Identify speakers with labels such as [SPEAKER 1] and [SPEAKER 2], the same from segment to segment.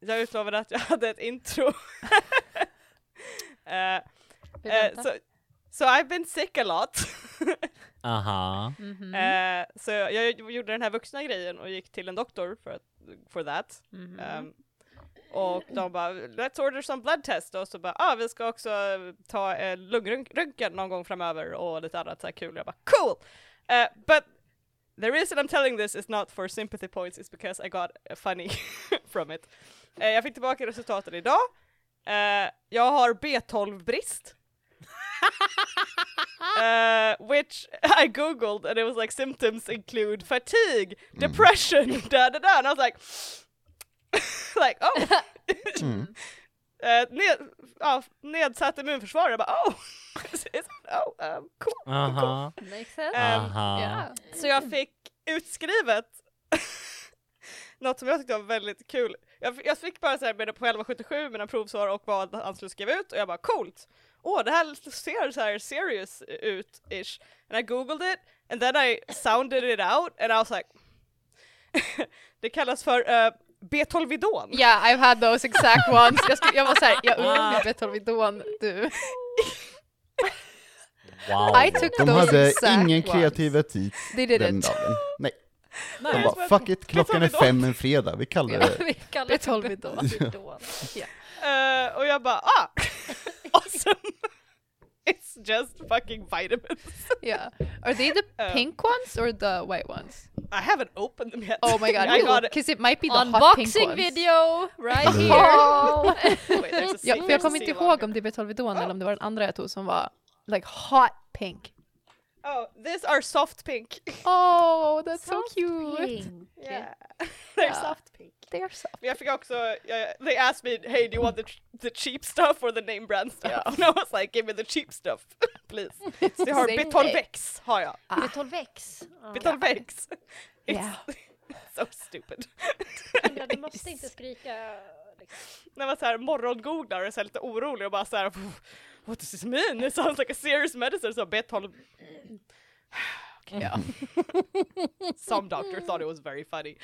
[SPEAKER 1] Jag utlovade att jag hade ett intro. Eh,
[SPEAKER 2] Vi
[SPEAKER 1] eh,
[SPEAKER 2] väntar.
[SPEAKER 1] so, so I've been sick a lot.
[SPEAKER 3] Aha.
[SPEAKER 2] Mhm,
[SPEAKER 1] Eh, så jag, jag gjorde den här vuxna grejen och gick till en doktor för, att, for that.
[SPEAKER 2] mhm.
[SPEAKER 1] Ehm, och de bara, let's order some blood test och så bara, ah vi ska också eh, ta eh, lungröntgen någon gång framöver och lite annat så här kul. Jag bara, cool! Eh, but the reason I'm telling this is not for sympathy points, it's because I got eh, funny from it. Eh, jag fick tillbaka resultaten idag. Eh, jag har B12-brist. Eh, which I googled and it was like symptoms include fatigue, depression, da da da, and I was like, like oh,
[SPEAKER 3] Mm.
[SPEAKER 1] Eh, ned, ja, nedsatt immunförsvar, jag bara oh, It's- it's- oh um, cool.
[SPEAKER 3] Aha.
[SPEAKER 2] Makes sense.
[SPEAKER 1] Ehm,
[SPEAKER 3] Aha.
[SPEAKER 2] ja.
[SPEAKER 1] Så jag fick utskrivet något som jag tyckte var väldigt kul. Jag, f- jag fick bara så här med på 1177 mina provsvar och vad han skulle skriva ut och jag bara coolt. Åh, det här ser så här serious ut ish. And I googled it and then I sounded it out and I was like Det kallas för uh, B12-idon.
[SPEAKER 2] Yeah, I've had those exact ones. Jag, skulle, jag var såhär, jag undrar om det är Beethoven du.
[SPEAKER 3] Wow.
[SPEAKER 2] I took
[SPEAKER 4] De
[SPEAKER 2] those
[SPEAKER 4] hade
[SPEAKER 2] exact
[SPEAKER 4] ingen
[SPEAKER 2] ones.
[SPEAKER 4] kreativitet
[SPEAKER 2] They did
[SPEAKER 4] den
[SPEAKER 2] it.
[SPEAKER 4] dagen. Nej, de
[SPEAKER 1] Nej.
[SPEAKER 4] bara fuck it, klockan är fem en fredag, vi kallar
[SPEAKER 2] Ja.
[SPEAKER 4] det
[SPEAKER 5] Vi kallar
[SPEAKER 2] Det tar vi då.
[SPEAKER 5] Beethoven.
[SPEAKER 1] Eh, och jag bara ah! awesome! It's just fucking vitamins.
[SPEAKER 2] Yeah. Are they the
[SPEAKER 1] Ehm.
[SPEAKER 2] pink ones or the white ones?
[SPEAKER 1] I haven't opened them yet.
[SPEAKER 2] Oh my god,
[SPEAKER 1] I got it.
[SPEAKER 2] because it might be the hot pink
[SPEAKER 5] Unboxing
[SPEAKER 2] ones.
[SPEAKER 5] video right
[SPEAKER 3] Mm.
[SPEAKER 5] here!
[SPEAKER 1] Wait, there's a C-
[SPEAKER 2] Ja, för jag
[SPEAKER 1] there's a
[SPEAKER 2] kommer
[SPEAKER 1] C
[SPEAKER 2] inte
[SPEAKER 1] longer.
[SPEAKER 2] ihåg om det är Beethoven eller om det var den andra jag tog som var like hot pink.
[SPEAKER 1] Oh, these are soft pink.
[SPEAKER 2] Oh, that's so
[SPEAKER 5] Soft
[SPEAKER 2] cute.
[SPEAKER 5] pink.
[SPEAKER 1] Yeah. They're
[SPEAKER 2] Yeah.
[SPEAKER 1] soft pink.
[SPEAKER 2] They are soft.
[SPEAKER 1] Men jag fick också, jag- they asked me, hey do you want the, the cheap stuff or the name brand stuff? And I was like, give me the cheap stuff, please. Så jag har
[SPEAKER 2] Same
[SPEAKER 1] Betalvex, har jag.
[SPEAKER 2] Ah.
[SPEAKER 5] Beethovenx. Ja.
[SPEAKER 1] Betalvex. It's
[SPEAKER 2] Yeah.
[SPEAKER 1] so stupid.
[SPEAKER 5] Sandra, Du måste inte skrika. liksom.
[SPEAKER 1] När man såhär morgongooglar och är så här lite orolig och bara såhär, what does this mean? It sounds like a serious medicine, så Betal...
[SPEAKER 2] Yeah.
[SPEAKER 1] Some doctor thought it was very funny.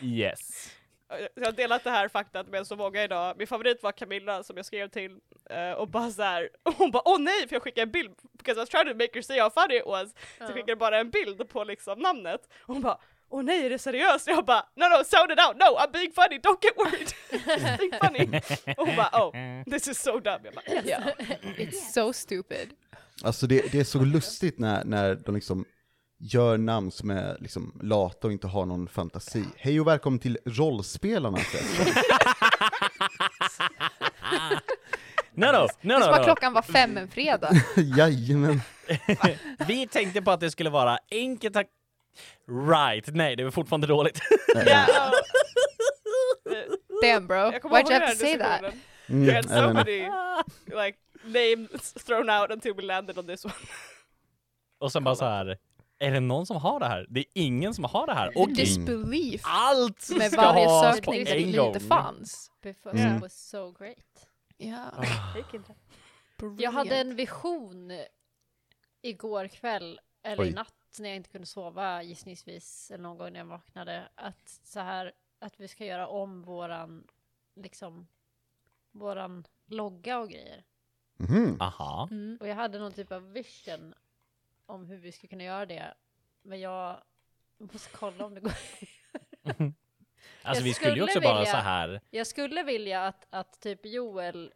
[SPEAKER 3] Yes.
[SPEAKER 1] Jag jag har delat det här faktat med så många idag. Min favorit var Camilla som jag skrev till eh, och bara såhär, och hon bara åh nej för jag skickade en bild, because I was trying to make her see how funny it was. Så jag skickade bara en bild på liksom namnet och hon bara åh nej är det seriöst? Jag bara no no sound it out, no I'm being funny, don't get worried. Just being funny. Och hon bara oh this is so dumb. Jag bara, yes.
[SPEAKER 2] Yeah. It's so stupid.
[SPEAKER 4] Alltså det, det är så lustigt när, när de liksom gör namn som är liksom lata och inte har någon fantasi. Hej och välkommen till rollspelarna förresten.
[SPEAKER 3] No, no, no,
[SPEAKER 2] Det
[SPEAKER 3] no,
[SPEAKER 2] var
[SPEAKER 3] no.
[SPEAKER 2] klockan var fem en fredag.
[SPEAKER 4] Jajamän.
[SPEAKER 3] Vi tänkte på att det skulle vara enkelt tack... Right, nej det är fortfarande dåligt.
[SPEAKER 1] Yeah, oh. Eh,
[SPEAKER 2] Damn bro,
[SPEAKER 1] Jag kommer
[SPEAKER 2] why'd
[SPEAKER 1] ihåg
[SPEAKER 2] you
[SPEAKER 1] den
[SPEAKER 2] have
[SPEAKER 1] här
[SPEAKER 2] to say that?
[SPEAKER 1] diskussionen.
[SPEAKER 4] Mm,
[SPEAKER 1] We had
[SPEAKER 4] jag
[SPEAKER 1] so
[SPEAKER 4] vet inte.
[SPEAKER 1] many like names thrown out until we landed on this one.
[SPEAKER 3] Och sen bara så här. är det någon som har det här? Det är ingen som har det här. Och
[SPEAKER 2] Disbelief
[SPEAKER 3] allt
[SPEAKER 2] med
[SPEAKER 3] ska
[SPEAKER 2] varje
[SPEAKER 3] ha på
[SPEAKER 2] sökning som
[SPEAKER 3] en
[SPEAKER 2] inte
[SPEAKER 3] gång.
[SPEAKER 2] fanns.
[SPEAKER 5] Beethoven
[SPEAKER 4] Mm.
[SPEAKER 5] was so great.
[SPEAKER 2] Ja.
[SPEAKER 5] Jag hade en vision igår kväll, eller i
[SPEAKER 4] Oj.
[SPEAKER 5] natt när jag inte kunde sova gissningsvis, eller någon gång när jag vaknade, att så här, att vi ska göra om våran, liksom, våran logga och grejer.
[SPEAKER 4] Mhm.
[SPEAKER 3] Aha.
[SPEAKER 2] mm.
[SPEAKER 5] Och jag hade någon typ av vision om hur vi skulle kunna göra det, men jag måste kolla om det går.
[SPEAKER 3] Alltså
[SPEAKER 5] Jag
[SPEAKER 3] vi skulle ju
[SPEAKER 5] skulle
[SPEAKER 3] också bara
[SPEAKER 5] vilja-
[SPEAKER 3] så här.
[SPEAKER 5] Jag skulle vilja att, att typ Joel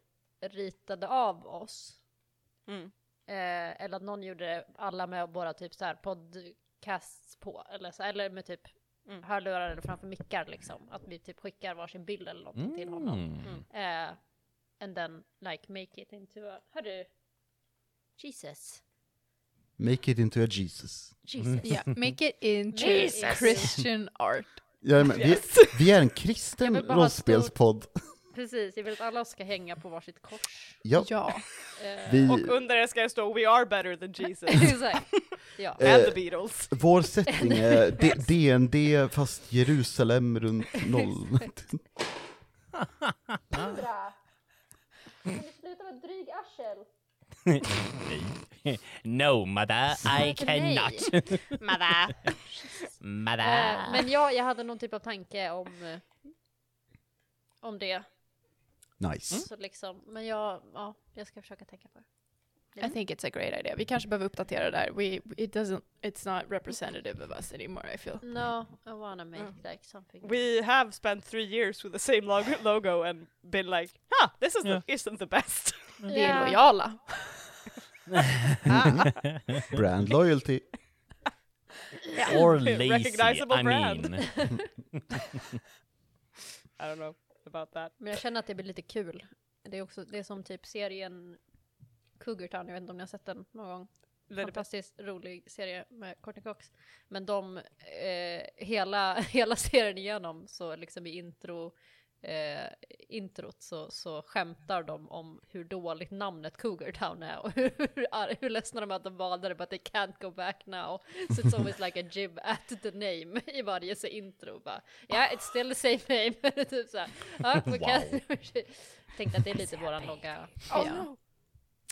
[SPEAKER 5] ritade av oss.
[SPEAKER 1] Mm.
[SPEAKER 5] Eh, eller att någon gjorde det, alla med våra typ så här podcasts på. Eller, så, eller med typ
[SPEAKER 1] Mm.
[SPEAKER 5] hörlurar eller framför mickar liksom. Att vi typ skickar varsin bild eller någonting till honom.
[SPEAKER 3] Mm.
[SPEAKER 5] Eh, and then like make it into a... Hörru! Jesus.
[SPEAKER 4] Make it into a Jesus.
[SPEAKER 1] Mm.
[SPEAKER 5] Jesus.
[SPEAKER 2] Yeah, make it into
[SPEAKER 5] Jesus.
[SPEAKER 2] Christian art.
[SPEAKER 4] Jajamän, vi,
[SPEAKER 1] Yes.
[SPEAKER 4] vi är en
[SPEAKER 5] Jag
[SPEAKER 4] kristen
[SPEAKER 5] vill bara ha
[SPEAKER 4] rollspelspodd.
[SPEAKER 5] Precis, jag vill att alla ska hänga på varsitt kors.
[SPEAKER 4] Ja,
[SPEAKER 2] Ja.
[SPEAKER 5] Eh,
[SPEAKER 4] vi,
[SPEAKER 1] Och under det ska det stå We are better than Jesus.
[SPEAKER 5] exakt. Ja.
[SPEAKER 1] And the Beatles.
[SPEAKER 4] vår setting är D- DND fast Jerusalem runt noll.
[SPEAKER 5] Sluta vara dryg arsel.
[SPEAKER 3] "Mm." No mother, I cannot.
[SPEAKER 1] Mother.
[SPEAKER 3] mother. Ah.
[SPEAKER 5] Eh, men ja, jag hade någon typ av tanke om eh, om det.
[SPEAKER 4] Nice.
[SPEAKER 5] Så liksom, men jag, ja, jag ska försöka tänka på det.
[SPEAKER 2] I think it's a great idea. Vi kanske behöver uppdatera det där. We, it doesn't, it's not representative of us anymore I feel.
[SPEAKER 5] No, I wanna make
[SPEAKER 1] Mm.
[SPEAKER 5] like something.
[SPEAKER 1] We have spent three years with the same logo, logo and been like, huh, this is
[SPEAKER 3] Yeah.
[SPEAKER 1] isn't the best.
[SPEAKER 2] Vi är
[SPEAKER 5] Ja.
[SPEAKER 2] lojala.
[SPEAKER 4] Brand loyalty.
[SPEAKER 3] Or lazy,
[SPEAKER 1] Recognizable
[SPEAKER 3] I
[SPEAKER 1] brand.
[SPEAKER 3] mean.
[SPEAKER 1] I don't know about that.
[SPEAKER 5] Men jag känner att det blir lite kul. Det är också, det är som typ serien Cougartown, jag vet inte om ni har sett den någon gång.
[SPEAKER 1] Lady Pest.
[SPEAKER 5] Fantastiskt rolig serie med Courtney Cox. Men de, eh, hela, hela serien igenom, så liksom i intro, eh, introt så, så skämtar de om hur dåligt namnet Cougartown är och hur, hur, ar- hur ledsna de är att de valde det, but they can't go back now. So it's always like a jib at the name i varje så intro. Bara, yeah, it's still the same name. typ så här. Ja, men kan- Tänkte att det är lite våran logga.
[SPEAKER 1] Oh
[SPEAKER 2] Yeah.
[SPEAKER 1] no!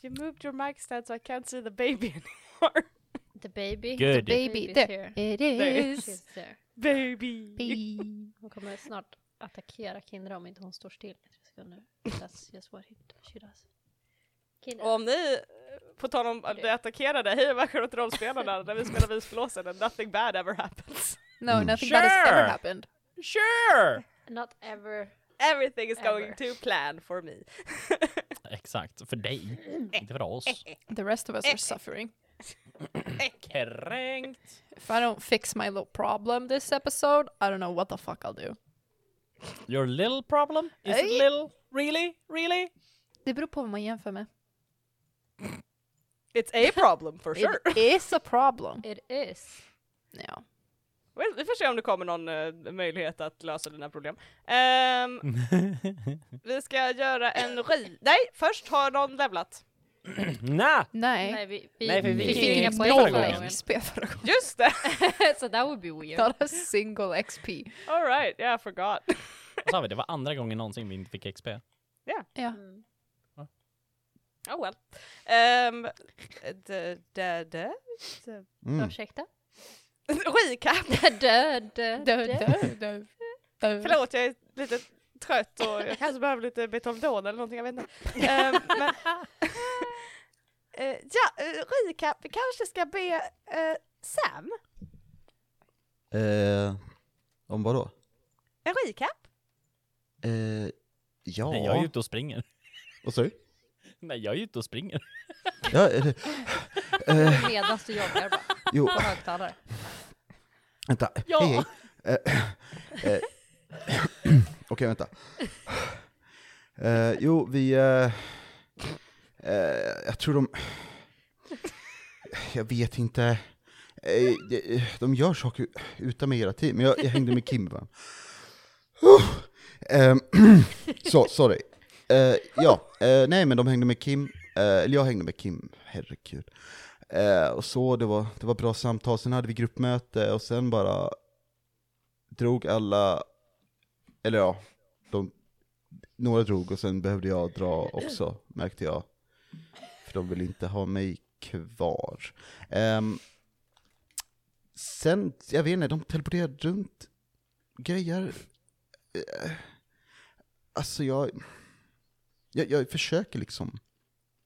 [SPEAKER 1] You moved your mic stand so I can't see the baby anymore.
[SPEAKER 5] The baby.
[SPEAKER 3] Good.
[SPEAKER 5] The baby's
[SPEAKER 2] Baby, there
[SPEAKER 5] here.
[SPEAKER 2] it
[SPEAKER 1] There.
[SPEAKER 2] is.
[SPEAKER 5] She's there.
[SPEAKER 1] baby!
[SPEAKER 2] Baby.
[SPEAKER 5] Hon kommer snart attackera Kindra om inte hon står still i tre sekunder. That's just what it- she does. Kindra.
[SPEAKER 1] Och om ni, eh, på tal om att bli attackerade, hej och välkomna till rollspelarna när vi spelar Visblåsaren, nothing bad ever happens.
[SPEAKER 2] No,
[SPEAKER 4] Mm.
[SPEAKER 2] nothing bad has ever
[SPEAKER 3] Sure.
[SPEAKER 2] happened.
[SPEAKER 3] Sure!
[SPEAKER 5] Not ever.
[SPEAKER 1] Everything is going
[SPEAKER 5] Ever.
[SPEAKER 1] to plan for me.
[SPEAKER 3] Exakt, för dig. Inte för oss.
[SPEAKER 2] The rest of us are suffering.
[SPEAKER 3] Kränkt.
[SPEAKER 2] If I don't fix my little problem this episode, I don't know what the fuck I'll do.
[SPEAKER 3] Your little problem? Is it
[SPEAKER 2] Ej.
[SPEAKER 3] little? Really? Really?
[SPEAKER 2] Det beror på vad man jämför med.
[SPEAKER 1] It's a problem for sure.
[SPEAKER 2] It is a problem.
[SPEAKER 5] It is.
[SPEAKER 2] Ja.
[SPEAKER 1] Well, Vi får se om det kommer någon eh, möjlighet att lösa dina problem. Ehm,
[SPEAKER 3] Mm.
[SPEAKER 1] vi ska göra en ri... Nej, först har någon levlat.
[SPEAKER 3] Nej!
[SPEAKER 2] Nej.
[SPEAKER 5] Nej, vi, vi,
[SPEAKER 3] Nej, för vi
[SPEAKER 5] vi
[SPEAKER 3] fick
[SPEAKER 5] fick inga
[SPEAKER 3] inget
[SPEAKER 5] poäng
[SPEAKER 3] förra
[SPEAKER 5] förra
[SPEAKER 3] gången.
[SPEAKER 5] gången.
[SPEAKER 2] XP förra gången.
[SPEAKER 1] Just det!
[SPEAKER 5] so that would be weird.
[SPEAKER 2] Not a single XP.
[SPEAKER 1] Alright, yeah I forgot.
[SPEAKER 3] Vad sa vi? Det var andra gången någonsin vi inte fick XP.
[SPEAKER 2] Ja.
[SPEAKER 5] Mm.
[SPEAKER 1] Oh well. Um, d- d- d-
[SPEAKER 4] Mm.
[SPEAKER 5] Ursäkta?
[SPEAKER 1] recap!
[SPEAKER 5] Död, död,
[SPEAKER 2] Dö,
[SPEAKER 5] död.
[SPEAKER 2] dö, dö. Dö.
[SPEAKER 1] Förlåt, jag är lite trött och jag kanske behöver lite Betomdon eller någonting, jag vet inte. Ehm, men, Eh, ja, uh, recap, vi kanske ska be eh, Sam
[SPEAKER 4] Eh, om vadå?
[SPEAKER 1] en recap?
[SPEAKER 4] Eh, ja.
[SPEAKER 3] Nej, jag är ute och springer.
[SPEAKER 4] Vad sa du?
[SPEAKER 3] Nej, jag är ute och springer.
[SPEAKER 4] Ja, eh, eh,
[SPEAKER 5] Medan du joggar bara,
[SPEAKER 4] jo,
[SPEAKER 5] på högtalare.
[SPEAKER 4] vänta.
[SPEAKER 1] Ja.
[SPEAKER 4] Hej, hej. Eh, eh, Okej, vänta. Eh, jo, vi... Eh, eh, jag tror de... Jag vet inte. Eh, de- de gör saker utan mig hela tiden, men jag, jag hängde med Kim. Va? Eh, så, sorry. Eh, ja, eh, nej men de hängde med Kim, eh, eller jag hängde med Kim, herregud. Eh, och så, det var, det var bra samtal, sen hade vi gruppmöte och sen bara drog alla, eller ja, de, några drog och sen behövde jag dra också, märkte jag. För de ville inte ha mig kvar. Ehm, sen, jag vet inte, de teleporterade runt grejer. Eh, alltså jag, jag, jag försöker liksom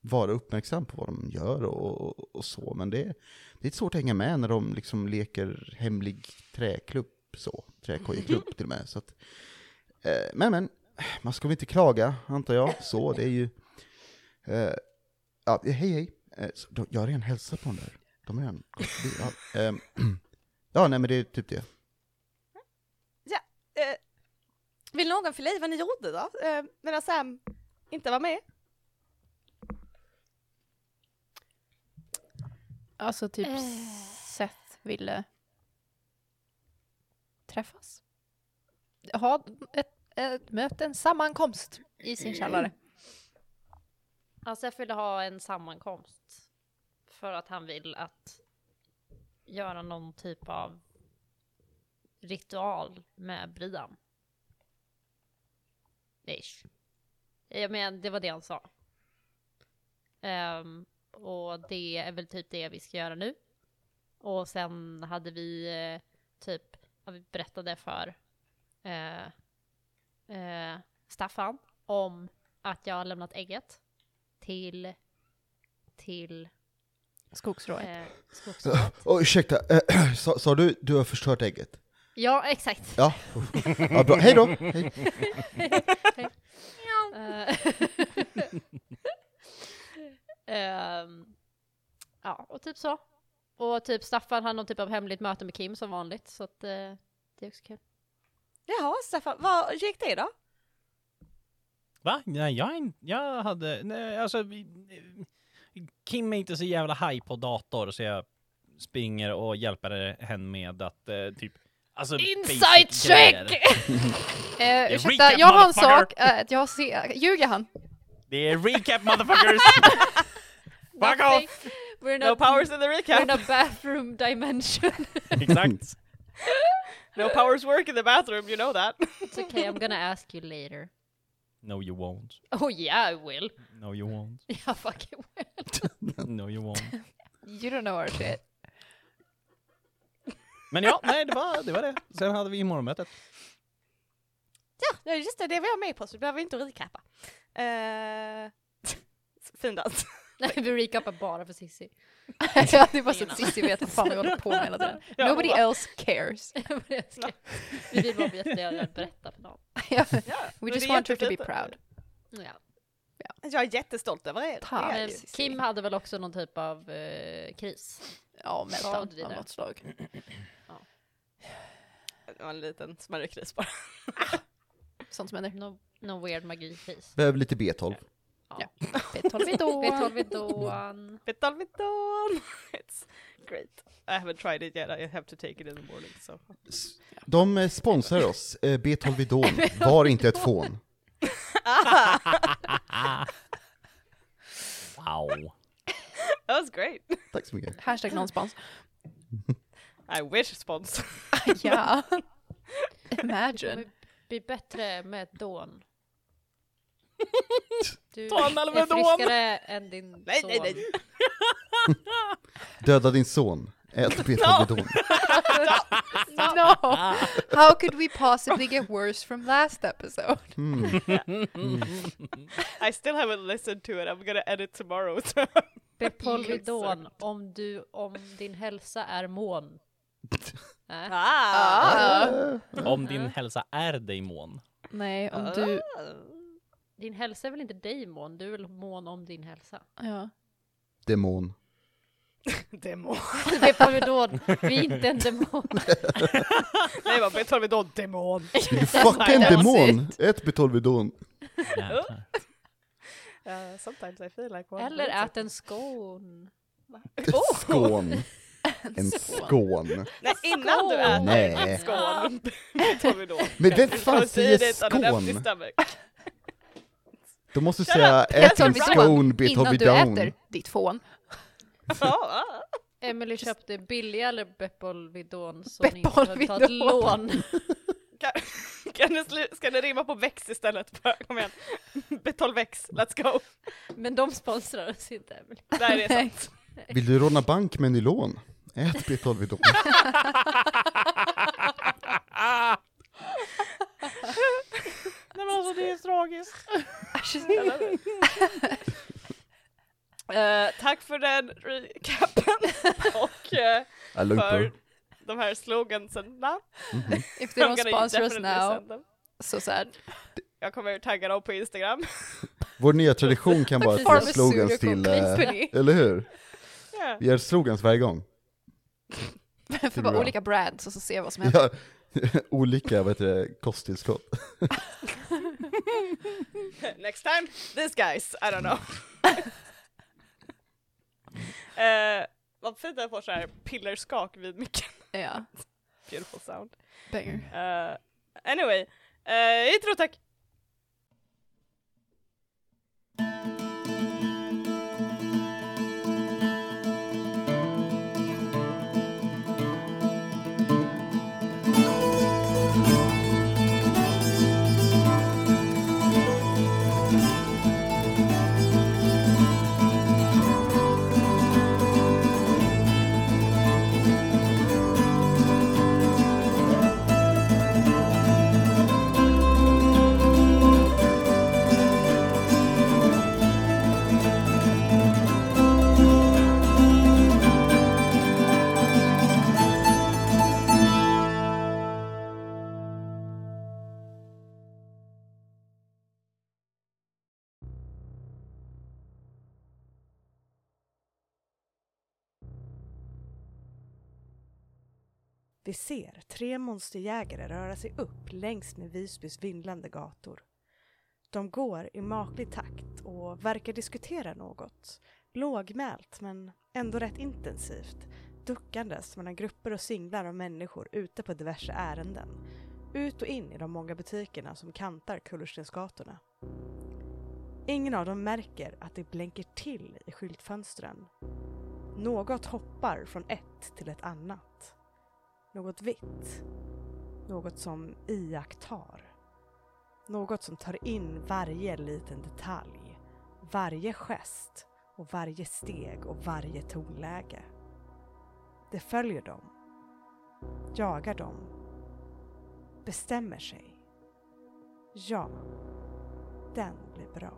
[SPEAKER 4] vara uppmärksam på vad de gör och, och, och så, men det, det är svårt att hänga med när de liksom leker hemlig träklubb så, träkojeklubb till och med. Så att, eh, men men, man ska väl inte klaga, antar jag, så det är ju... Eh, ja, hej hej, eh, så, då, jag har redan hälsat på dem där. De har redan gått förbi, ja, ehm, ja, nej men det är typ det.
[SPEAKER 1] Eh, Vill någon fylla i vad ni gjorde då? Uh, medan Sam inte var med?
[SPEAKER 2] Alltså typ
[SPEAKER 5] Eh.
[SPEAKER 2] Seth ville träffas. Ha ett, ett möte, en sammankomst i sin källare.
[SPEAKER 5] Alltså jag ville ha en sammankomst. För att han vill att göra någon typ av ritual med Brian. Ish. Jag menar, det var det han sa. Ehm, och det är väl typ det vi ska göra nu. Och sen hade vi eh, typ, ja, vi berättade för eh, eh, Staffan om att jag har lämnat ägget till, till
[SPEAKER 2] Skogsrået.
[SPEAKER 5] eh,
[SPEAKER 4] Åh,
[SPEAKER 5] skogsrået.
[SPEAKER 4] oh, ursäkta, eh, sa, sa du du har förstört ägget?
[SPEAKER 5] Ja, exakt.
[SPEAKER 4] Ja. ja bra. Hej då! Hej.
[SPEAKER 5] Eh, Ehm, ja, och typ så. Och typ Staffan hade någon typ av hemligt möte med Kim som vanligt, så att eh, det är också kul.
[SPEAKER 1] Jaha Staffan, vad gick det då?
[SPEAKER 3] Va? Nej, jag, är in- jag hade... Nej, alltså, vi- Kim är inte så jävla haj på dator så jag springer och hjälper henne med att eh, typ... Alltså,
[SPEAKER 2] Inside
[SPEAKER 3] basic grejer.
[SPEAKER 2] check! Eh, ursäkta,
[SPEAKER 3] recap,
[SPEAKER 2] jag har en sak.
[SPEAKER 3] motherfucker.
[SPEAKER 2] eh, att jag ser, ljuger han?
[SPEAKER 3] Det är recap motherfuckers! Fuck
[SPEAKER 5] Nothing.
[SPEAKER 3] off!
[SPEAKER 5] We're in,
[SPEAKER 1] No
[SPEAKER 5] a,
[SPEAKER 1] powers in the
[SPEAKER 5] we're in
[SPEAKER 1] recap,
[SPEAKER 5] a bathroom dimension.
[SPEAKER 3] Exakt.
[SPEAKER 1] no powers work in the bathroom, you know that.
[SPEAKER 5] It's okay, I'm gonna ask you later.
[SPEAKER 3] No you won't.
[SPEAKER 5] Oh yeah, I will.
[SPEAKER 3] No you won't.
[SPEAKER 5] Yeah, fucking will.
[SPEAKER 3] No you won't.
[SPEAKER 2] You don't know our shit.
[SPEAKER 3] Men ja, nej det var det. Var det. Sen hade vi morgonmötet.
[SPEAKER 1] Ja, just det, det var jag med på så vi behöver inte recappa. Uh, fin dans.
[SPEAKER 5] Nej, vi recapar bara för Cissi.
[SPEAKER 2] ja, det är bara så att Cissi vet vad fan vi håller på med hela tiden.
[SPEAKER 1] Ja,
[SPEAKER 2] Nobody
[SPEAKER 1] va?
[SPEAKER 2] else cares.
[SPEAKER 5] Jag ska- vi vill bara veta det jag berättar för någon.
[SPEAKER 2] Ja,
[SPEAKER 1] men
[SPEAKER 2] We
[SPEAKER 1] det
[SPEAKER 2] just
[SPEAKER 1] är
[SPEAKER 2] want her to be
[SPEAKER 1] jättefint.
[SPEAKER 2] proud.
[SPEAKER 5] Ja.
[SPEAKER 1] Jag är jättestolt över er.
[SPEAKER 2] Tack.
[SPEAKER 1] Det är
[SPEAKER 5] Men
[SPEAKER 1] jag ju.
[SPEAKER 2] Cissi.
[SPEAKER 5] Kim hade väl också någon typ av eh, kris?
[SPEAKER 2] Ja,
[SPEAKER 5] Ja,
[SPEAKER 2] mellan
[SPEAKER 5] det är
[SPEAKER 2] av
[SPEAKER 5] det.
[SPEAKER 2] något
[SPEAKER 1] Mm.
[SPEAKER 2] slag.
[SPEAKER 1] Det var en liten smärre kris bara.
[SPEAKER 2] Sånt som händer.
[SPEAKER 5] Någon no weird magikris?
[SPEAKER 4] Behöver lite B12.
[SPEAKER 2] Beethoven.
[SPEAKER 5] Beethoven.
[SPEAKER 1] Betal mitt dawn! It's great. I haven't tried it yet, I have to take it in the morning. So.
[SPEAKER 4] De eh, sponsrar oss, eh, B12 Vidon, var inte ett fån.
[SPEAKER 3] Wow.
[SPEAKER 1] That was great!
[SPEAKER 4] Tack så mycket.
[SPEAKER 2] Hashtag nonspons.
[SPEAKER 1] I wish spons.
[SPEAKER 2] Ja. Imagine.
[SPEAKER 5] Bli bättre med ett dån. Du
[SPEAKER 1] Dån eller med
[SPEAKER 5] är friskare än din son.
[SPEAKER 1] Nej, nej, nej.
[SPEAKER 4] Döda din son, ät B12 Vidon.
[SPEAKER 2] No! How could we possibly get worse from last episode?
[SPEAKER 4] Mm.
[SPEAKER 1] I still haven't listened to it, I'm gonna edit tomorrow.
[SPEAKER 5] Bepolvidon, om, du, om din hälsa är mån. Äh,
[SPEAKER 1] ah.
[SPEAKER 3] Om din hälsa är dig mån.
[SPEAKER 2] Nej, om du...
[SPEAKER 5] din hälsa är väl inte dig mån, du är väl mån om din hälsa?
[SPEAKER 1] Ah.
[SPEAKER 2] Ja.
[SPEAKER 4] Demon.
[SPEAKER 1] Demon.
[SPEAKER 5] Bepolvidon, vi är inte en demon.
[SPEAKER 1] Nej, vad betal mitt dawn, demon!
[SPEAKER 4] Vill du fucka en
[SPEAKER 1] my
[SPEAKER 4] demon? Ät B12 Vidon.
[SPEAKER 3] Jäklar.
[SPEAKER 1] Uh, sometimes I feel like one.
[SPEAKER 5] Eller ät en skån.
[SPEAKER 2] Oh.
[SPEAKER 4] Skån. En skån.
[SPEAKER 1] Nej, innan du äter
[SPEAKER 4] Nej.
[SPEAKER 1] en skål tar vi då.
[SPEAKER 4] Men vem fan säger
[SPEAKER 1] Proceed it on an empty
[SPEAKER 4] skån?
[SPEAKER 1] stomach.
[SPEAKER 4] Då måste du säga ät
[SPEAKER 2] Beethoven
[SPEAKER 4] en
[SPEAKER 2] Vidon,
[SPEAKER 4] skån, B12
[SPEAKER 2] Innan du
[SPEAKER 4] Vidon.
[SPEAKER 2] äter ditt fån.
[SPEAKER 1] Ja,
[SPEAKER 5] Emily köpte billigare Bepolvidon så ni inte behöver ta ett
[SPEAKER 2] Bepolvidon.
[SPEAKER 5] lån.
[SPEAKER 1] kan, kan det slu- ska det rimma på väx istället? Bara, Kom igen. Betal väx, let's go.
[SPEAKER 5] Men de sponsrar oss inte Emily.
[SPEAKER 1] Där är sant.
[SPEAKER 4] Vill du råna bank med nylon? Ät B12 Vidon.
[SPEAKER 3] Nej men alltså det är tragiskt.
[SPEAKER 1] Eh, tack för den recapen och eh,
[SPEAKER 4] Ja, lugnt då.
[SPEAKER 1] för de här slogansen. Na,
[SPEAKER 4] Mhm.
[SPEAKER 2] If they don't
[SPEAKER 1] I'm gonna
[SPEAKER 2] sponsor us
[SPEAKER 1] definitely
[SPEAKER 2] now,
[SPEAKER 1] send them.
[SPEAKER 2] so sad.
[SPEAKER 1] Jag kommer tagga dem på Instagram.
[SPEAKER 4] Vår nya tradition kan vara att göra slogans till... eh,
[SPEAKER 2] company.
[SPEAKER 4] Eller hur?
[SPEAKER 1] Ja.
[SPEAKER 4] Vi gör slogans varje gång.
[SPEAKER 2] För bara olika brands och så se vad som händer.
[SPEAKER 4] Ja, olika vad heter det, kosttillskott.
[SPEAKER 1] Next time, these guys, I don't know. Eh, vad fint att jag får så här pillerskak vid micken.
[SPEAKER 2] Ja.
[SPEAKER 1] Beautiful sound.
[SPEAKER 2] Banger.
[SPEAKER 1] Eh, anyway, uh, intro tack! Vi ser tre monsterjägare röra sig upp längs med Visbys vindlande gator. De går i maklig takt och verkar diskutera något. Lågmält men ändå rätt intensivt. Duckandes mellan grupper och singlar av människor ute på diverse ärenden. Ut och in i de många butikerna som kantar Kullerstensgatorna. Ingen av dem märker att det blänker till i skyltfönstren. Något hoppar från ett till ett annat. Något vitt. Något som iakttar. Något som tar in varje liten detalj. Varje gest och varje steg och varje tonläge. Det följer dem. Jagar dem. Bestämmer sig. Ja, den blir bra.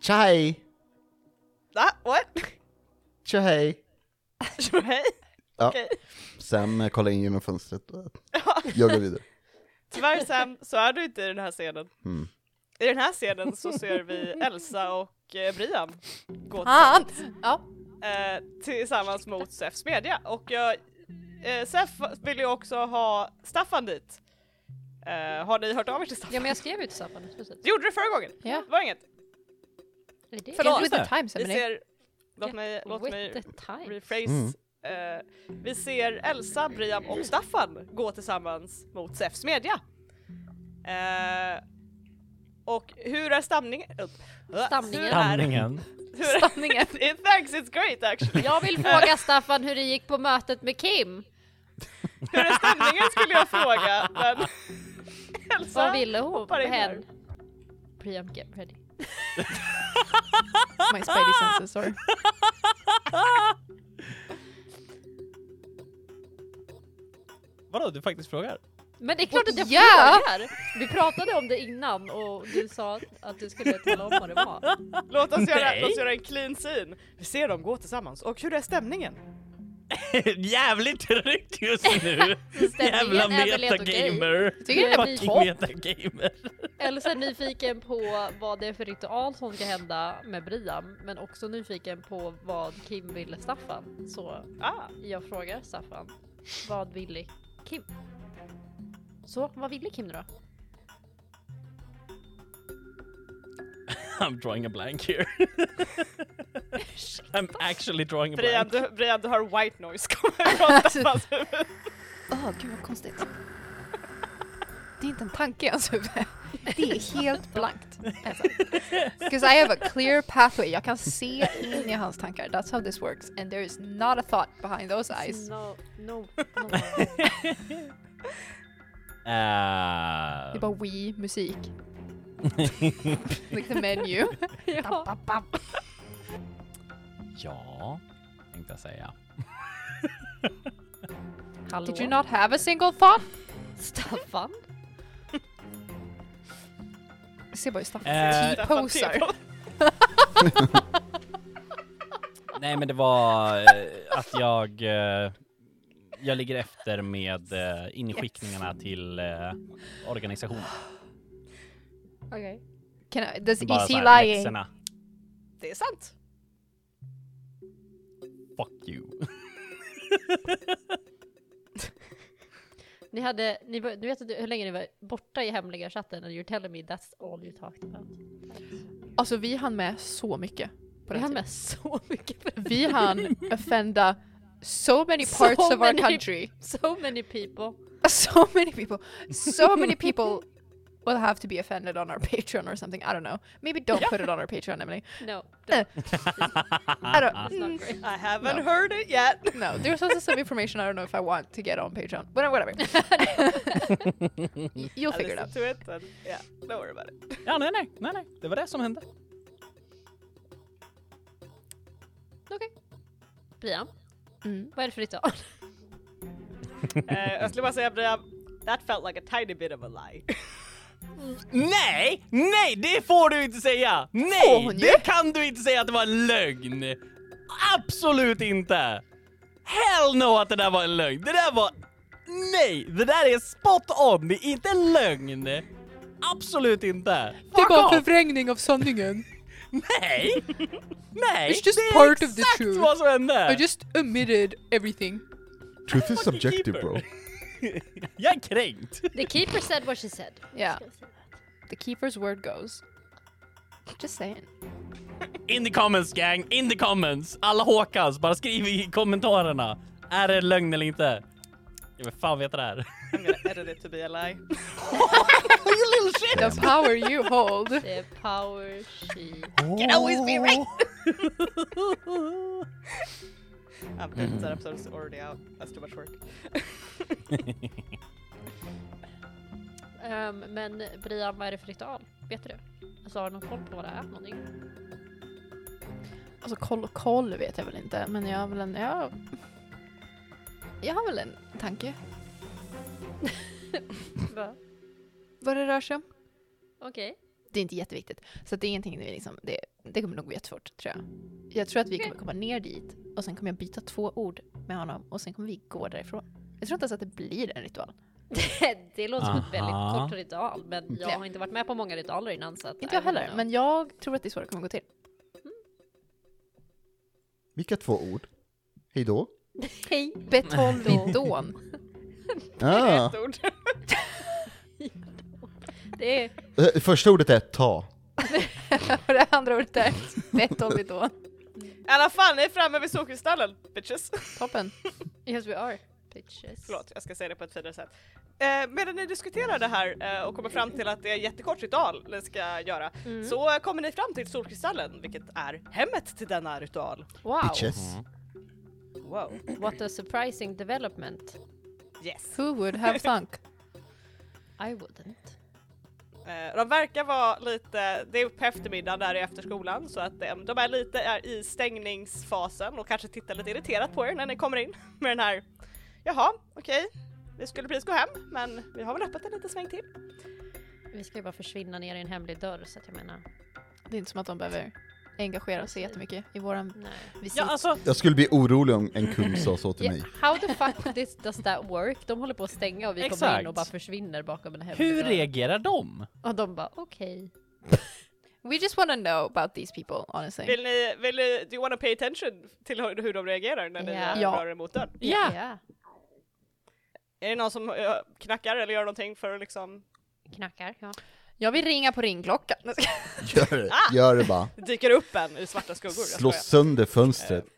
[SPEAKER 4] Chai!
[SPEAKER 6] Ah, what?
[SPEAKER 4] Chai!
[SPEAKER 6] Hej!
[SPEAKER 4] Ja.
[SPEAKER 6] Okej.
[SPEAKER 4] Sam eh, kollar in genom fönstret och jag går vidare.
[SPEAKER 6] Tyvärr Sam, så är du inte i den här scenen.
[SPEAKER 4] Mm.
[SPEAKER 6] I den här scenen så ser vi Elsa och eh, Brian gå
[SPEAKER 2] Fan! Ja.
[SPEAKER 6] eh, tillsammans mot Sefs smedja och jag, eh, Sef vill ju också ha Staffan dit. Eh, har ni hört av er till Staffan?
[SPEAKER 5] Ja men jag skrev ju till Staffan precis.
[SPEAKER 6] Det gjorde du förra gången!
[SPEAKER 2] Ja.
[SPEAKER 6] Det var inget.
[SPEAKER 5] Eller det-
[SPEAKER 2] Förlåt.
[SPEAKER 6] just
[SPEAKER 2] With the time
[SPEAKER 6] Vi
[SPEAKER 2] ceremony.
[SPEAKER 6] ser, låt mig, låt
[SPEAKER 5] With
[SPEAKER 6] mig
[SPEAKER 5] the time.
[SPEAKER 6] rephrase.
[SPEAKER 4] Mm.
[SPEAKER 6] Eh, vi ser Elsa, Brian och Staffan gå tillsammans mot Sefs smedja. Eh, och hur är stamningen?
[SPEAKER 5] Stamningen.
[SPEAKER 6] Hur är,
[SPEAKER 3] Stamningen.
[SPEAKER 6] hur är,
[SPEAKER 5] Stamningen.
[SPEAKER 6] thanks it's great actually.
[SPEAKER 5] Jag vill fråga Staffan hur det gick på mötet med Kim.
[SPEAKER 6] Hur är stämningen skulle jag fråga men Elsa
[SPEAKER 5] Vad ville hon?
[SPEAKER 6] hoppar in här.
[SPEAKER 5] Hen? Priam get ready.
[SPEAKER 2] My spidey senses, sorry.
[SPEAKER 3] Vadå, du faktiskt frågar?
[SPEAKER 5] Men det är klart att jag
[SPEAKER 2] Ja!
[SPEAKER 5] frågar! Vi pratade om det innan och du sa att du skulle tala om vad det var.
[SPEAKER 6] låt oss, göra,
[SPEAKER 3] Nej.
[SPEAKER 6] låt oss göra en clean scene. Vi ser dem gå tillsammans och hur är stämningen?
[SPEAKER 3] Jävligt tryck just nu! Jävla
[SPEAKER 5] Stämningen är väl helt okej?
[SPEAKER 3] metagamer!
[SPEAKER 2] Tycker
[SPEAKER 5] det blir
[SPEAKER 3] Fucking
[SPEAKER 5] topp.
[SPEAKER 3] metagamer!
[SPEAKER 5] Elsa är nyfiken på vad det är för ritual som ska hända med Briam, men också nyfiken på vad Kim ville Staffan. Så
[SPEAKER 6] Ah,
[SPEAKER 5] jag frågar Staffan, vad ville Kim? Så vad ville Kim nu då?
[SPEAKER 3] I'm drawing a blank here. I'm actually drawing a
[SPEAKER 6] Brian
[SPEAKER 3] blank.
[SPEAKER 6] du, Brian du hör white noise komma från Staffans huvud.
[SPEAKER 2] Åh, gud vad konstigt. Det är inte en tanke i hans huvud. Det är helt blankt. Because I have a clear pathway. Jag kan se in i hans tankar. That's how this works. And there is not a thought behind those eyes.
[SPEAKER 5] No, no, no.
[SPEAKER 3] Eh,
[SPEAKER 2] Det är bara Wii-musik. like the menu.
[SPEAKER 5] ja.
[SPEAKER 3] ja, tänkte jag säga.
[SPEAKER 5] Hallå?
[SPEAKER 2] Did you not have a single thought?
[SPEAKER 5] Staffan?
[SPEAKER 2] Jag ser bara hur
[SPEAKER 3] Eh,
[SPEAKER 2] Staffan T-posar.
[SPEAKER 6] Staffan T-posar.
[SPEAKER 3] Nej men det var eh, att jag, eh, jag ligger efter med eh, inskickningarna till eh, organisationen.
[SPEAKER 5] Okej.
[SPEAKER 2] Can I, does
[SPEAKER 3] Bara
[SPEAKER 2] is
[SPEAKER 3] så
[SPEAKER 2] he
[SPEAKER 3] här,
[SPEAKER 2] lying?
[SPEAKER 3] läxorna.
[SPEAKER 6] Det är sant.
[SPEAKER 3] Fuck you.
[SPEAKER 5] Ni hade, ni, var- du vet att du- hur länge ni var borta i hemliga chatten and you're telling me that's all you talked about.
[SPEAKER 2] Alltså vi hann med så mycket. På
[SPEAKER 5] Vi
[SPEAKER 2] den
[SPEAKER 5] hann
[SPEAKER 2] tiden.
[SPEAKER 5] med så mycket på
[SPEAKER 2] Vi hann offenda so many
[SPEAKER 5] So
[SPEAKER 2] parts of our
[SPEAKER 5] many-
[SPEAKER 2] country.
[SPEAKER 5] So many people.
[SPEAKER 2] So many people. So many people will have to be offended on our Patreon or something. I don't know. Maybe don't put it on our Patreon, Emily.
[SPEAKER 5] No.
[SPEAKER 2] Eh. I don't.
[SPEAKER 5] It's not
[SPEAKER 2] Mm,
[SPEAKER 5] great.
[SPEAKER 6] I haven't heard it yet.
[SPEAKER 2] no, there's also some information I don't know if I want to get on Patreon. uh, Whatever. whatever. Y- You'll
[SPEAKER 6] I
[SPEAKER 2] figure it
[SPEAKER 6] listened
[SPEAKER 2] out.
[SPEAKER 6] to it and yeah, don't worry about it.
[SPEAKER 3] Ja nej nej, nej nej, det var det som hände.
[SPEAKER 5] Okej. Brian,
[SPEAKER 2] Mm.
[SPEAKER 5] vad är det för ritual?
[SPEAKER 6] Eh, jag skulle bara säga Brian, that felt like a tiny bit of a lie.
[SPEAKER 3] Nej! Nej! Det får du inte säga!
[SPEAKER 2] Får
[SPEAKER 3] Nej!
[SPEAKER 2] hon ju.
[SPEAKER 3] Det kan du inte säga att det var en lögn! Absolut inte! Hell no att det där var en lögn! Det där var... Nej! Det där är spot on! Det är inte en lögn! Absolut inte!
[SPEAKER 2] Det är
[SPEAKER 3] Fuck
[SPEAKER 2] bara
[SPEAKER 3] off!
[SPEAKER 2] en förvrängning av sanningen.
[SPEAKER 3] Nej! Nej!
[SPEAKER 2] It's just
[SPEAKER 3] det är
[SPEAKER 2] part of the
[SPEAKER 3] exakt
[SPEAKER 2] truth.
[SPEAKER 3] vad som hände!
[SPEAKER 2] I just omitted everything.
[SPEAKER 4] Truth is
[SPEAKER 3] Fucking
[SPEAKER 4] subjective bro.
[SPEAKER 3] Jag är kränkt!
[SPEAKER 5] The keeper said what she said.
[SPEAKER 2] Yeah. The keeper's word goes. Just saying.
[SPEAKER 3] In the comments gang, in the comments! Alla Håkans, bara skriv i kommentarerna. Är det lögn eller inte? Jag vill fan veta det här.
[SPEAKER 1] I'm gonna edit it to be a lie.
[SPEAKER 2] The power you hold.
[SPEAKER 5] The power she...
[SPEAKER 2] Oh.
[SPEAKER 1] Can always be right! I'm pissed that episode's already out. That's too much work.
[SPEAKER 5] Ehm, men Brian, vad är det för ritual? Vet du det? Alltså har du någon koll på vad det är för någonting?
[SPEAKER 2] Alltså koll och koll vet jag väl inte, men jag har väl en... Jag, jag har väl en tanke
[SPEAKER 5] Va?
[SPEAKER 2] vad det rör sig om.
[SPEAKER 5] Okej.
[SPEAKER 2] Det är inte jätteviktigt. Så att det är ingenting, vi liksom, det, det kommer nog bli jättesvårt tror jag. Jag tror att vi kommer komma ner dit och sen kommer jag byta två ord med honom och sen kommer vi gå därifrån. Jag tror inte ens att det blir en ritual.
[SPEAKER 5] det låter som ett väldigt
[SPEAKER 3] Aha.
[SPEAKER 5] kort ritual, men jag
[SPEAKER 2] Ja.
[SPEAKER 5] har inte varit med på många ritualer innan så att...
[SPEAKER 2] Inte jag
[SPEAKER 5] I don't
[SPEAKER 2] heller,
[SPEAKER 5] know.
[SPEAKER 2] men jag tror att det är så det kommer gå till.
[SPEAKER 4] Vilka två ord? Hejdå?
[SPEAKER 5] Hej!
[SPEAKER 2] Betolvidon.
[SPEAKER 4] Ah.
[SPEAKER 1] Ett ord.
[SPEAKER 5] Det är...
[SPEAKER 4] Eh, Första ordet är ta.
[SPEAKER 2] och det andra ordet är betolvidon.
[SPEAKER 1] I alla fall, ni är framme vid Solkristallen, bitches!
[SPEAKER 2] Toppen.
[SPEAKER 5] Yes we are. Bitches.
[SPEAKER 1] Förlåt, jag ska säga det på ett finare sätt. Eh, medan ni diskuterar det här eh, och kommer fram till att det är jättekort ritual ni ska göra så eh, kommer ni fram till Solkristallen vilket är hemmet till denna ritual.
[SPEAKER 5] Wow!
[SPEAKER 4] Bitches.
[SPEAKER 3] Mm.
[SPEAKER 1] Wow.
[SPEAKER 5] What a surprising development.
[SPEAKER 1] Yes.
[SPEAKER 2] Who would have thunk?
[SPEAKER 5] I wouldn't.
[SPEAKER 1] Eh, de verkar vara lite, det är på eftermiddagen där efter skolan så att eh, de är lite är i stängningsfasen och kanske tittar lite irriterat på er när ni kommer in med den här Jaha, okej. Vi skulle precis gå hem men vi har väl öppet en liten sväng till.
[SPEAKER 5] Vi ska ju bara försvinna ner i en hemlig dörr så att jag menar,
[SPEAKER 2] Det är inte som att de behöver engagera sig jättemycket i våran
[SPEAKER 5] nej.
[SPEAKER 2] visit.
[SPEAKER 3] Ja alltså,
[SPEAKER 4] Jag skulle bli orolig om en kung sa så till
[SPEAKER 5] Ja,
[SPEAKER 4] mig.
[SPEAKER 5] how the fuck this, does that work? De håller på att stänga och vi kommer in och
[SPEAKER 3] Exakt.
[SPEAKER 5] bara försvinner bakom en hemlig
[SPEAKER 3] hur
[SPEAKER 5] dörr.
[SPEAKER 3] reagerar de?
[SPEAKER 5] Och de bara okej.
[SPEAKER 2] We just wanna know about these people, honestly.
[SPEAKER 1] Vill ni, vill ni, do you wanna pay attention till hur hur de reagerar när ni
[SPEAKER 5] Ja.
[SPEAKER 1] eh,
[SPEAKER 2] Ja.
[SPEAKER 1] rör er mot dörren?
[SPEAKER 3] Ja!
[SPEAKER 1] Är det någon som eh, knackar eller gör någonting för att liksom
[SPEAKER 5] Knackar, ja.
[SPEAKER 2] Jag vill ringa på ringklockan.
[SPEAKER 4] Gör det, gör det bara.
[SPEAKER 1] dyker upp en i svarta skuggor? Jag
[SPEAKER 4] Slå
[SPEAKER 1] skojar.
[SPEAKER 4] sönder fönstret.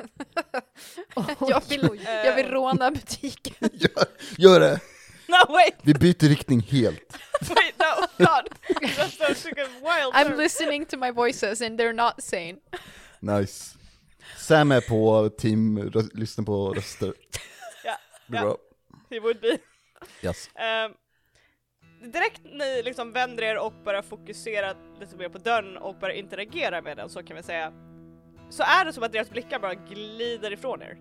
[SPEAKER 2] jag, vill, jag
[SPEAKER 1] Ehm.
[SPEAKER 2] vill råna butiken.
[SPEAKER 4] Gör, gör det!
[SPEAKER 1] No wait,
[SPEAKER 4] Vi byter riktning helt.
[SPEAKER 1] wait no, God! That's so freaking wild!
[SPEAKER 2] I'm listening to my voices and they're not sane.
[SPEAKER 4] Nice. Sam är på team, rö- lyssna på röster.
[SPEAKER 1] Ja,
[SPEAKER 4] Det är bra.
[SPEAKER 1] He would be.
[SPEAKER 4] Yes.
[SPEAKER 1] Ehm, direkt ni liksom vänder er och börjar fokusera lite mer på dörren och börjar interagera med den så kan vi säga så är det som att deras blickar bara glider ifrån er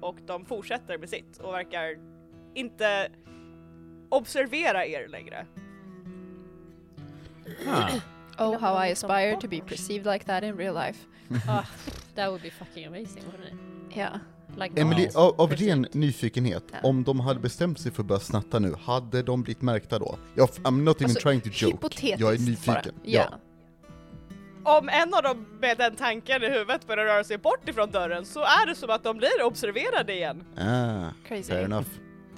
[SPEAKER 1] och de fortsätter med sitt och verkar inte observera er längre.
[SPEAKER 3] Ah.
[SPEAKER 2] Oh how I aspire to be perceived like that in real life.
[SPEAKER 5] Ah, that would be fucking amazing. wouldn't it?
[SPEAKER 2] Yeah.
[SPEAKER 5] Like
[SPEAKER 4] Emily,
[SPEAKER 5] dolls.
[SPEAKER 4] av, av
[SPEAKER 5] Precis.
[SPEAKER 4] ren nyfikenhet,
[SPEAKER 2] Ja.
[SPEAKER 4] om de hade bestämt sig för att börja snatta nu, hade de blivit märkta då? Jag, I'm not even
[SPEAKER 2] Alltså,
[SPEAKER 4] trying to joke.
[SPEAKER 2] Hypotetiskt
[SPEAKER 4] Jag är
[SPEAKER 2] bara.
[SPEAKER 4] nyfiken.
[SPEAKER 2] Ja.
[SPEAKER 1] Om en av dem med den tanken i huvudet börjar röra sig bort ifrån dörren så är det som att de blir observerade igen.
[SPEAKER 4] Ah,
[SPEAKER 2] Crazy.
[SPEAKER 4] fair enough.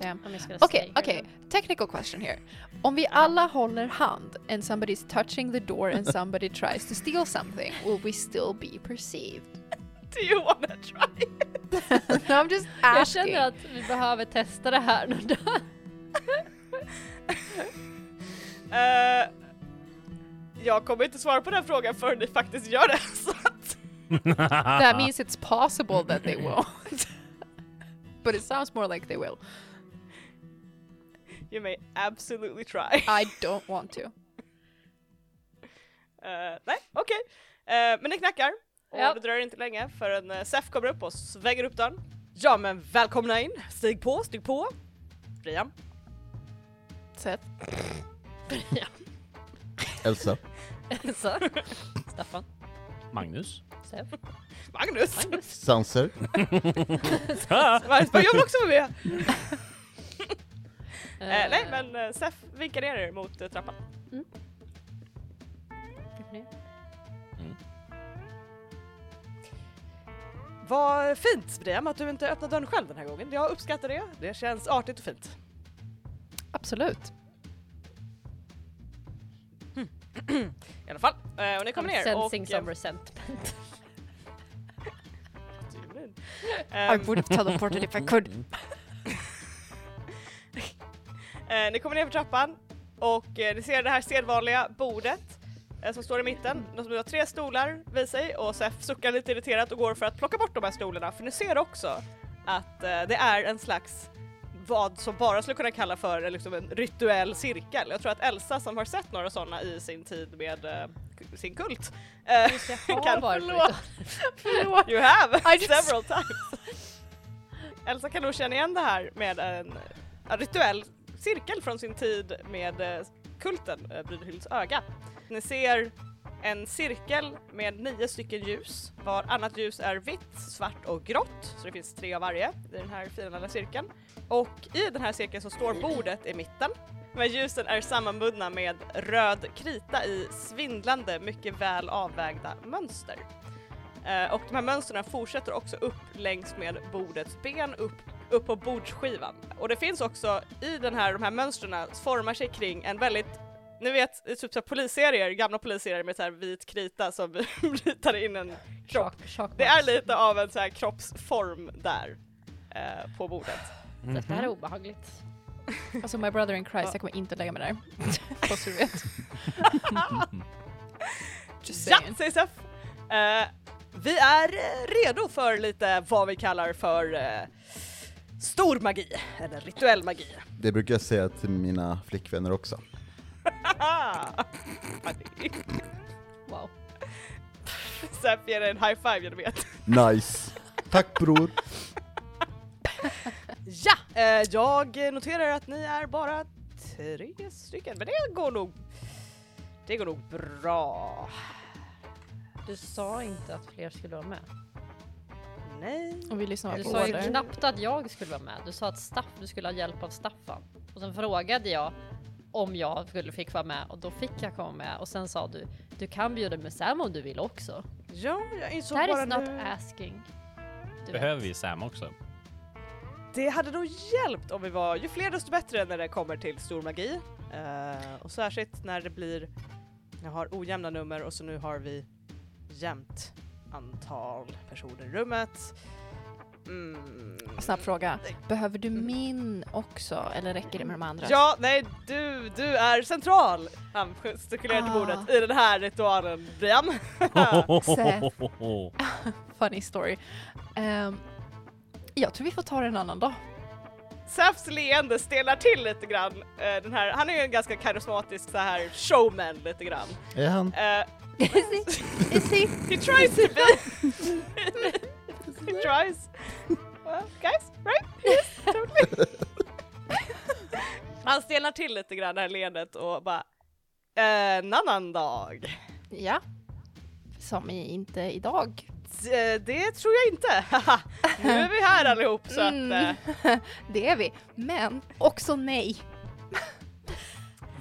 [SPEAKER 2] Damn.
[SPEAKER 4] oh.
[SPEAKER 5] Om jag skulle
[SPEAKER 2] Okej,
[SPEAKER 5] säga
[SPEAKER 2] okej. Technical question here. Om vi alla håller hand and somebody's touching the door and somebody tries to steal something, will we still be perceived?
[SPEAKER 1] Do you wanna try?
[SPEAKER 2] no, I'm just
[SPEAKER 5] det.
[SPEAKER 2] asking.
[SPEAKER 5] Jag känner att vi behöver testa det här någon dag.
[SPEAKER 1] Eh, jag kommer inte svara på den frågan förrän ni faktiskt gör det. Så att,
[SPEAKER 2] That means it's possible that they won't. but it sounds more like they will.
[SPEAKER 1] you may absolutely try.
[SPEAKER 2] I don't want to.
[SPEAKER 1] Eh, nej, okej. Eh, men det knackar. Och
[SPEAKER 5] Ja.
[SPEAKER 1] det dröjer inte länge förrän uh, Sef kommer upp och svänger upp dörren. Ja men välkomna in! Stig på, stig på! Brian.
[SPEAKER 2] Seth.
[SPEAKER 4] Elsa.
[SPEAKER 5] Så. Staffan,
[SPEAKER 3] Magnus?
[SPEAKER 5] Seb,
[SPEAKER 1] Magnus!
[SPEAKER 5] Magnus.
[SPEAKER 4] Sanser.
[SPEAKER 1] Magnus bara, jag vill också vara med!
[SPEAKER 5] Eh,
[SPEAKER 1] Eh, nej men uh, Sef vinkar ner er mot eh, trappan.
[SPEAKER 5] ner.
[SPEAKER 1] Vad fint Briam att du inte öppnade dörren själv den här gången. Jag uppskattar det. Det känns artigt och fint.
[SPEAKER 2] Absolut.
[SPEAKER 1] Hmm. I alla fall. Eh, och ni kommer
[SPEAKER 5] I'm
[SPEAKER 1] ner och...
[SPEAKER 5] Sensing some resentment.
[SPEAKER 2] I
[SPEAKER 1] eh, Ehm,
[SPEAKER 2] would have teleported if I could.
[SPEAKER 1] Eh, ni kommer ner för trappan och eh, ni ser det här sedvanliga bordet eh, som står i mitten. De som har tre stolar vid sig och Sef suckar lite irriterat och går för att plocka bort de här stolarna för ni ser också att eh, det är en slags vad som bara skulle kunna kalla för eh, liksom en rituell cirkel. Jag tror att Elsa som har sett några sådana i sin tid med eh, k- sin kult eh,
[SPEAKER 5] Jag har
[SPEAKER 1] kan
[SPEAKER 5] varit
[SPEAKER 1] förlåt.
[SPEAKER 5] lite-
[SPEAKER 1] You have
[SPEAKER 2] I just-
[SPEAKER 1] several times. Elsa kan nog känna igen det här med en, en rituell cirkel från sin tid med eh, kulten eh, Brynhilds öga. Ni ser en cirkel med nio stycken ljus. Varannat ljus är vitt, svart och grått, så det finns tre av varje i den här fina lilla cirkeln. Och i den här cirkeln så står bordet i mitten. Men ljusen är sammanbundna med röd krita i svindlande, mycket väl avvägda mönster. Eh, och de här mönstren fortsätter också upp längs med bordets ben, upp, upp på bordsskivan. Och det finns också i den här, de här mönstren formar sig kring en väldigt ni vet, det är typ så här polisserier, gamla polisserier med så här vit krita som ritar in en kropp.
[SPEAKER 5] Shock- shock
[SPEAKER 1] Det är
[SPEAKER 5] marks.
[SPEAKER 1] lite av en så här kroppsform där eh, på bordet.
[SPEAKER 3] Mm-hmm.
[SPEAKER 5] Det här är obehagligt.
[SPEAKER 2] Mm. Alltså my brother in Christ, jag kommer inte lägga mig där. Bara så du vet. Just
[SPEAKER 1] Ja,
[SPEAKER 2] saying.
[SPEAKER 1] säger Sef. Eh, vi är eh, redo för lite vad vi kallar för eh, stor magi, eller rituell magi.
[SPEAKER 4] Det brukar jag säga till mina flickvänner också.
[SPEAKER 5] Wow.
[SPEAKER 1] Sef ger dig en high five genom att
[SPEAKER 4] Nice! Tack bror!
[SPEAKER 1] Ja! Eh, jag noterar att ni är bara tre stycken, men det går nog... Det går nog bra.
[SPEAKER 5] Du sa inte att fler skulle vara med.
[SPEAKER 1] Nej.
[SPEAKER 2] Och vi lyssnar
[SPEAKER 5] Du
[SPEAKER 2] på
[SPEAKER 5] sa ju
[SPEAKER 2] order.
[SPEAKER 5] knappt att jag skulle vara med. Du sa att Staff, du skulle ha hjälp av Staffan. Och sen frågade jag om jag skulle fick vara med och då fick jag komma med. Och sen sa du, du kan bjuda med Sam om du vill också.
[SPEAKER 1] Ja, jag insåg
[SPEAKER 5] That
[SPEAKER 1] bara
[SPEAKER 5] is not
[SPEAKER 1] nu.
[SPEAKER 5] asking. Du vet.
[SPEAKER 3] Behöver vi Sam också?
[SPEAKER 1] Det hade nog hjälpt om vi var ju fler desto bättre när det kommer till stor magi. Eh, och särskilt när det blir... Jag har ojämna nummer och så nu har vi jämnt antal personer i rummet. Mm.
[SPEAKER 2] Snabb fråga. Behöver du min också eller räcker det med de andra?
[SPEAKER 1] Ja, nej du, du är central! Han gestikulerar till
[SPEAKER 2] Ah.
[SPEAKER 1] bordet i den här ritualen, Brian.
[SPEAKER 2] Funny story. Ehm, jag tror vi får ta det en annan dag.
[SPEAKER 1] Safs leende stelnar till lite grann. Eh, Den här, han är ju en ganska karismatisk så här showman lite grann.
[SPEAKER 4] Är han?
[SPEAKER 1] Eh,
[SPEAKER 2] Is he? Is he?
[SPEAKER 1] he tries to be... he tries. Well, guys, right? Yes, totally. han stelnar till lite grann det här leendet och bara eh, en annan dag.
[SPEAKER 2] Ja. Som i inte idag.
[SPEAKER 1] Det, Eh, det tror jag inte. Haha, nu är vi här allihop så att... eh,
[SPEAKER 2] Mm. det är vi. Men också nej.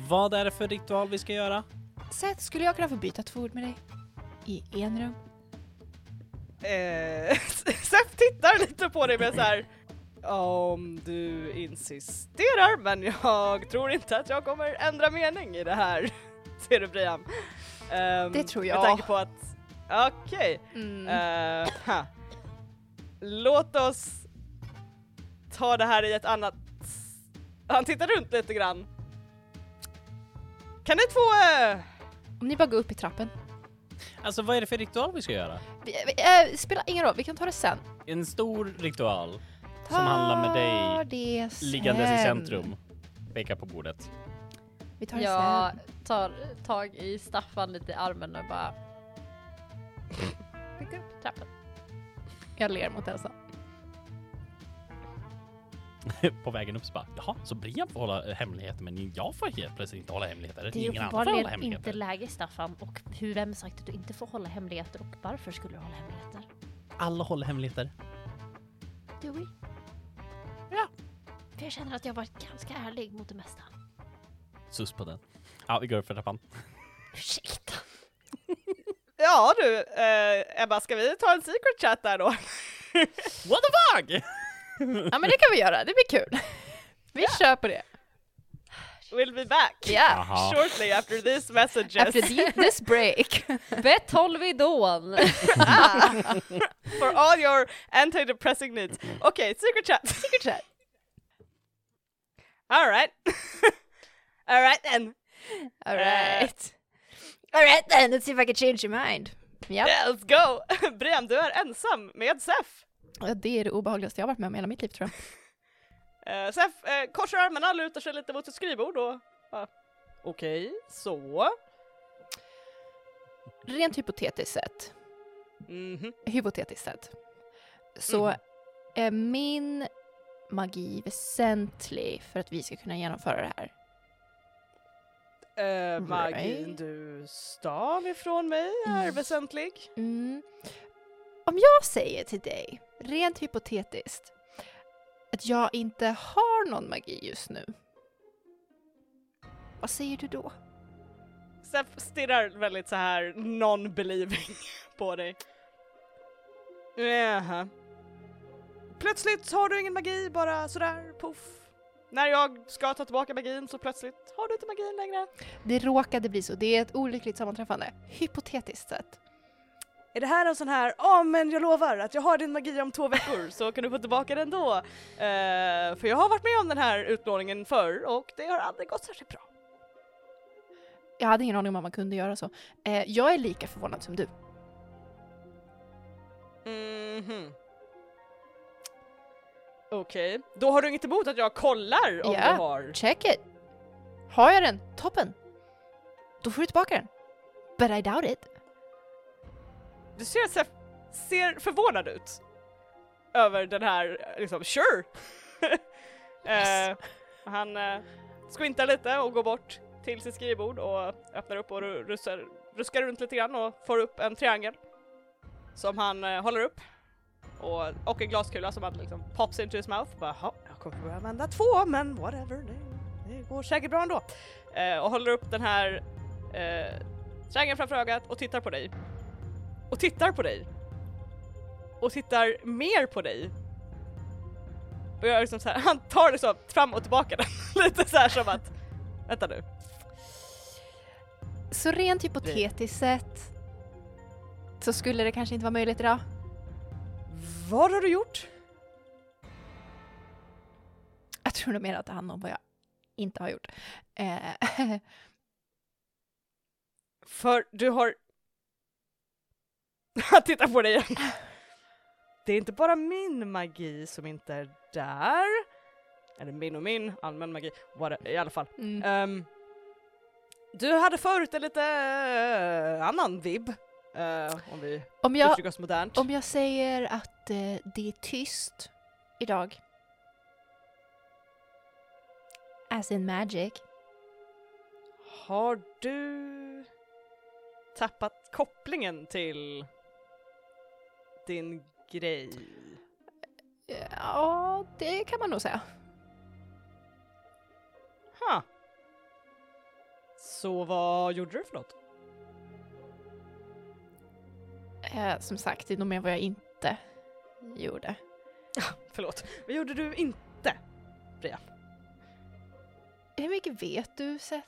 [SPEAKER 3] Vad är det för ritual vi ska göra?
[SPEAKER 2] Seth, skulle jag kunna få byta två ord med dig? I en rum?
[SPEAKER 1] Eh, Sepp tittar lite på dig med så här. Om du insisterar, men jag tror inte att jag kommer ändra mening i det här. Ser du Brian? Ehm,
[SPEAKER 2] Det tror
[SPEAKER 1] Med
[SPEAKER 2] jag.
[SPEAKER 1] tanke på att... Okej.
[SPEAKER 2] Mm.
[SPEAKER 1] eh, ha. Låt oss ta det här i ett annat... Han tittar runt lite grann. Kan ni två... eh,
[SPEAKER 2] Om ni bara går upp i trappen.
[SPEAKER 3] Alltså vad är det för ritual vi ska göra?
[SPEAKER 2] Vi, vi, eh, spelar ingen roll, vi kan ta det sen.
[SPEAKER 3] En stor ritual
[SPEAKER 2] Ta
[SPEAKER 3] som handlar med dig
[SPEAKER 2] det sen.
[SPEAKER 3] liggandes i centrum. Peka på bordet.
[SPEAKER 2] Vi tar det
[SPEAKER 5] Jag
[SPEAKER 2] sen.
[SPEAKER 5] tar tag i Staffan lite i armen och bara... Picka upp trappen.
[SPEAKER 2] Jag ler mot Elsa.
[SPEAKER 3] på vägen upp så bara, jaha, så Brian får hålla eh, hemligheter men jag får helt plötsligt inte hålla hemligheter.
[SPEAKER 5] Det är
[SPEAKER 3] Ingen annan får hålla
[SPEAKER 5] uppenbarligen
[SPEAKER 3] hemligheter.
[SPEAKER 5] inte läge Staffan och hur vem sagt att du inte får hålla hemligheter och varför skulle du hålla hemligheter?
[SPEAKER 3] Alla håller hemligheter.
[SPEAKER 5] Do we?
[SPEAKER 3] Ja.
[SPEAKER 5] För jag känner att jag varit ganska ärlig mot det mesta.
[SPEAKER 3] Sus på den. Ja, vi går upp för trappan.
[SPEAKER 5] Ursäkta.
[SPEAKER 6] Ja du, eh, Ebba, ska vi ta en secret chat där då?
[SPEAKER 3] What the fuck!
[SPEAKER 2] Ja men det kan vi göra, det blir kul. Vi kör på det.
[SPEAKER 6] We'll be back
[SPEAKER 2] Yeah.
[SPEAKER 3] Jaha.
[SPEAKER 6] shortly after these messages.
[SPEAKER 2] After the, this break.
[SPEAKER 5] Bett håll vid dån!
[SPEAKER 6] for all your antidepressing needs. Okay, secret chat. Secret chat. All right. all right then.
[SPEAKER 2] All right. All right then, let's see if I can change your mind. Yep.
[SPEAKER 6] Yeah, let's go. Brem, du är ensam med Sef.
[SPEAKER 2] Ja, det är det obehagligaste jag har varit med om i hela mitt liv tror jag.
[SPEAKER 6] Uh, Sef eh, korsar armarna, lutar sig lite mot sitt skrivbord och... ja, Okej, så.
[SPEAKER 2] Rent hypotetiskt sett,
[SPEAKER 6] Mhm.
[SPEAKER 2] hypotetiskt sett, så är min magi väsentlig för att vi ska kunna genomföra det här.
[SPEAKER 6] Eh,
[SPEAKER 2] Right.
[SPEAKER 6] magin du stal ifrån mig är
[SPEAKER 2] Mm.
[SPEAKER 6] väsentlig.
[SPEAKER 2] Mm. Om jag säger till dig, rent hypotetiskt, att jag inte har någon magi just nu. Vad säger du då?
[SPEAKER 6] Sef stirrar väldigt så här non-believing på dig. Jaha. Plötsligt har du ingen magi, bara sådär, poff. När jag ska ta tillbaka magin så plötsligt har du inte magin längre.
[SPEAKER 2] Det råkade bli så, det är ett olyckligt sammanträffande. Hypotetiskt sett.
[SPEAKER 6] Är det här en sån här, ja men jag lovar att jag har din magi om två veckor så kan du få tillbaka den då. Eh, för jag har varit med om den här utlåningen förr och det har aldrig gått särskilt bra.
[SPEAKER 2] Jag hade ingen aning om att man kunde göra så. Eh, jag är lika förvånad som du.
[SPEAKER 6] Mhm. Okej, då har du inget emot att jag kollar om
[SPEAKER 2] Ja.
[SPEAKER 6] du har...
[SPEAKER 2] Check it! Har jag den? Toppen! Då får du tillbaka den. But I doubt it.
[SPEAKER 6] Du ser, ser, ser förvånad ut. Över den här, liksom, sure!
[SPEAKER 2] Yes.
[SPEAKER 6] eh, han eh, squintar lite och går bort till sitt skrivbord och öppnar upp och ru- rusar, ruskar runt lite grann och får upp en triangel. Som han eh, håller upp. Och, och en glaskula som han liksom pops into his mouth. Bara, "Jaha, jag kommer behöva använda två men whatever, det, det går säkert bra ändå. Eh, och håller upp den här eh, triangeln framför ögat och tittar på dig och tittar på dig. Och tittar mer på dig. Och jag är liksom så här, han tar liksom fram och tillbaka den lite så här som att, vänta nu.
[SPEAKER 2] Så rent hypotetiskt sett så skulle det kanske inte vara möjligt idag.
[SPEAKER 6] Vad har du gjort?
[SPEAKER 2] Jag tror nog mer att det handlar om vad jag inte har gjort. Eh,
[SPEAKER 6] För du har... Han tittar på dig igen. Det är inte bara min magi som inte är där. Eller min och min, allmän magi, vad det- i alla fall.
[SPEAKER 2] mm.
[SPEAKER 6] Ehm, du hade förut en lite eh, annan vibb. eh, om vi
[SPEAKER 2] Om, jag,
[SPEAKER 6] uttrycka oss modernt.
[SPEAKER 2] om jag säger att eh, det är tyst idag. As in magic.
[SPEAKER 6] Har du tappat kopplingen till din grej?
[SPEAKER 2] Ja, det kan man nog säga.
[SPEAKER 6] Ha. Så vad gjorde du för något?
[SPEAKER 2] Eh, som sagt, det är nog mer vad jag inte gjorde.
[SPEAKER 6] Förlåt, vad gjorde du inte? Bria?
[SPEAKER 2] Hur mycket vet du Seth,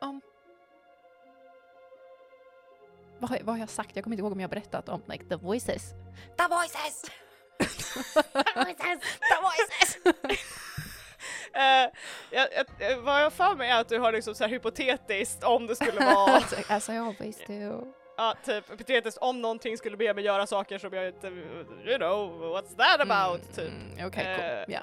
[SPEAKER 2] om... Vad har, vad har jag sagt? Jag kommer inte ihåg om jag har berättat om like, the voices.
[SPEAKER 7] The voices! the voices! The voices!
[SPEAKER 6] Eh, jag, jag, eh, vad jag för mig är att du har liksom så här hypotetiskt om det skulle vara,
[SPEAKER 2] As- As I always do.
[SPEAKER 6] ja typ hypotetiskt om någonting skulle be mig göra saker som jag inte, you know, what's that about? Typ.
[SPEAKER 2] Mm, Okej, cool.
[SPEAKER 6] Eh,
[SPEAKER 2] ja.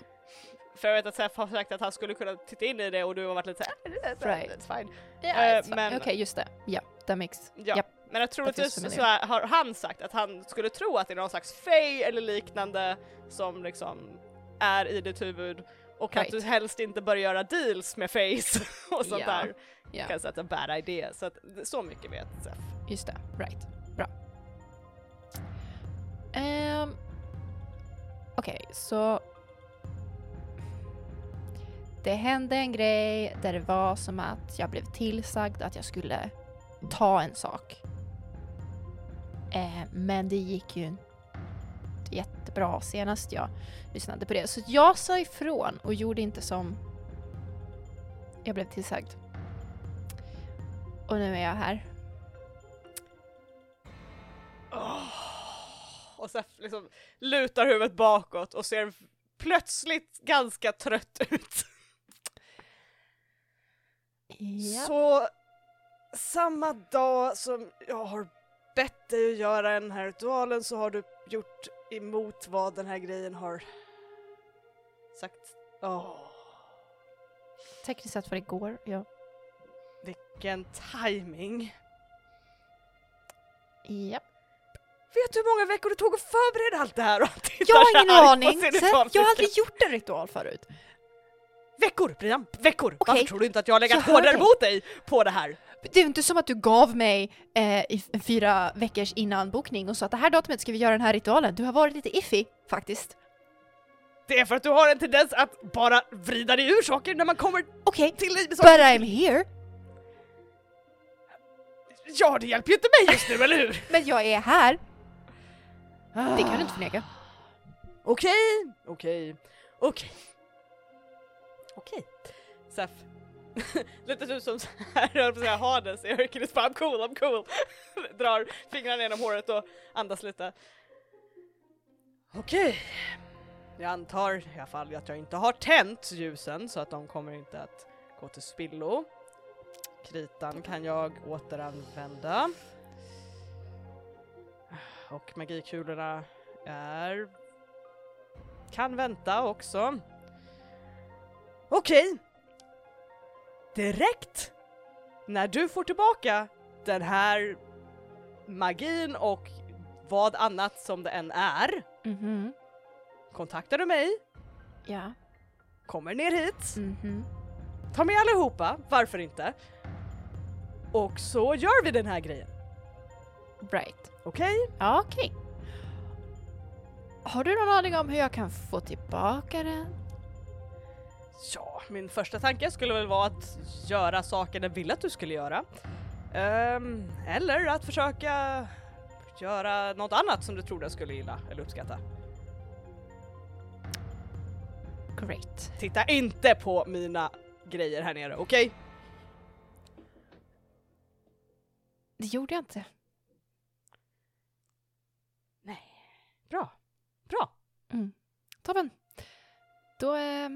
[SPEAKER 6] För jag vet att Seth har sagt att han skulle kunna titta in i det och du har varit lite såhär,
[SPEAKER 2] Right.
[SPEAKER 6] it's fine.
[SPEAKER 2] Yeah, it's fine.
[SPEAKER 6] eh, men-
[SPEAKER 2] Okej, just det. Ja, that makes...
[SPEAKER 6] Ja.
[SPEAKER 2] Japp.
[SPEAKER 6] Men jag
[SPEAKER 2] finns
[SPEAKER 6] troligtvis
[SPEAKER 2] det
[SPEAKER 6] så är, har han sagt att han skulle tro att det är någon slags fej eller liknande som liksom är i ditt huvud och
[SPEAKER 2] Right.
[SPEAKER 6] att du helst inte bör göra deals med face och sånt
[SPEAKER 2] Ja,
[SPEAKER 6] där.
[SPEAKER 2] ja.
[SPEAKER 6] Kanske att det är en bad idé. Så, att, så mycket vet Seth.
[SPEAKER 2] Just det, right. Bra. Um, Okej, så... Det hände en grej där det var som att jag blev tillsagd att jag skulle ta en sak. Eh, men det gick ju inte jättebra senast jag lyssnade på det. Så jag sa ifrån och gjorde inte som jag blev tillsagd. Och nu är jag här.
[SPEAKER 6] Och så här liksom lutar huvudet bakåt och ser plötsligt ganska trött ut. Så samma dag som jag har bett dig att göra den här ritualen så har du gjort emot vad den här grejen har sagt. Åh,
[SPEAKER 2] Tekniskt sett var det igår. Ja.
[SPEAKER 6] vilken timing.
[SPEAKER 2] Ja.
[SPEAKER 6] Vet du hur många veckor det tog att förbereda allt det här? Och tittar
[SPEAKER 2] Jag
[SPEAKER 6] så
[SPEAKER 2] har
[SPEAKER 6] här
[SPEAKER 2] ingen
[SPEAKER 6] argt på
[SPEAKER 2] aning!
[SPEAKER 6] sin
[SPEAKER 2] Så jag har
[SPEAKER 6] ritualficka.
[SPEAKER 2] aldrig gjort en ritual förut.
[SPEAKER 6] Veckor, Brian! Veckor! Varför
[SPEAKER 2] Okej.
[SPEAKER 6] tror du inte att jag har legat
[SPEAKER 2] Jag hör
[SPEAKER 6] hårdare
[SPEAKER 2] dig.
[SPEAKER 6] mot dig på det här?
[SPEAKER 2] Det är ju inte som att du gav mig eh, i f- fyra veckors innan-bokning och sa att det här datumet ska vi göra den här ritualen. Du har varit lite iffy faktiskt.
[SPEAKER 6] Det är för att du har en tendens att bara vrida dig ur saker när man kommer
[SPEAKER 2] Okej,
[SPEAKER 6] till dig med
[SPEAKER 2] but
[SPEAKER 6] saker.
[SPEAKER 2] I'm here.
[SPEAKER 6] Ja, det hjälper ju inte mig just nu, eller hur?
[SPEAKER 2] Men jag är här. Det kan du inte förneka.
[SPEAKER 6] Okej, okej, okej. Okej. Sef. Lite typ som så här, jag höll på att säga Hades i Hercules, bara I'm cool, I'm cool. Drar fingrarna genom håret och andas lite. Okej. Jag antar i alla fall att jag inte har tänt ljusen så att de kommer inte att gå till spillo. Kritan kan jag återanvända. Och magikulorna är kan vänta också. Okej. Direkt när du får tillbaka den här magin och vad annat som det än är
[SPEAKER 2] Mhm.
[SPEAKER 6] kontaktar du mig,
[SPEAKER 2] Ja.
[SPEAKER 6] kommer ner hit,
[SPEAKER 2] Mhm.
[SPEAKER 6] ta med allihopa, varför inte? Och så gör vi den här grejen,
[SPEAKER 2] Right.
[SPEAKER 6] okej?
[SPEAKER 2] Ja, Okej. Har du någon aning om hur jag kan få tillbaka den?
[SPEAKER 6] Ja, min första tanke skulle väl vara att göra saker den ville att du skulle göra. Ehm, eller att försöka göra något annat som du trodde jag skulle gilla eller uppskatta.
[SPEAKER 2] Great.
[SPEAKER 6] Titta inte på mina grejer här nere, okej?
[SPEAKER 2] Det gjorde jag inte.
[SPEAKER 6] Bra. Bra.
[SPEAKER 2] Mm. Toppen. Då eh,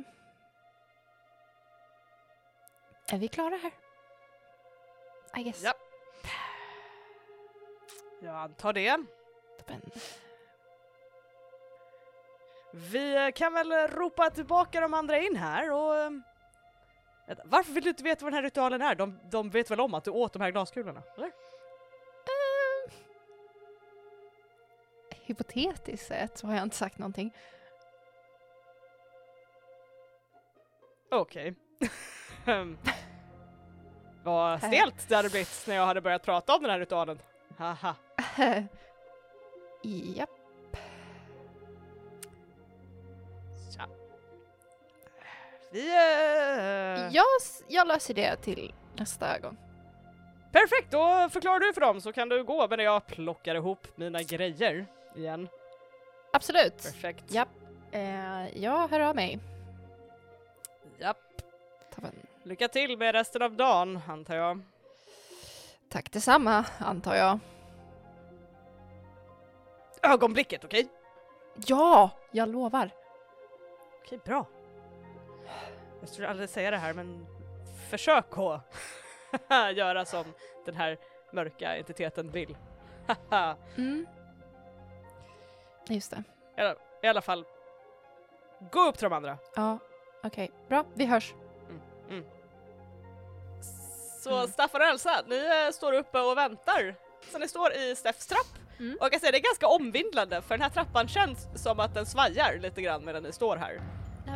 [SPEAKER 2] är vi klara här. I guess.
[SPEAKER 6] Ja. Jag antar det.
[SPEAKER 2] Toppen.
[SPEAKER 6] Vi kan väl ropa tillbaka de andra in här och... ehm, vänta, Varför vill du inte veta vad den här ritualen är? De, de vet väl om att du åt de här glaskulorna? Eller?
[SPEAKER 2] Ehm, hypotetiskt sett så har jag inte sagt någonting.
[SPEAKER 6] Okej. Ehm, Vad stelt det hade blivit när jag hade börjat prata om den här ritualen. Haha.
[SPEAKER 2] Japp.
[SPEAKER 6] Tja. Vi... eh,
[SPEAKER 2] Jag, s- jag löser det till nästa gång.
[SPEAKER 6] Perfekt, då förklarar du för dem så kan du gå medan jag plockar ihop mina grejer igen.
[SPEAKER 2] Absolut.
[SPEAKER 6] Perfekt.
[SPEAKER 2] Ja. Eh, jag hör av mig.
[SPEAKER 6] Japp.
[SPEAKER 2] Toppen.
[SPEAKER 6] Lycka till med resten av dagen, antar jag.
[SPEAKER 2] Tack detsamma, antar jag.
[SPEAKER 6] Ögonblicket, okej?
[SPEAKER 2] Ja, jag lovar.
[SPEAKER 6] Okej, bra. Jag skulle aldrig säga det här, men försök att göra som den här mörka entiteten vill. Haha.
[SPEAKER 2] Mm. Just det.
[SPEAKER 6] Eller, I alla fall, gå upp till de andra.
[SPEAKER 2] Ja, okej. Bra, vi hörs.
[SPEAKER 6] Så Staffan och Elsa, ni eh, står uppe och väntar. Så ni står i Steffs trapp.
[SPEAKER 2] Mm.
[SPEAKER 6] Och jag kan säga det är ganska omvindlande för den här trappan känns som att den svajar lite grann medan ni står här.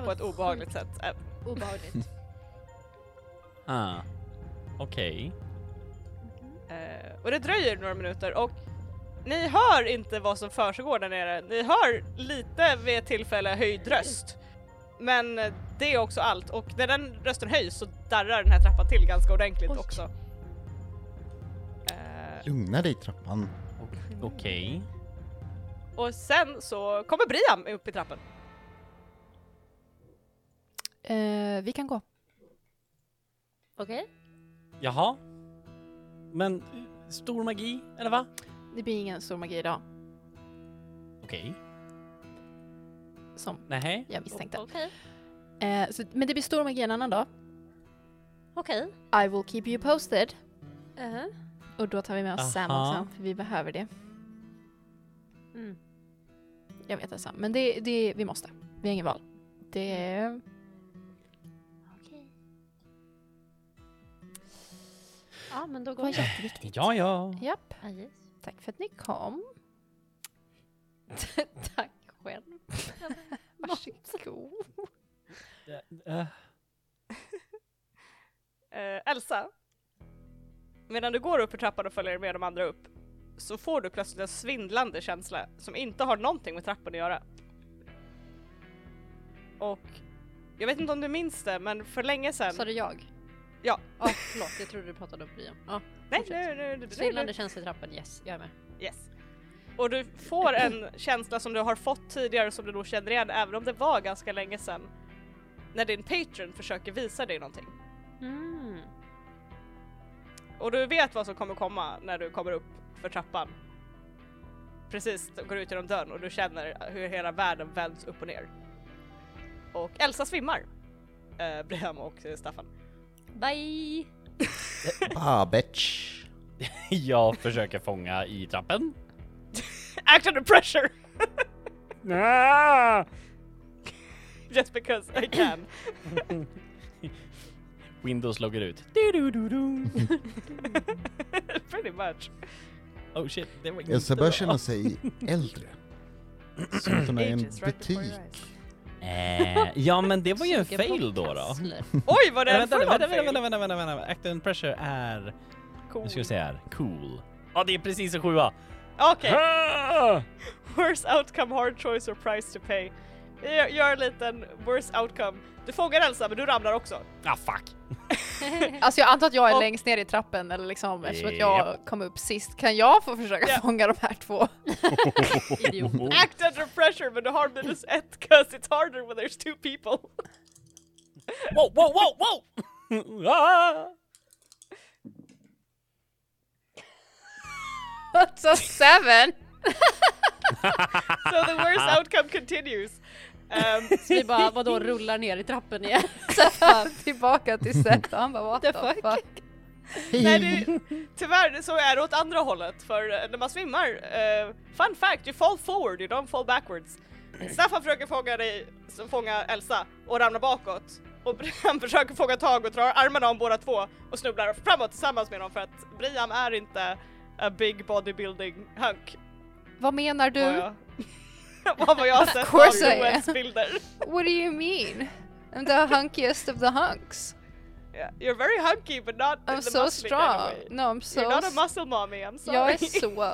[SPEAKER 6] På ett obehagligt sätt. Eh,
[SPEAKER 8] Obehagligt.
[SPEAKER 3] Ah. Okej.
[SPEAKER 6] Eh, och det dröjer några minuter och ni hör inte vad som försiggår där nere. Ni hör lite vid ett tillfälle höjd röst. Men eh, det är också allt och när den rösten höjs så darrar den här trappan till ganska ordentligt
[SPEAKER 2] Oj.
[SPEAKER 6] också. Eh,
[SPEAKER 4] Lugna dig trappan.
[SPEAKER 3] Okej. Okej.
[SPEAKER 6] Och sen så kommer Brian upp i trappen.
[SPEAKER 2] Eh, vi kan gå.
[SPEAKER 5] Okej.
[SPEAKER 3] Jaha. Men eh, stor magi, eller va?
[SPEAKER 2] Det blir ingen stor magi idag,
[SPEAKER 3] Okej.
[SPEAKER 2] som
[SPEAKER 3] Nähä.
[SPEAKER 2] jag misstänkte.
[SPEAKER 5] Okej.
[SPEAKER 2] Eh, så, men det blir stor magi en annan dag.
[SPEAKER 5] Okej.
[SPEAKER 2] I will keep you posted.
[SPEAKER 5] Mhm.
[SPEAKER 2] Och då tar vi med oss Sam
[SPEAKER 3] Aha.
[SPEAKER 2] också, för vi behöver det.
[SPEAKER 5] Mm.
[SPEAKER 2] Jag vet att Sam, men det, det, vi måste. Vi har inget val. Det...
[SPEAKER 5] Ja, men då går
[SPEAKER 2] Vad
[SPEAKER 5] vi.
[SPEAKER 3] Ja, ja.
[SPEAKER 2] Japp,
[SPEAKER 5] Ah, yes.
[SPEAKER 2] tack för att ni kom.
[SPEAKER 5] Tack själv.
[SPEAKER 2] Varsågod.
[SPEAKER 3] Eh,
[SPEAKER 6] Eh, Elsa, medan du går upp för trappan och följer med de andra upp så får du plötsligt en svindlande känsla som inte har någonting med trappan att göra. Och jag vet inte om du minns det, men för länge sedan...
[SPEAKER 5] Sa du jag?
[SPEAKER 6] Ja.
[SPEAKER 5] Ja, förlåt. Jag trodde du pratade om Brian. Ja.
[SPEAKER 6] nej,
[SPEAKER 5] fortsätt.
[SPEAKER 6] nej, nej, nej, nej, nej,
[SPEAKER 5] Svindlande känslor i trappan, yes, jag är med.
[SPEAKER 6] Yes. Och du får en känsla som du har fått tidigare som du då känner igen även om det var ganska länge sedan. När din patron försöker visa dig någonting.
[SPEAKER 5] Mm.
[SPEAKER 6] Och du vet vad som kommer komma när du kommer upp för trappan. Precis, du går ut genom dörren och du känner hur hela världen vänds upp och ner. Och Elsa svimmar. Eh, Brian och eh, Staffan.
[SPEAKER 5] Bye!
[SPEAKER 4] Ah, bitch.
[SPEAKER 3] jag försöker fånga i trappen.
[SPEAKER 6] Act under pressure!
[SPEAKER 3] Ah!
[SPEAKER 6] Just because I can.
[SPEAKER 3] Windows loggar ut.
[SPEAKER 6] Pretty much.
[SPEAKER 3] Oh shit, det var inte
[SPEAKER 4] Elsa
[SPEAKER 3] bra.
[SPEAKER 4] börjar känna sig äldre. Som att hon är i en
[SPEAKER 9] Ages right before your
[SPEAKER 4] butik.
[SPEAKER 9] eyes.
[SPEAKER 3] Eh, ja men det var ju en
[SPEAKER 5] Suger på
[SPEAKER 3] fail då då.
[SPEAKER 5] kassler.
[SPEAKER 6] Oj vad det
[SPEAKER 3] Nej,
[SPEAKER 6] är
[SPEAKER 3] vänta, vänta,
[SPEAKER 6] för låda
[SPEAKER 3] vänta, vänta,
[SPEAKER 6] fail!
[SPEAKER 3] vänta, vänta, vänta. Act and pressure är...
[SPEAKER 6] Cool.
[SPEAKER 3] Nu ska vi se här. Cool. Ja, det är precis en sjua.
[SPEAKER 6] Okej,
[SPEAKER 3] Ah!
[SPEAKER 6] worst outcome, hard choice or price to pay. Gör, gör en liten worst outcome. Du fångar Elsa men du ramlar också.
[SPEAKER 3] Ah, fuck.
[SPEAKER 2] Alltså jag antar att jag är
[SPEAKER 6] Och-
[SPEAKER 2] längst ner i trappen eller liksom eftersom att jag kom upp sist. Kan jag få försöka
[SPEAKER 6] Ja.
[SPEAKER 2] fånga de här två?
[SPEAKER 5] Idiot.
[SPEAKER 6] Act under pressure men du har minus ett 'cause it's harder when there's two people.
[SPEAKER 3] Wow, wow, wow, wow! ah!
[SPEAKER 2] Alltså seven!
[SPEAKER 6] So the worst outcome continues. Um,
[SPEAKER 5] Så vi bara, vadå, rullar ner i trappen igen?
[SPEAKER 2] Stefan tillbaka till Seth och han bara what the fuck?
[SPEAKER 6] nej, det, tyvärr så är det åt andra hållet för eh, när man svimmar, eh, fun fact, you fall forward, you don't fall backwards. Staffan försöker fånga dig, så fånga Elsa och ramlar bakåt och Brian försöker fånga tag och drar armarna om båda två och snubblar framåt tillsammans med dem för att Brian är inte a big bodybuilding hunk.
[SPEAKER 2] Vad menar du?
[SPEAKER 6] Vad jag, vad har jag har sett av
[SPEAKER 2] course I am.
[SPEAKER 6] OS-bilder.
[SPEAKER 2] What do you mean? I'm the hunkiest of the hunks.
[SPEAKER 6] Yeah, You're very hunky but not in
[SPEAKER 2] I'm
[SPEAKER 6] the
[SPEAKER 2] so
[SPEAKER 6] muscly
[SPEAKER 2] strong.
[SPEAKER 6] Kind of way.
[SPEAKER 2] No, I'm so...
[SPEAKER 6] You're not a
[SPEAKER 2] s-
[SPEAKER 6] muscle mommy, I'm sorry.
[SPEAKER 2] jag är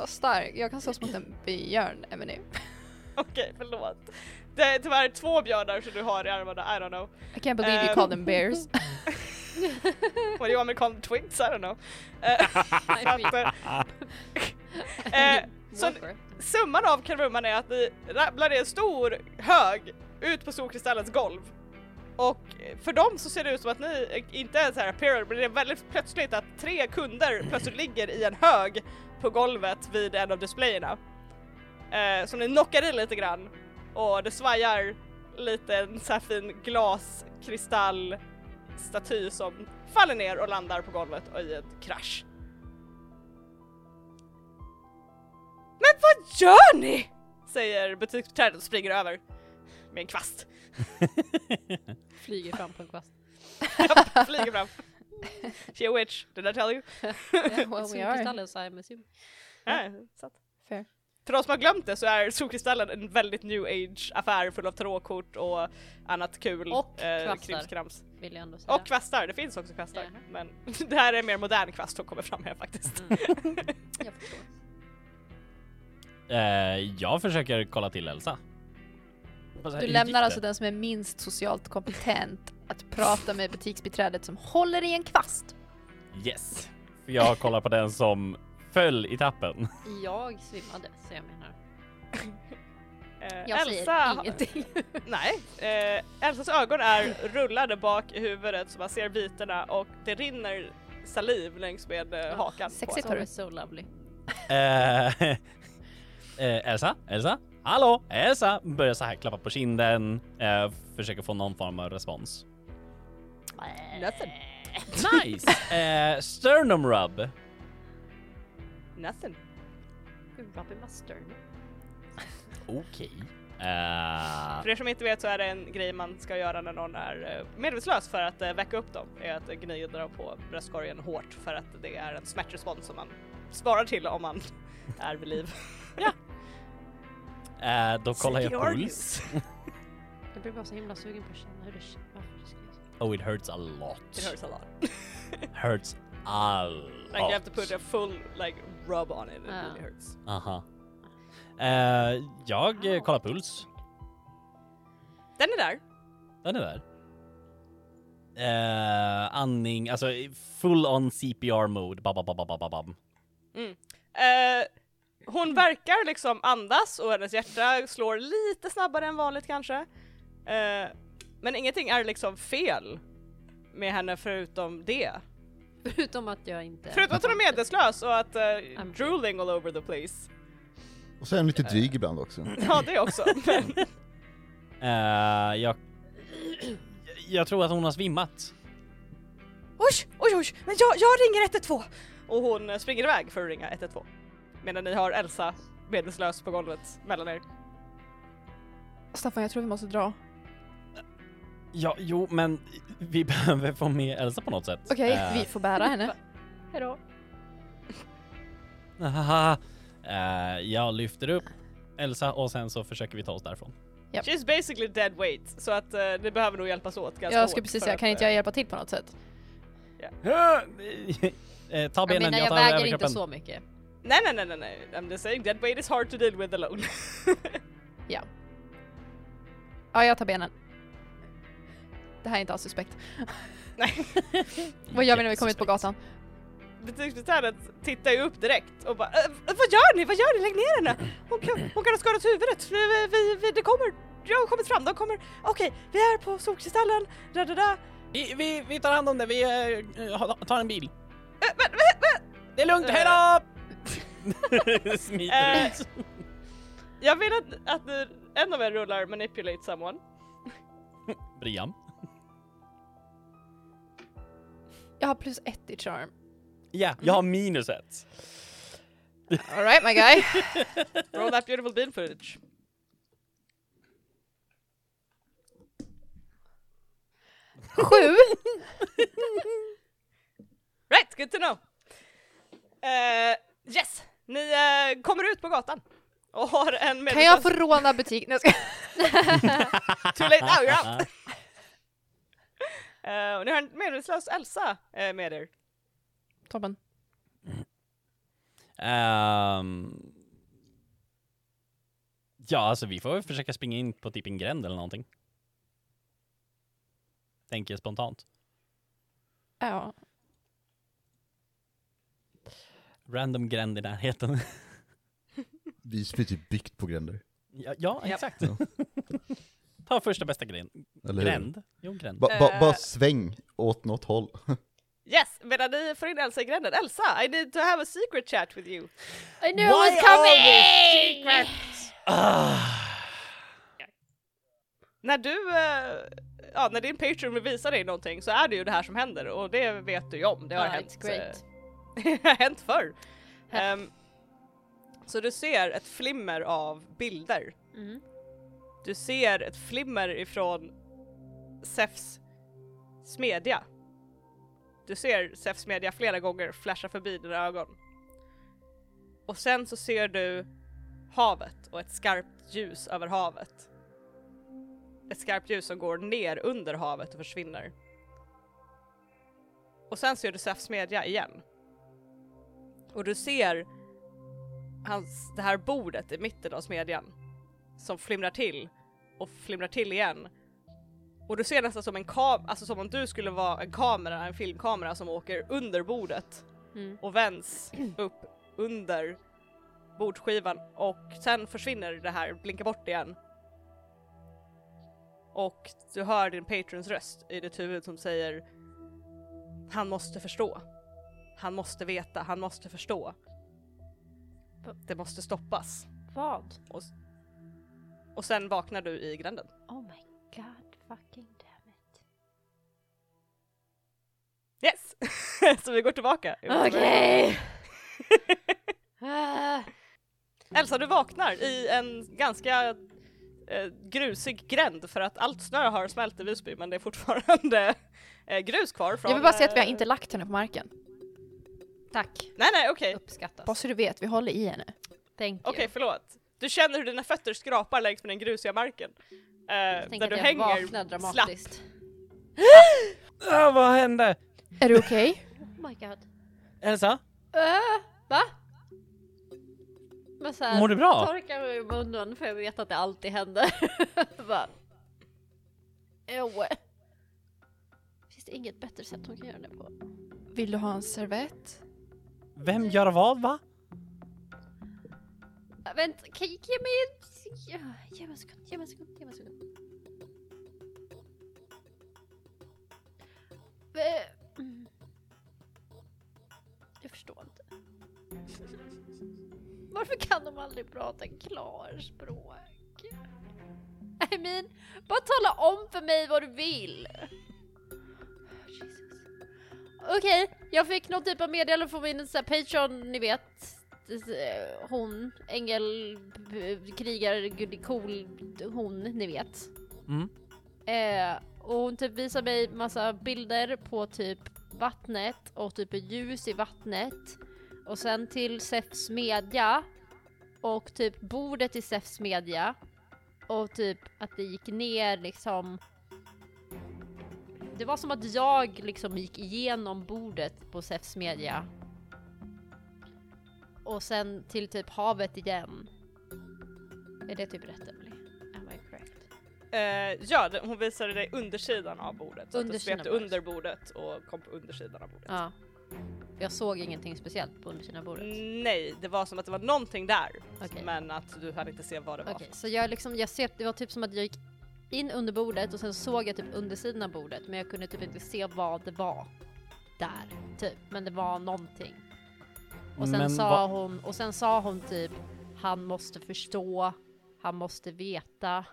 [SPEAKER 2] så stark. Jag kan slåss mot en björn, Emily.
[SPEAKER 6] Okej, förlåt. Det är tyvärr två björnar som du har i armarna, I don't know.
[SPEAKER 2] I can't believe you
[SPEAKER 6] Ehm.
[SPEAKER 2] call them bears.
[SPEAKER 6] What do you want me to call them twins? I don't know. Eh, att, eh, eh, så
[SPEAKER 5] Walker.
[SPEAKER 6] summan av kardemumman är att ni ramlar i en stor hög ut på Solkristallens golv. Och eh, för dem så ser det ut som att ni eh, inte är så här apparel, men det är väldigt plötsligt att tre kunder plötsligt ligger i en hög på golvet vid en av displayerna. Eh, som ni knockar i lite grann och det svajar lite en så här fin glaskristallstaty som faller ner och landar på golvet och i en krasch. Men vad gör ni? Säger butiksbiträdet och springer över med en kvast.
[SPEAKER 5] Flyger fram på en kvast.
[SPEAKER 6] Japp, Flyger fram. She a witch, did I tell you?
[SPEAKER 2] Yeah, well we are.
[SPEAKER 5] Solkristallen så I'm assuming.
[SPEAKER 6] Ja, sant.
[SPEAKER 2] Fair.
[SPEAKER 6] För de som har glömt det så är Solkristallen en väldigt new age affär full av tarotkort och annat kul. eh,
[SPEAKER 5] Och kvastar.
[SPEAKER 6] krimskrams.
[SPEAKER 5] Vill jag ändå säga.
[SPEAKER 6] Och kvastar, det finns också kvastar.
[SPEAKER 5] Jaha.
[SPEAKER 6] Men det här är en mer modern kvast som kommer fram här faktiskt.
[SPEAKER 5] jag förstår.
[SPEAKER 3] Eh, jag försöker kolla till Elsa. Vad så här,
[SPEAKER 2] Du
[SPEAKER 3] hur
[SPEAKER 2] lämnar
[SPEAKER 3] gick
[SPEAKER 2] alltså
[SPEAKER 3] det?
[SPEAKER 2] den som är minst socialt kompetent att prata med butiksbiträdet som håller i en kvast.
[SPEAKER 3] Yes. För jag kollar på den som föll i tappen.
[SPEAKER 5] Jag svimmade, så jag menar.
[SPEAKER 1] Eh,
[SPEAKER 5] Jag
[SPEAKER 1] Elsa,
[SPEAKER 5] säger ingenting.
[SPEAKER 1] nej, eh, Elsas ögon är rullade bak i huvudet så man ser bitarna och det rinner saliv längs med eh,
[SPEAKER 5] Ah,
[SPEAKER 1] hakan.
[SPEAKER 2] sexigt.
[SPEAKER 1] På.
[SPEAKER 5] Som är so lovely.
[SPEAKER 3] Eh, eh, Elsa, Elsa, hallå, Elsa! Börjar så här klappa på kinden, eh, försöker få någon form av respons.
[SPEAKER 1] Nothing.
[SPEAKER 3] Nice! Eh, sternum rub.
[SPEAKER 1] Nothing.
[SPEAKER 5] Gud, Robin Mustern.
[SPEAKER 3] Okej. Eh,
[SPEAKER 1] För er som inte vet så är det en grej man ska göra när någon är eh, medvetslös för att eh, väcka upp dem, är att gnida dem på bröstkorgen hårt för att det är en smärtrespons som man svarar till om man är vid liv.
[SPEAKER 3] eh, då kollar jag puls.
[SPEAKER 5] Jag blir bara så himla sugen på att känna hur det känns. Varför ska jag säga?
[SPEAKER 3] Oh, it hurts a lot.
[SPEAKER 1] It hurts a lot.
[SPEAKER 3] Hurts a
[SPEAKER 1] Like you have to put
[SPEAKER 3] lot.
[SPEAKER 1] a full like rub on it, it
[SPEAKER 5] Ja.
[SPEAKER 1] really hurts.
[SPEAKER 3] Aha. Eh, jag eh,
[SPEAKER 5] Ouch.
[SPEAKER 3] kollar puls.
[SPEAKER 1] Den är där.
[SPEAKER 3] Den är där. Eh, andning, alltså full on CPR mode. Bam, bam, bam, bam, bam, bam.
[SPEAKER 1] Eh, hon verkar liksom andas och hennes hjärta slår lite snabbare än vanligt kanske. Eh, men ingenting är liksom fel med henne förutom det.
[SPEAKER 5] Förutom att jag inte...
[SPEAKER 1] Förutom att hon är medvetslös och att eh,
[SPEAKER 5] I'm free.
[SPEAKER 1] drooling all over the place.
[SPEAKER 4] Och så är den lite dryg ibland också.
[SPEAKER 1] Ja det också. Men,
[SPEAKER 3] Eh, jag... jag tror att hon har svimmat.
[SPEAKER 1] oj, oj, oj, men jag, jag ringer 112! Och hon eh, springer iväg för att ringa 112. Medan ni har Elsa medvetslös på golvet mellan er.
[SPEAKER 2] Staffan, jag tror vi måste dra.
[SPEAKER 3] Ja, jo, men vi behöver få med Elsa på något sätt.
[SPEAKER 2] Okej,
[SPEAKER 3] Eh,
[SPEAKER 2] vi får bära henne.
[SPEAKER 5] Hejdå.
[SPEAKER 3] Haha. Eh, jag lyfter upp Elsa och sen så försöker vi ta oss därifrån.
[SPEAKER 2] Japp.
[SPEAKER 1] She's basically dead weight, så att eh, ni behöver nog hjälpas åt ganska
[SPEAKER 2] Jag skulle
[SPEAKER 1] hårt
[SPEAKER 2] precis
[SPEAKER 1] för
[SPEAKER 2] säga,
[SPEAKER 1] att,
[SPEAKER 2] kan inte
[SPEAKER 1] eh,
[SPEAKER 2] jag hjälpa till på något sätt?
[SPEAKER 3] Eh, ta
[SPEAKER 5] Jag
[SPEAKER 3] benen,
[SPEAKER 5] menar,
[SPEAKER 3] jag
[SPEAKER 5] jag
[SPEAKER 3] tar
[SPEAKER 5] väger
[SPEAKER 3] överkroppen.
[SPEAKER 5] inte så mycket.
[SPEAKER 1] Nej nej nej nej nej, I'm just saying dead weight is hard to deal with alone.
[SPEAKER 2] Ja, jag tar benen. Det här är inte alls suspekt.
[SPEAKER 1] nej.
[SPEAKER 2] Vad gör vi när vi kommer ut på gatan?
[SPEAKER 1] Butiksbiträdet tittar ju upp direkt och bara "Eh, Vad gör ni? Vad gör ni? Lägg ner henne! Hon kan, hon kan ha skadat huvudet! Vi, vi, vi, det kommer! Jag har kommit fram, de kommer! Okej, vi är på Solkristallen! Da, da, da.
[SPEAKER 3] Vi, vi, vi tar hand om det, vi eh, ha- tar en bil.
[SPEAKER 1] Eh, men- men- men-
[SPEAKER 3] Det är lugnt,
[SPEAKER 1] Eh.
[SPEAKER 3] hejdå! Smiter
[SPEAKER 1] Eh.
[SPEAKER 3] ut.
[SPEAKER 1] Jag vill att, att ni- en av er rullar manipulate someone.
[SPEAKER 3] Brian.
[SPEAKER 2] Jag har plus ett i charm.
[SPEAKER 3] Ja, jag har minus ett.
[SPEAKER 2] Alright my guy.
[SPEAKER 1] Roll that beautiful bean footage.
[SPEAKER 2] Sju!
[SPEAKER 1] Right, good to know! Eh, yes! Ni eh, kommer ut på gatan och har en
[SPEAKER 2] Kan jag få råna butik? Nej, jag ska...
[SPEAKER 1] Too late now, you're out! Eh, och ni har en medvetslös Elsa eh, med er.
[SPEAKER 2] Toppen.
[SPEAKER 3] Ehm. ja, alltså vi får väl försöka springa in på typ en gränd eller någonting. Tänker jag spontant.
[SPEAKER 2] Ja.
[SPEAKER 3] Random gränd i närheten.
[SPEAKER 4] Visby är typ byggt på gränder.
[SPEAKER 3] ja, ja,
[SPEAKER 1] Japp.
[SPEAKER 3] exakt.
[SPEAKER 4] Ja.
[SPEAKER 3] Ta första bästa gränd.
[SPEAKER 4] Eller hur?
[SPEAKER 3] Gränd? Jo, gränd.
[SPEAKER 4] Ba, ba, bara
[SPEAKER 1] Eh.
[SPEAKER 4] sväng åt något håll.
[SPEAKER 1] Yes, medan ni får in Elsa i gränden. Elsa, I need to have a secret chat with you.
[SPEAKER 5] I knew
[SPEAKER 3] it Why was
[SPEAKER 5] it was
[SPEAKER 3] coming!
[SPEAKER 5] coming!
[SPEAKER 3] Ah.
[SPEAKER 1] När du, eh, ja när din Patreon vill visa dig någonting så är det ju det här som händer och det vet du ju om. Det har hänt.
[SPEAKER 5] It's great.
[SPEAKER 1] det har hänt förr. Ehm, så du ser ett flimmer av bilder.
[SPEAKER 5] Mm.
[SPEAKER 1] Du ser ett flimmer ifrån Sefs smedja. Du ser Sefs smedja flera gånger flasha förbi dina ögon. Och sen så ser du havet och ett skarpt ljus över havet. Ett skarpt ljus som går ner under havet och försvinner. Och sen ser du Sefs smedja igen. Och du ser hans, det här bordet i mitten av smedjan som flimrar till och flimrar till igen. Och du ser nästan som en kam- alltså som om du skulle vara en kamera, en filmkamera som åker under bordet
[SPEAKER 5] Mm.
[SPEAKER 1] och vänds upp under bordsskivan och sen försvinner det här, blinkar bort igen. Och du hör din patrons röst i ditt huvud som säger Han måste förstå. Han måste veta, han måste förstå.
[SPEAKER 5] Va-
[SPEAKER 1] Det måste stoppas.
[SPEAKER 5] Vad?
[SPEAKER 1] Och sen vaknar du i gränden.
[SPEAKER 5] Oh my god fucking damn it.
[SPEAKER 1] Yes! Så vi går tillbaka.
[SPEAKER 5] Okej! Ah,
[SPEAKER 1] Elsa, du vaknar i en ganska eh, grusig gränd för att allt snö har smält i Visby men det är fortfarande eh, grus kvar från...
[SPEAKER 2] Jag vill bara säga att vi har
[SPEAKER 1] eh,
[SPEAKER 2] inte lagt henne på marken.
[SPEAKER 5] Tack.
[SPEAKER 1] Nej, nej, okej.
[SPEAKER 5] Uppskattas.
[SPEAKER 2] Bara så du vet, vi håller i henne.
[SPEAKER 5] Thank you.
[SPEAKER 1] Okej, förlåt. Du känner hur dina fötter skrapar längs med den grusiga marken. Eh, där
[SPEAKER 5] Jag tänker
[SPEAKER 1] du
[SPEAKER 5] att jag
[SPEAKER 1] hänger
[SPEAKER 5] vaknar
[SPEAKER 1] slapp.
[SPEAKER 5] dramatiskt.
[SPEAKER 3] Ah, vad hände?
[SPEAKER 2] Är du okej?
[SPEAKER 5] Oh my god.
[SPEAKER 3] Elsa,
[SPEAKER 5] Äh, va? Men såhär,
[SPEAKER 3] mår du bra?
[SPEAKER 5] torkar mig i munnen för jag vet att det alltid händer. Bara, "Ew." Finns det inget bättre sätt hon kan göra det på?
[SPEAKER 2] Vill du ha en servett?
[SPEAKER 3] Vem gör vad va?
[SPEAKER 5] Äh, vänta, kan, ge mig en... ja, Ge mig en sekund, ge mig en sekund, ge mig en sekund. Äh, mm. Jag förstår inte. Varför kan de aldrig prata klarspråk? I mean, bara tala om för mig vad du vill. Jesus. Okej, jag fick någon typ av meddelande från min så här Patreon, ni vet. eh, Hon, ängel, b- krigare, gud, cool, hon, ni vet.
[SPEAKER 3] Mm.
[SPEAKER 5] Eh, och hon typ visar mig massa bilder på typ vattnet och typ ljus i vattnet. Och sen till Sefs smedja. Och typ bordet i Sefs smedja. Och typ att det gick ner liksom. Det var som att jag liksom gick igenom bordet på Sefs smedja. Och sen till typ havet igen. Är det typ rätt Emily? Am I correct?
[SPEAKER 1] Eh, ja, det- hon visade dig undersidan av bordet. Så att du
[SPEAKER 5] Undersidan
[SPEAKER 1] svepte
[SPEAKER 5] av bordet.
[SPEAKER 1] under bordet och kom på undersidan av bordet.
[SPEAKER 5] Ja. Jag såg ingenting speciellt på undersidan av bordet.
[SPEAKER 1] Nej, det var som att det var någonting där.
[SPEAKER 5] Okej.
[SPEAKER 1] Men att du hann inte se vad det var.
[SPEAKER 5] Okej, så jag liksom, jag ser, det var typ som att jag gick in under bordet och sen såg jag typ undersidan av bordet men jag kunde typ inte se vad det var där. Typ, men det var någonting. Och sen,
[SPEAKER 3] Men
[SPEAKER 5] sa
[SPEAKER 3] vad-
[SPEAKER 5] hon, och sen sa hon typ han måste förstå, han måste veta.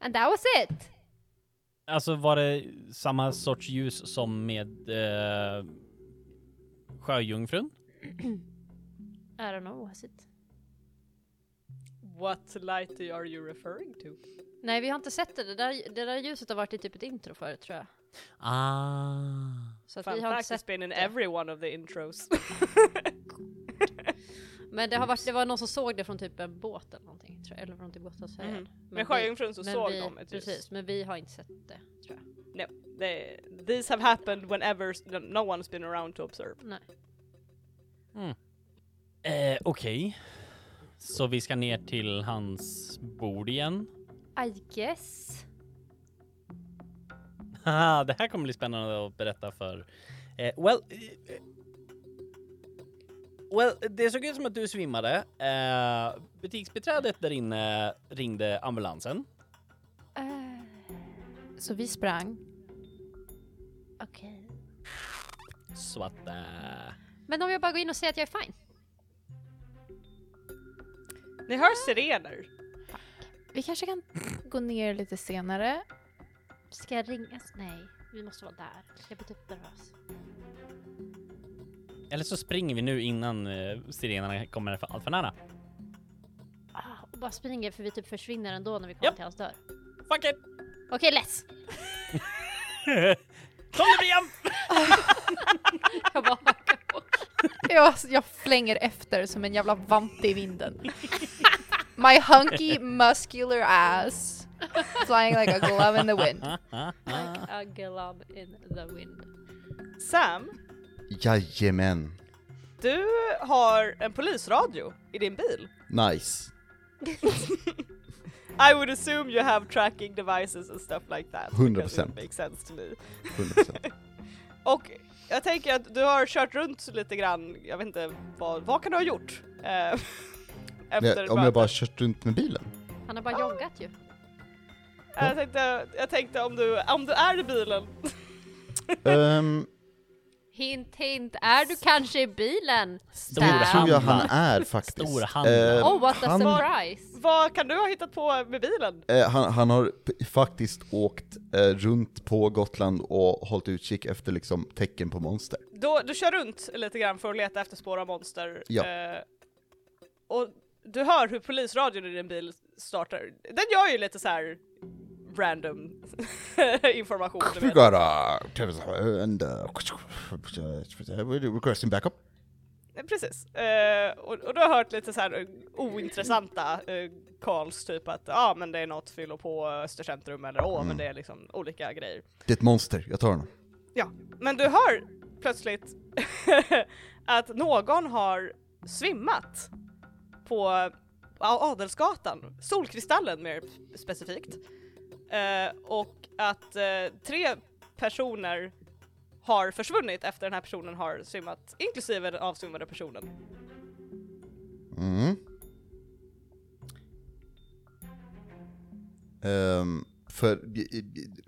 [SPEAKER 5] And that was it!
[SPEAKER 3] Alltså var det samma sorts ljus som med eh, sjöjungfrun?
[SPEAKER 5] I don't know, was it?
[SPEAKER 1] What light are you referring to?
[SPEAKER 5] Nej vi har inte sett det, det där, det där ljuset har varit i typ ett intro förut tror jag.
[SPEAKER 3] Ah.
[SPEAKER 5] Så att
[SPEAKER 1] Fun
[SPEAKER 5] vi har inte
[SPEAKER 1] fact,
[SPEAKER 5] sett
[SPEAKER 1] it's been in
[SPEAKER 5] det.
[SPEAKER 1] every one of the intros. Mm.
[SPEAKER 5] Men det, har varit, det var någon som såg det från typ en båt eller någonting tror jag, eller från typ Gotlandsfärjan.
[SPEAKER 1] Mm.
[SPEAKER 5] Men
[SPEAKER 1] Med
[SPEAKER 5] vi-
[SPEAKER 1] sjöjungfrun så
[SPEAKER 5] men
[SPEAKER 1] såg
[SPEAKER 5] vi,
[SPEAKER 1] de ett ljus.
[SPEAKER 5] Precis, men vi har inte sett det tror jag.
[SPEAKER 1] They, these have happened whenever s- no one's been around to observe.
[SPEAKER 5] Nej.
[SPEAKER 3] Eh, Okej. Så vi ska ner till hans bord igen.
[SPEAKER 5] I guess.
[SPEAKER 3] Haha, det här kommer bli spännande att berätta för... Eh, well... eh, Well, det såg ut som att du svimmade. Eh, butiksbiträdet där inne ringde ambulansen.
[SPEAKER 5] Eh,
[SPEAKER 2] Så vi sprang.
[SPEAKER 5] Okej.
[SPEAKER 3] Så att... eh,
[SPEAKER 5] Men om jag bara går in och säger att jag är fine?
[SPEAKER 1] Ni hör sirener.
[SPEAKER 2] Vi kanske kan gå ner lite senare.
[SPEAKER 5] Ska jag ringas? Nej, vi måste vara där. Jag blir typ nervös.
[SPEAKER 3] eller så springer vi nu innan eh, sirenerna kommer för- allt för nära.
[SPEAKER 5] Ah, och bara springer för vi typ försvinner ändå när vi kommer
[SPEAKER 3] Japp.
[SPEAKER 5] till hans dörr.
[SPEAKER 3] Fuck it!
[SPEAKER 5] Okej, let's!
[SPEAKER 3] Kom nu Brian!
[SPEAKER 5] Jag bara hackar på.
[SPEAKER 2] Jag, jag flänger efter som en jävla vante i vinden. My hunky muscular ass flying like a glove in the wind.
[SPEAKER 5] Like a glove in the wind.
[SPEAKER 1] Sam,
[SPEAKER 4] Jajamän.
[SPEAKER 1] du har en polisradio i din bil.
[SPEAKER 4] Nice.
[SPEAKER 1] I would assume you have tracking devices and stuff like that.
[SPEAKER 4] 100%.
[SPEAKER 1] because it Makes sense to me.
[SPEAKER 4] 100%.
[SPEAKER 1] Och jag tänker att du har kört runt lite grann, jag vet inte vad, vad kan du ha gjort? Eh,
[SPEAKER 4] Nej, om jag
[SPEAKER 1] mötet?
[SPEAKER 4] bara kört runt med bilen?
[SPEAKER 5] Han har bara joggat ju.
[SPEAKER 1] Ja, Jag tänkte, jag tänkte om, du, om du är i bilen.
[SPEAKER 4] Ehm,
[SPEAKER 5] Hint hint, är du kanske i bilen?
[SPEAKER 4] det tror jag han är faktiskt.
[SPEAKER 3] Storhandlar.
[SPEAKER 4] Ehm,
[SPEAKER 5] Oh what a
[SPEAKER 4] han,
[SPEAKER 5] surprise!
[SPEAKER 1] Vad kan du ha hittat på med bilen?
[SPEAKER 4] eh, han, han har p- faktiskt åkt eh, runt på Gotland och hållit utkik efter liksom tecken på monster.
[SPEAKER 1] Då, du kör runt lite grann för att leta efter spår av monster.
[SPEAKER 4] Ja.
[SPEAKER 1] Eh, och du hör hur polisradion i din bil startar. Den gör ju lite så här random information. Du
[SPEAKER 4] We
[SPEAKER 1] vet.
[SPEAKER 4] got a terrorist and uh, requesting backup.
[SPEAKER 1] Eh, Precis. Eh, och, och du har hört lite så här eh, ointressanta eh, calls, typ att ja ah, men det är något fyllo på Östercentrum eller åh men det är liksom olika grejer.
[SPEAKER 4] Det är ett monster, jag tar honom.
[SPEAKER 1] Ja, men du hör plötsligt att någon har svimmat på Adelsgatan, Solkristallen mer specifikt. Eh, och att eh, tre personer har försvunnit efter den här personen har svimmat, inklusive den avsvimmade personen.
[SPEAKER 4] Mm. Ehm, för det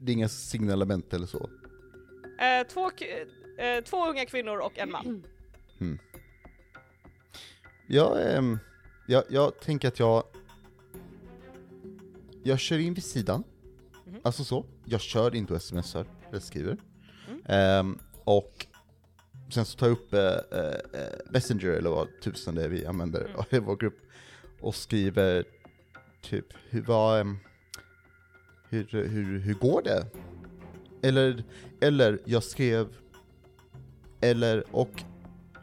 [SPEAKER 4] är inga signalement eller så.
[SPEAKER 1] Eh, två, k- eh, två unga kvinnor och en man.
[SPEAKER 4] Jag, ehm, jag, jag tänker att jag... Jag kör in vid sidan. Alltså så. Jag kör inte och smsar, eller skriver. Ehm, och sen så tar jag upp eh, eh, eh, Messenger, eller vad tusan det är vi använder i vår grupp, och skriver typ hur, vad, ehm, hur, hur, hur går det? Eller, eller jag skrev, eller och,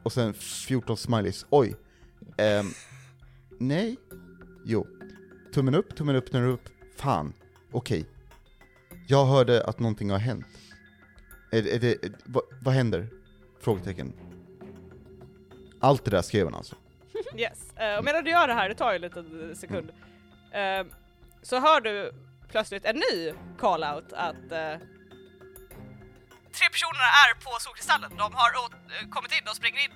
[SPEAKER 4] och sen 14 smileys, oj, Ehm, nej. Jo. Tummen upp, tummen upp, tummen upp. Fan. Okej. Jag hörde att någonting har hänt. Är, är det, är- vad, vad händer? Frågetecken. Allt det där skrev han alltså.
[SPEAKER 1] Yes, eh, och medan du gör det här, det tar ju en liten sekund, eh, så hör du plötsligt en ny call-out att eh, tre personer är på Solkristallen, de har å- eh, kommit in, de springer in.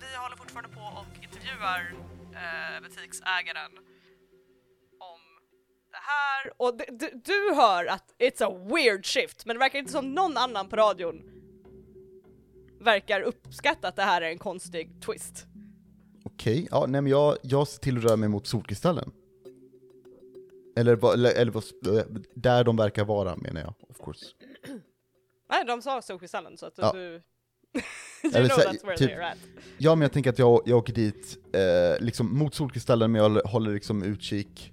[SPEAKER 1] Vi håller fortfarande på och intervjuar eh, butiksägaren om det här. Och d- d- du hör att it's a weird shift, men det verkar inte som någon annan på radion verkar uppskatta att det här är en konstig twist.
[SPEAKER 4] Okej, ja nej men jag, jag ser till att röra mig mot Solkristallen. Eller, vad- eller, eller vad- där de verkar vara menar jag, of course.
[SPEAKER 1] Nej, de sa Solkristallen så att
[SPEAKER 4] Ja.
[SPEAKER 1] du... you
[SPEAKER 4] Eller
[SPEAKER 1] know
[SPEAKER 4] så-
[SPEAKER 1] that's where
[SPEAKER 4] typ-
[SPEAKER 1] they're at.
[SPEAKER 4] Ja men jag tänker att jag, jag åker dit, eh, liksom mot Solkristallen men jag håller- håller liksom utkik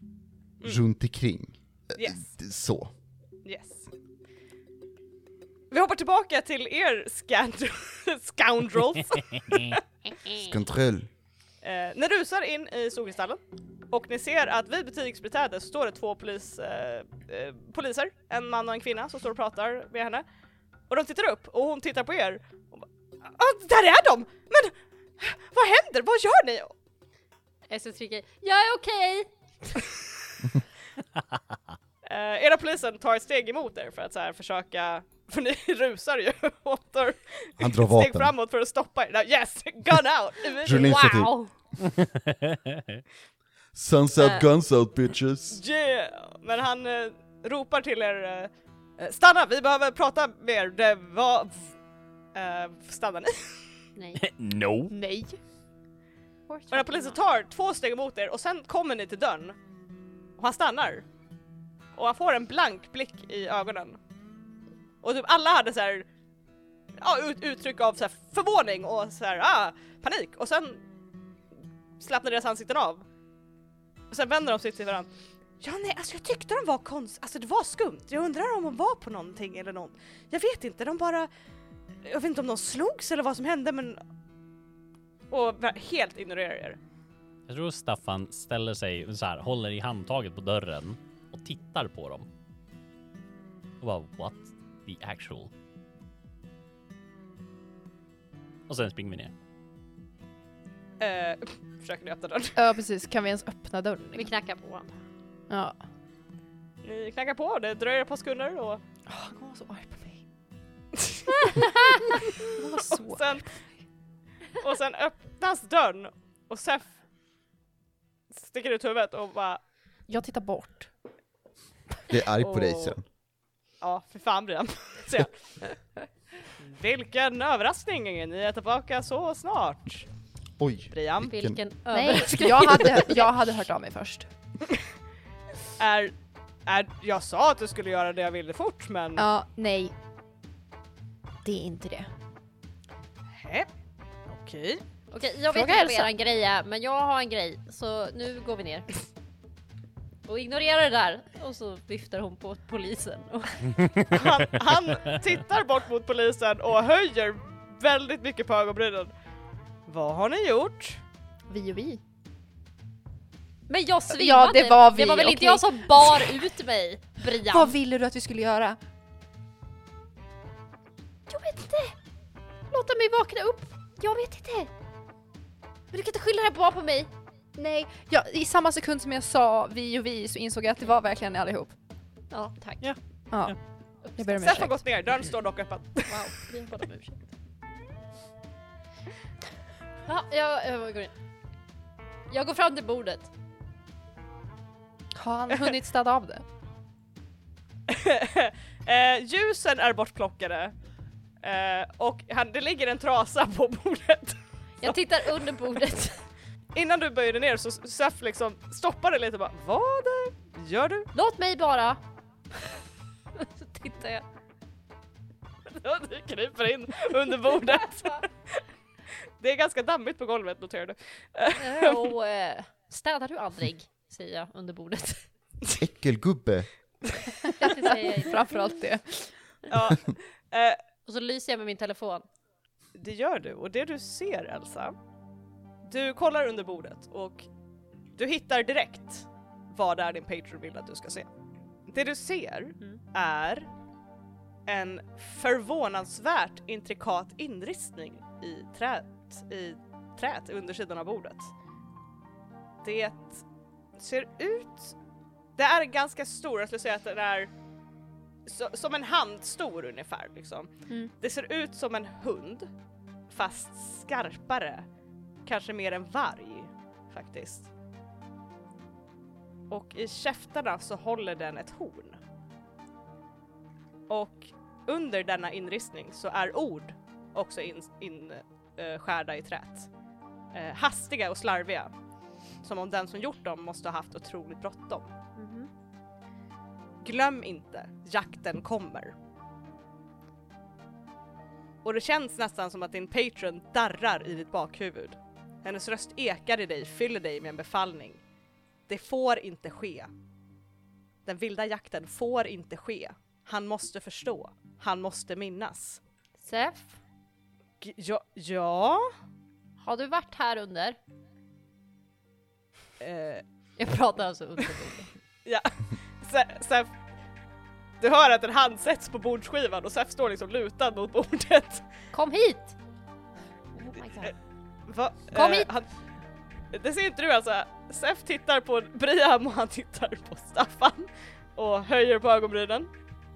[SPEAKER 4] runt omkring.
[SPEAKER 1] Yes,
[SPEAKER 4] D- Så.
[SPEAKER 1] yes. Vi hoppar tillbaka till er scoundrel, scoundrels.
[SPEAKER 5] Mm.
[SPEAKER 4] Kontroll.
[SPEAKER 1] eh, när du rusar in i Solkristallen och ni ser att vid butiksbiträdet står det två polis, eh, eh, poliser, en man och en kvinna som står och pratar med henne. Och de tittar upp och hon tittar på er. Och bara, ah, där är de! Men vad händer? Vad gör ni?
[SPEAKER 5] SS skriker jag är okej!
[SPEAKER 1] Eh, era polisen tar ett steg emot er för att så här, försöka, för ni rusar ju och tar
[SPEAKER 4] Han drar
[SPEAKER 1] steg
[SPEAKER 4] vapen.
[SPEAKER 1] framåt för att stoppa er. Now, yes, gun out!
[SPEAKER 4] Rulla
[SPEAKER 1] immediately.
[SPEAKER 4] initiativ.
[SPEAKER 5] Wow!
[SPEAKER 4] Suns
[SPEAKER 1] Eh.
[SPEAKER 4] out, guns out bitches.
[SPEAKER 1] yeah! Men han eh, ropar till er, eh, stanna, vi behöver prata med er. Det var... Uh, stannar ni?
[SPEAKER 5] Nej.
[SPEAKER 3] no.
[SPEAKER 2] Nej.
[SPEAKER 1] Och den här polisen tar två steg emot er och sen kommer ni till dörren. Och han stannar. Och han får en blank blick i ögonen. Och typ alla hade så här, ja, ut, uttryck av så här förvåning och så här, ah, panik. Och sen slappnar deras ansikten av. Och sen vänder de sig till varandra. Ja nej, alltså jag tyckte de var konst, alltså det var skumt. Jag undrar om de var på någonting eller något. Jag vet inte, de bara... Jag vet inte om de slogs eller vad som hände men... Och ver- helt ignorerar er.
[SPEAKER 3] Jag tror Staffan ställer sig så här, håller i handtaget på dörren och tittar på dem. Och bara what the actual? Och sen springer vi ner.
[SPEAKER 1] Eh, försöker ni öppna dörren?
[SPEAKER 2] Ja precis, kan vi ens öppna dörren?
[SPEAKER 5] Vi knackar på honom.
[SPEAKER 2] Ja.
[SPEAKER 1] Ni knackar på, det dröjer ett par sekunder och
[SPEAKER 2] han kommer vara så arg på mig. Hon var så...
[SPEAKER 1] Och sen, och sen öppnas dörren och Sef sticker ut huvudet och bara
[SPEAKER 2] Jag tittar bort.
[SPEAKER 4] Jag är arg på dig
[SPEAKER 1] Åh.
[SPEAKER 4] sen.
[SPEAKER 1] Ja, för fan Brian. säger jag. Vilken överraskning! Ni är tillbaka så snart,
[SPEAKER 4] Oj.
[SPEAKER 1] Brian.
[SPEAKER 5] Vilken
[SPEAKER 2] Nej,
[SPEAKER 5] överraskning.
[SPEAKER 2] jag hade, jag hade hört av mig först.
[SPEAKER 1] Är, är, jag sa att du skulle göra det jag ville fort, men...
[SPEAKER 2] Ja, nej. Det är inte det.
[SPEAKER 1] Hä? Okej.
[SPEAKER 5] Okej, jag vet
[SPEAKER 2] Fråga
[SPEAKER 5] inte vad
[SPEAKER 2] Elsa.
[SPEAKER 5] eran grej är, men jag har en grej. Så nu går vi ner. Och ignorerar det där. Och så viftar hon på polisen. Och
[SPEAKER 1] Han, han tittar bort mot polisen och höjer väldigt mycket på ögonbrynen. Vad har ni gjort?
[SPEAKER 2] Vi och vi.
[SPEAKER 5] Men jag svimmade!
[SPEAKER 2] det var vi,
[SPEAKER 5] Det var väl inte
[SPEAKER 2] okej.
[SPEAKER 5] jag som bar ut mig, Brian?
[SPEAKER 2] Vad ville du att vi skulle göra?
[SPEAKER 10] Jag vet inte. Låta mig vakna upp. Jag vet inte.
[SPEAKER 5] Men du kan inte skylla det här bara på mig!
[SPEAKER 2] Nej, ja, i samma sekund som jag sa vi och vi så insåg jag att det var verkligen allihop.
[SPEAKER 5] Ja, tack.
[SPEAKER 3] Ja.
[SPEAKER 2] Ja, jag ber om
[SPEAKER 1] Seth har
[SPEAKER 2] ursäkt.
[SPEAKER 1] gått ner, dörren står dock öppen.
[SPEAKER 5] Wow, vi bad om ursäkt. Ja, jag, jag går in. Jag går fram till bordet.
[SPEAKER 2] Har han hunnit städa av det?
[SPEAKER 1] eh, ljusen är bortplockade eh, och han, det ligger en trasa på bordet.
[SPEAKER 5] Jag tittar under bordet.
[SPEAKER 1] Innan du böjer dig ner så Seth liksom stoppar dig lite och bara Vad eh, gör du?
[SPEAKER 5] Låt mig bara! Så tittar jag.
[SPEAKER 1] Ja, du kryper in under bordet. Det är ganska dammigt på golvet noterar du.
[SPEAKER 5] Eh, Och, eh, städar du aldrig? Säger jag under bordet.
[SPEAKER 4] Äckelgubbe.
[SPEAKER 5] Det säger jag inte.
[SPEAKER 2] Framförallt det.
[SPEAKER 1] Ja, eh,
[SPEAKER 5] Och så lyser jag med min telefon.
[SPEAKER 1] det gör du och det du ser Elsa, du kollar under bordet och du hittar direkt vad det är din Patreon vill att du ska se. Det du ser
[SPEAKER 5] Mm.
[SPEAKER 1] är en förvånansvärt intrikat inristning i träet, i träet under sidan av bordet. Det ser ut... Det är ganska stor, jag skulle säga att den är så, som en hand stor ungefär. Liksom.
[SPEAKER 5] Mm.
[SPEAKER 1] Det ser ut som en hund, fast skarpare. Kanske mer en varg faktiskt. Och i käftarna så håller den ett horn. Och under denna inristning så är ord också inskärda in, eh, skärda i träet. Eh, hastiga och slarviga. Som om den som gjort dem måste ha haft otroligt bråttom. Glöm inte, jakten kommer. Och det känns nästan som att din patron darrar i ditt bakhuvud. Hennes röst ekar i dig, fyller dig med en befallning. Det får inte ske. Den vilda jakten får inte ske. Han måste förstå. Han måste minnas.
[SPEAKER 5] Sef,
[SPEAKER 1] G- ja, ja.
[SPEAKER 5] har du varit här under?
[SPEAKER 1] Eh,
[SPEAKER 5] Jag pratar alltså under bordet.
[SPEAKER 1] Se- Sef, du hör att en hand sätts på bordsskivan och Sef står liksom lutad mot bordet.
[SPEAKER 5] Kom hit! Oh my god.
[SPEAKER 1] Va?
[SPEAKER 5] Kom
[SPEAKER 1] Eh,
[SPEAKER 5] hit!
[SPEAKER 1] han, det ser inte du alltså. Sef tittar på Brian och han tittar på Staffan och höjer på ögonbrynen.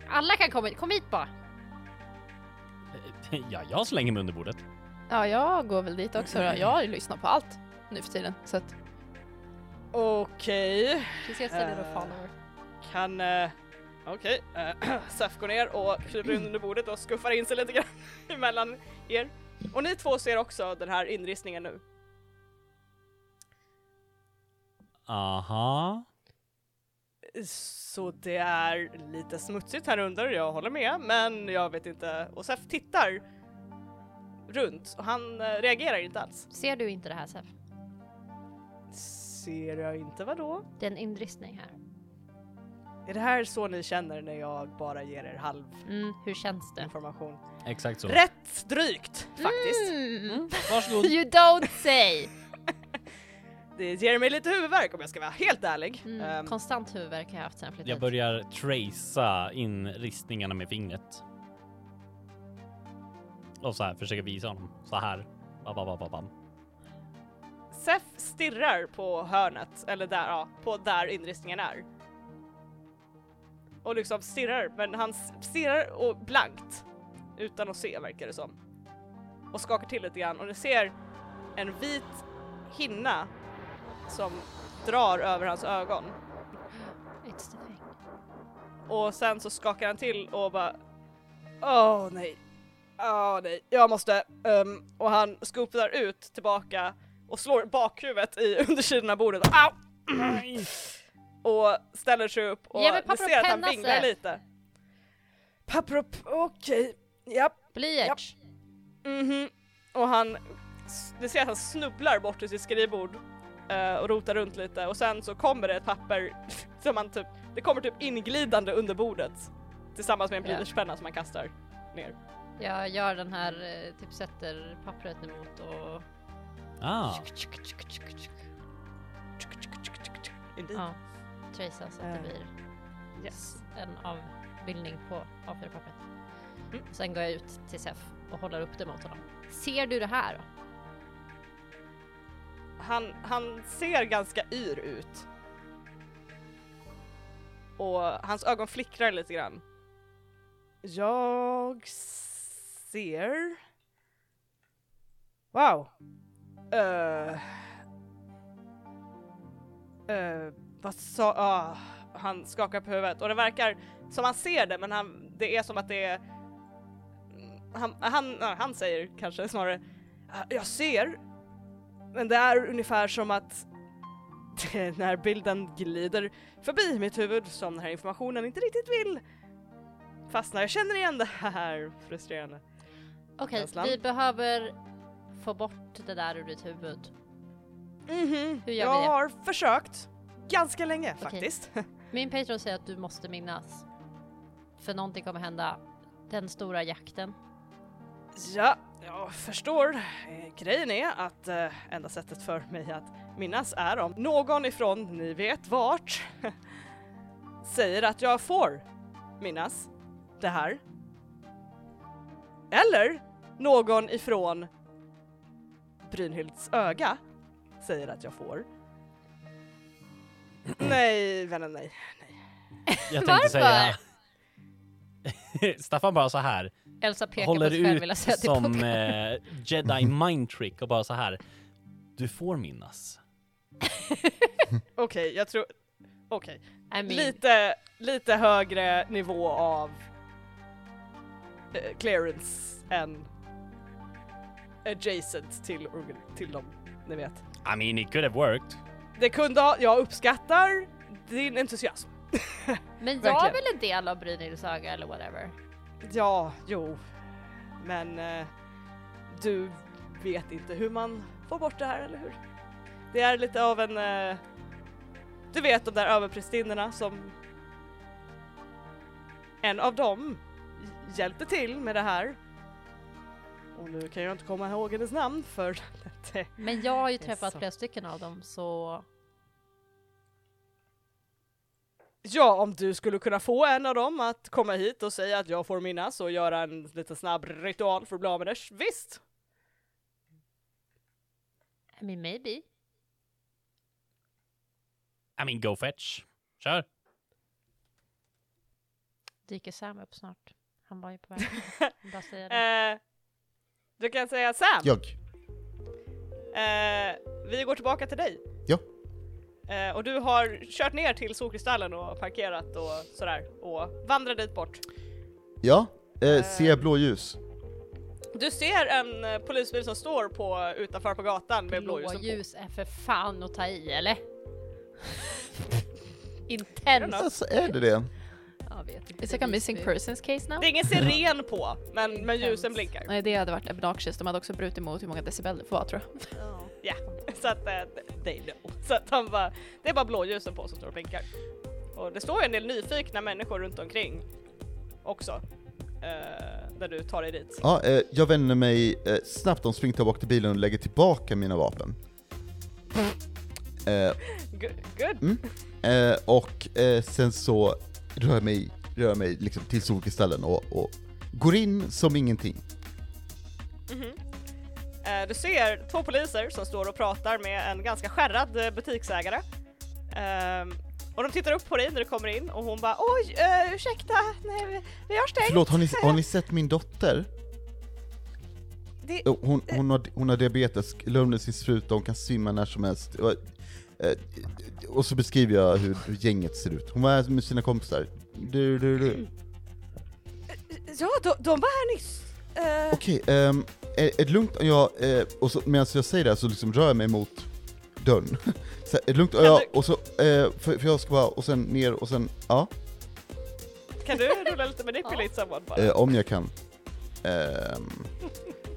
[SPEAKER 5] Alla kan komma hit, kom hit bara!
[SPEAKER 3] Ja, jag slänger mig under bordet.
[SPEAKER 2] Ja, jag går väl dit också då. Jag lyssnar på allt nu för tiden. Så att,
[SPEAKER 1] Okej,
[SPEAKER 5] Vi ses där
[SPEAKER 2] Eh.
[SPEAKER 5] och follower.
[SPEAKER 1] kan... Eh, Okej, eh, Sef går ner och kryper in under bordet och skuffar in sig lite grann emellan er. Och ni två ser också den här inristningen nu.
[SPEAKER 3] Aha.
[SPEAKER 1] Så det är lite smutsigt här under, jag håller med, men jag vet inte. Och Sef tittar runt och han eh, reagerar inte alls.
[SPEAKER 5] Ser du inte det här Sef?
[SPEAKER 1] Ser jag inte vad då?
[SPEAKER 5] Det är en inristning här.
[SPEAKER 1] Är det här så ni känner när jag bara ger er halv
[SPEAKER 5] Mm, hur känns det?
[SPEAKER 1] information?
[SPEAKER 3] Exakt så.
[SPEAKER 1] Rätt drygt faktiskt.
[SPEAKER 5] Mm.
[SPEAKER 3] Varsågod.
[SPEAKER 5] You don't say!
[SPEAKER 1] Det ger mig lite huvudvärk om jag ska vara helt ärlig.
[SPEAKER 5] Mm.
[SPEAKER 1] Ehm,
[SPEAKER 5] Konstant huvudvärk har jag haft sen jag flyttade
[SPEAKER 3] Jag börjar tracea in ristningarna med fingret. Och så här försöker visa honom. Så här. Bam, bam, bam, bam, bam.
[SPEAKER 1] Sef stirrar på hörnet, eller där, ja, på där inristningen är. Och liksom stirrar, men han s- stirrar och blankt. utan att se verkar det som. Och skakar till lite grann och ni ser en vit hinna som drar över hans ögon.
[SPEAKER 5] It's the thing.
[SPEAKER 1] Och sen så skakar han till och bara Åh nej, åh nej, jag måste... ehm," och han skopar ut tillbaka och slår bakhuvudet i undersidan av bordet. Au! och ställer sig upp och
[SPEAKER 5] Ge mig
[SPEAKER 1] ni
[SPEAKER 5] papper och
[SPEAKER 1] ser att han
[SPEAKER 5] penna,
[SPEAKER 1] vinglar
[SPEAKER 5] Sef.
[SPEAKER 1] lite. Papper och... p- okej, japp.
[SPEAKER 5] Blyerts!
[SPEAKER 1] Mhm. Och han, s- ni ser att han snubblar bort till sitt skrivbord eh, och rotar runt lite och sen så kommer det ett papper som han typ, det kommer typ inglidande under bordet tillsammans med en
[SPEAKER 5] Ja.
[SPEAKER 1] blyertspenna som han kastar ner.
[SPEAKER 5] Jag gör den här, eh, typ sätter pappret emot och...
[SPEAKER 3] Ah,
[SPEAKER 1] Indeed.
[SPEAKER 5] Ja. Tracear så
[SPEAKER 2] Eh.
[SPEAKER 5] att det blir
[SPEAKER 1] Yes.
[SPEAKER 5] en avbildning på A4-pappret.
[SPEAKER 1] Mm.
[SPEAKER 5] Sen går jag ut till Sef och håller upp det mot honom. Ser du det här?
[SPEAKER 1] Han, han ser ganska yr ut. Och hans ögon flickrar lite grann.
[SPEAKER 6] Jag ser... Wow.
[SPEAKER 1] Eh. Eh, vad sa... ah, han skakar på huvudet och det verkar som han ser det men han, det är som att det är... Han, han, ah, han säger kanske snarare "Ah, Jag ser, men det är ungefär som att när bilden glider förbi mitt huvud som den här informationen inte riktigt vill fastna. Jag känner igen det här, frustrerande.
[SPEAKER 5] Okej,
[SPEAKER 1] Känslan?
[SPEAKER 5] vi behöver få bort det där ur ditt huvud.
[SPEAKER 1] Mhm,
[SPEAKER 5] Hur gör vi
[SPEAKER 1] jag
[SPEAKER 5] det?
[SPEAKER 1] har försökt ganska länge faktiskt.
[SPEAKER 5] Min Patreon säger att du måste minnas. För någonting kommer hända. Den stora jakten.
[SPEAKER 1] Ja, jag förstår. Eh, Grejen är att eh, enda sättet för mig att minnas är om någon ifrån ni vet vart säger att jag får minnas det här. Eller någon ifrån Brynhilds öga säger att jag får. Nej, vännen nej.
[SPEAKER 3] jag tänkte säga...
[SPEAKER 5] Varför?
[SPEAKER 3] Staffan bara så här.
[SPEAKER 5] Elsa pekar
[SPEAKER 3] håller
[SPEAKER 5] på sig själv vill
[SPEAKER 3] ut
[SPEAKER 5] jag säga till
[SPEAKER 3] som
[SPEAKER 5] som...
[SPEAKER 3] eh, jedi mind trick och bara så här. Du får minnas.
[SPEAKER 1] Okej, jag tror... Okej.
[SPEAKER 5] I mean,
[SPEAKER 1] lite, lite högre nivå av eh, clearance än adjacent till, organ- till dem, ni vet.
[SPEAKER 3] I mean it could have worked.
[SPEAKER 1] Det kunde ha, jag uppskattar din entusiasm.
[SPEAKER 5] Men jag
[SPEAKER 1] verkligen.
[SPEAKER 5] är väl en del av Brynhilds öga eller whatever.
[SPEAKER 1] Ja, jo, men eh, du vet inte hur man får bort det här, eller hur? Det är lite av en... Eh, du vet de där överprästinnorna som... En av dem hjälpte till med det här. Och nu kan jag inte komma ihåg hennes namn för det...
[SPEAKER 5] Men jag har ju
[SPEAKER 1] Det är
[SPEAKER 5] träffat
[SPEAKER 1] så.
[SPEAKER 5] flera stycken av dem så...
[SPEAKER 1] Ja, om du skulle kunna få en av dem att komma hit och säga att jag får minnas och göra en liten snabb ritual för att bli av med det, visst!
[SPEAKER 5] I mean maybe.
[SPEAKER 3] I mean go fetch. Kör.
[SPEAKER 5] Dyker Sam upp snart. Han var ju på väg. Bara säga det.
[SPEAKER 1] Eh, du kan säga Sam!
[SPEAKER 4] Jag.
[SPEAKER 1] Eh, vi går tillbaka till dig.
[SPEAKER 4] Ja.
[SPEAKER 1] Eh, och du har kört ner till Solkristallen och parkerat och sådär och vandrar dit bort.
[SPEAKER 4] Ja. Eh, ser jag blåljus?
[SPEAKER 1] Du ser en eh, polisbil som står på, utanför på gatan med blåljusen på.
[SPEAKER 5] Blåljus är för fan att ta i eller? Intens!
[SPEAKER 4] Alltså är det det?
[SPEAKER 5] Jag vet inte.
[SPEAKER 2] It's like a missing
[SPEAKER 5] Visby.
[SPEAKER 2] persons case now.
[SPEAKER 1] Det är ingen siren på, men, men ljusen
[SPEAKER 5] Intens.
[SPEAKER 1] blinkar.
[SPEAKER 2] Nej, det hade varit obnoxious. De hade också brutit mot hur många decibel det får vara tror jag.
[SPEAKER 1] Så att eh, they know. Så att han bara, det är bara blåljusen på som står och blinkar. Och det står ju en del nyfikna människor runt omkring också. Eh, där du tar dig dit.
[SPEAKER 4] Ja, eh, jag vänder mig eh, snabbt om springer tillbaka till bilen och lägger tillbaka mina vapen. Eh,
[SPEAKER 1] Good, good.
[SPEAKER 4] Eh, och eh, sen så rör jag mig, rör jag mig liksom till solkristallen och, och går in som ingenting.
[SPEAKER 1] Eh, Du ser två poliser som står och pratar med en ganska skärrad eh, butiksägare. Ehm, Och de tittar upp på dig när du kommer in och hon bara oj, eh, ursäkta, nej, vi, vi har stängt.
[SPEAKER 4] Förlåt, har ni, har ni sett min dotter?
[SPEAKER 1] Det-
[SPEAKER 4] Jo, Hon, hon, har, hon har diabetes, lugnet är slut och hon kan simma när som helst. Och, eh, och så beskriver jag hur, hur gänget ser ut. Hon var här med sina kompisar. Du, du, du.
[SPEAKER 6] Ja, de, de var här nyss. Eh,
[SPEAKER 4] Okej, ehm, är, är det lugnt om jag, eh, och så medan jag säger det här så liksom rör jag mig mot dörren. Så, här, är det lugnt? Ja,
[SPEAKER 1] du-
[SPEAKER 4] och så, eh, för, för jag ska bara, och sen ner och sen, ja,
[SPEAKER 1] Kan du rulla lite manipulate someone bara?
[SPEAKER 4] eh, om jag kan. Ehm,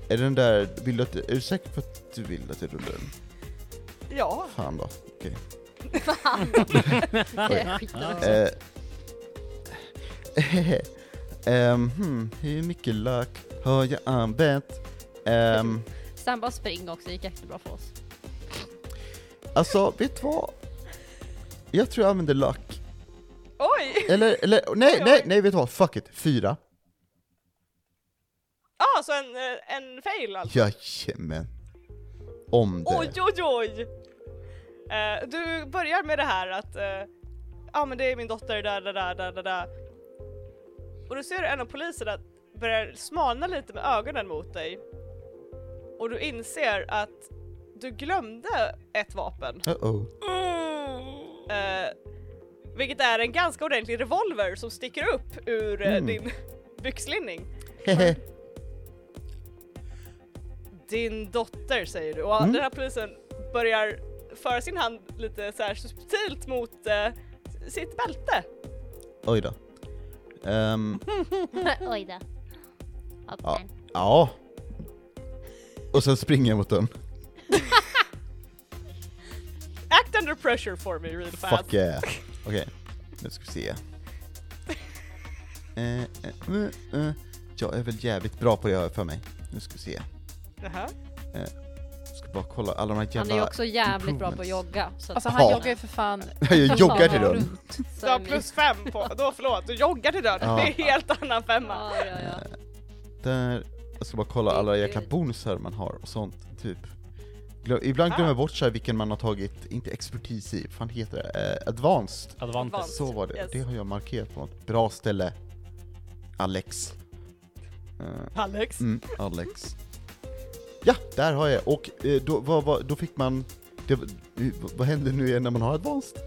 [SPEAKER 4] är den där, vill du att, är du säker på att du vill att jag rullar den?
[SPEAKER 1] Ja.
[SPEAKER 4] Fan då.
[SPEAKER 5] Det är skitbra.
[SPEAKER 4] Eh, ehm, hmm, hur mycket lök har jag använt? Ehm,
[SPEAKER 5] Sen bara spring också, det gick jättebra för oss.
[SPEAKER 4] alltså, vet du vad? Jag tror jag använder lök.
[SPEAKER 1] Oj!
[SPEAKER 4] Eller, eller nej,
[SPEAKER 1] Oj,
[SPEAKER 4] nej,
[SPEAKER 1] oj.
[SPEAKER 4] nej, vet du vad? Fuck it. Fyra.
[SPEAKER 1] Ah, så en, eh, en fail alltså?
[SPEAKER 4] Jajamän. Om det.
[SPEAKER 1] Oj, oj, oj! Eh, du börjar med det här att, ja ah, men det är min dotter, där, där, där, där, där, där. Och då ser du en av poliserna börjar smalna lite med ögonen mot dig. Och du inser att du glömde ett vapen.
[SPEAKER 4] Uh-oh.
[SPEAKER 1] Eh, vilket är en ganska ordentlig revolver som sticker upp ur eh,
[SPEAKER 4] Mm.
[SPEAKER 1] din byxlinning.
[SPEAKER 4] Hehe.
[SPEAKER 1] Din dotter säger du och
[SPEAKER 4] Mm.
[SPEAKER 1] den här polisen börjar föra sin hand lite så här subtilt mot eh, sitt bälte.
[SPEAKER 4] Oj då. Ehm,
[SPEAKER 10] Oj då.
[SPEAKER 4] ja.
[SPEAKER 10] Hoppsan.
[SPEAKER 4] ja. Och sen springer jag mot den.
[SPEAKER 1] Act under pressure for me real fast.
[SPEAKER 4] Fuck yeah. Okej, nu ska vi se. Eh, eh, eh, eh. Jag är väl jävligt bra på det har jag för mig. Nu ska vi se.
[SPEAKER 1] Jaha.
[SPEAKER 4] Ska bara kolla alla de här
[SPEAKER 5] Han
[SPEAKER 4] jävla...
[SPEAKER 5] är ju också jävligt bra på att
[SPEAKER 4] improvements.
[SPEAKER 5] jogga. Så
[SPEAKER 2] Alltså
[SPEAKER 5] att-
[SPEAKER 2] han
[SPEAKER 4] Ja.
[SPEAKER 2] joggar ju för fan...
[SPEAKER 4] jag joggar till den.
[SPEAKER 2] runt.
[SPEAKER 5] Så
[SPEAKER 1] Du har
[SPEAKER 5] är min-
[SPEAKER 1] plus fem på, då förlåt, du joggar till döden.
[SPEAKER 4] Ja.
[SPEAKER 1] Det är helt annan femma.
[SPEAKER 5] Ja, ja, ja.
[SPEAKER 4] Eh, Där, jag ska bara kolla alla jäkla bonusar man har och sånt, typ. Glö- Ibland
[SPEAKER 5] Ah.
[SPEAKER 4] glömmer jag bort så här vilken man har tagit, inte expertis i, vad fan heter det? Eh, advanced.
[SPEAKER 1] Advantage.
[SPEAKER 3] Advantes.
[SPEAKER 4] Så var det,
[SPEAKER 1] Yes.
[SPEAKER 4] det har jag markerat på något bra ställe. Alex. Eh,
[SPEAKER 1] Alex.
[SPEAKER 4] Mm, Alex. Ja, där har jag. Och eh, då, vad, vad, då fick man... Det, eh, vad händer nu igen när man har advanced?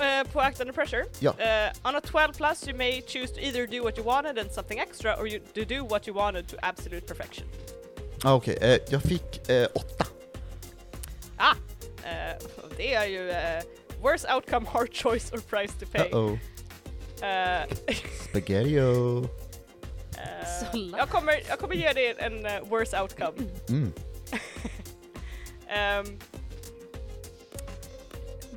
[SPEAKER 1] Eh, på Act Under Pressure.
[SPEAKER 4] Mm. Ja.
[SPEAKER 1] Eh, on a 12 plus you may choose to either do what you wanted and something extra or you to do what you wanted to absolute perfection.
[SPEAKER 4] Ah, Okej, eh, jag fick eh, åtta.
[SPEAKER 1] Ah! Eh, det är ju eh, worse outcome, hard choice or price to pay.
[SPEAKER 4] Uh-oh.
[SPEAKER 1] Eh,
[SPEAKER 4] Spaghetti-o.
[SPEAKER 1] eh,
[SPEAKER 5] Sålla.
[SPEAKER 1] jag, kommer, jag kommer ge dig en eh, worse outcome.
[SPEAKER 4] Mm.
[SPEAKER 1] Ehm,